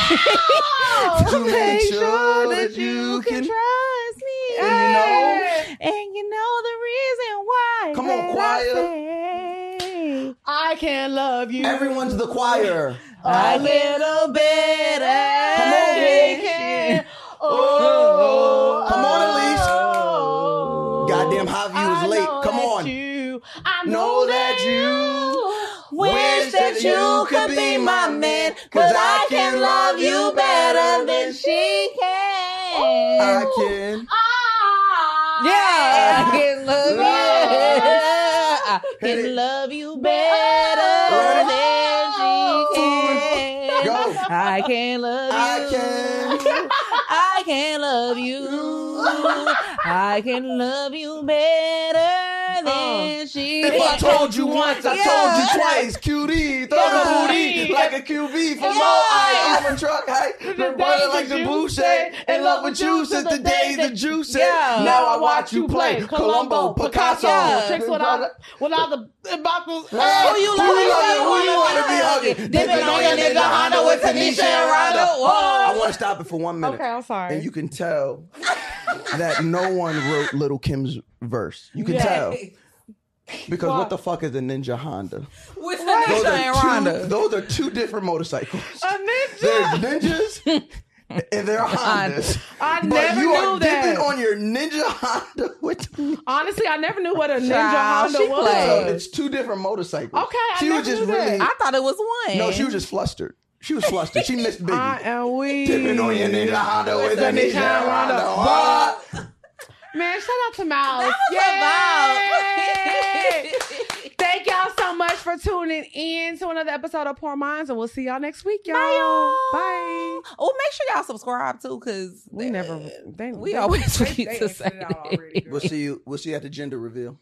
Speaker 1: Oh,
Speaker 3: To make sure that you can-
Speaker 2: trust me.
Speaker 3: And you know-
Speaker 2: And you know the reason why.
Speaker 3: Come on,
Speaker 2: that I
Speaker 3: choir.
Speaker 2: say
Speaker 1: I can love you.
Speaker 3: Everyone to the choir.
Speaker 2: A little eh? better.
Speaker 3: Come on,
Speaker 2: than
Speaker 3: Nick.
Speaker 2: she-
Speaker 1: Oh,
Speaker 3: Come on,
Speaker 1: oh.
Speaker 3: Elise. Goddamn, Javi was
Speaker 1: I
Speaker 3: late.
Speaker 1: know
Speaker 3: Come
Speaker 1: that
Speaker 3: on.
Speaker 1: You, I know,
Speaker 3: Know
Speaker 1: that,
Speaker 3: that you
Speaker 1: you.
Speaker 2: Oh, Wish that you could be my man, cause I can love you better than she
Speaker 3: I
Speaker 2: can.
Speaker 3: can.
Speaker 1: I
Speaker 2: Yeah, I can love you. I
Speaker 3: Hit it.
Speaker 2: can love you better than she can.
Speaker 3: Go.
Speaker 2: I can love you.
Speaker 3: I can.
Speaker 2: I can love you. I can love you better than she.
Speaker 3: Uh, If I told you once, I
Speaker 2: Yeah.
Speaker 3: told you twice. QD, throw
Speaker 1: Yeah.
Speaker 3: the booty like a QB from
Speaker 1: Yeah.
Speaker 3: all I on a truck hike. Been
Speaker 1: days
Speaker 3: running like
Speaker 1: that
Speaker 3: the
Speaker 1: you
Speaker 3: Boucher.
Speaker 1: said,
Speaker 3: In love with you since the days the juice said. Now I watch you play Colombo, Picasso.
Speaker 1: Yeah.
Speaker 3: Been
Speaker 1: Tricks without, without the buckles.
Speaker 3: Who
Speaker 2: you
Speaker 3: you
Speaker 2: love,
Speaker 3: love?
Speaker 2: who you
Speaker 3: Who you
Speaker 2: wanna
Speaker 3: want to be
Speaker 2: hugging?
Speaker 3: hugging?
Speaker 2: Dipping on
Speaker 3: Dipping on
Speaker 2: your
Speaker 3: your
Speaker 2: nigga
Speaker 3: nigga
Speaker 2: Honda
Speaker 3: Honda
Speaker 2: with
Speaker 3: with Tanisha
Speaker 2: Tanisha
Speaker 3: and
Speaker 2: and
Speaker 3: Rhonda.
Speaker 2: Rhonda. Whoa.
Speaker 3: I want to stop it for one minute.
Speaker 1: Okay, I'm sorry.
Speaker 3: And you can tell that no one wrote Little Kim's verse. You can
Speaker 1: Yeah. [laughs]
Speaker 3: tell. Because
Speaker 1: Why?
Speaker 3: what the fuck is a
Speaker 1: [laughs]
Speaker 3: Ninja Honda?
Speaker 2: With
Speaker 3: Those
Speaker 2: Tanisha and
Speaker 3: are, two,
Speaker 2: Rhonda.
Speaker 3: those are two different motorcycles.
Speaker 1: a ninja.
Speaker 3: There's ninjas
Speaker 1: [laughs]
Speaker 3: and there are Hondas.
Speaker 1: I
Speaker 3: But
Speaker 1: never
Speaker 3: you
Speaker 1: knew
Speaker 3: are
Speaker 1: that.
Speaker 3: dipping on your ninja Honda with
Speaker 1: Honestly, I never knew what a ninja
Speaker 2: Child,
Speaker 1: Honda
Speaker 2: she
Speaker 1: was.
Speaker 2: played.
Speaker 3: So it's two different motorcycles.
Speaker 1: Okay, I
Speaker 3: she
Speaker 1: never
Speaker 3: was just
Speaker 1: knew that.
Speaker 3: really
Speaker 2: I thought it was one.
Speaker 3: no, she was just flustered. She was flustered. She missed Biggie.
Speaker 1: I am weak.
Speaker 3: Dipping on your ninja Honda with a ninja
Speaker 1: Ninja Honda.
Speaker 3: Honda. What?
Speaker 1: Man, shout out to Miles.
Speaker 2: That was a
Speaker 1: Yay!
Speaker 2: [laughs]
Speaker 1: Thank y'all so much for tuning in to another episode of Poor Minds, and we'll see y'all next week, y'all. Bye.
Speaker 2: Oh, make sure y'all subscribe too, cause
Speaker 1: We never. They,
Speaker 2: we
Speaker 1: they-
Speaker 2: always
Speaker 1: they- [laughs]
Speaker 2: forget
Speaker 1: they
Speaker 2: to
Speaker 1: answered
Speaker 2: say
Speaker 1: it all already,
Speaker 3: We'll
Speaker 1: girl.
Speaker 3: see you. We'll see you at the gender reveal.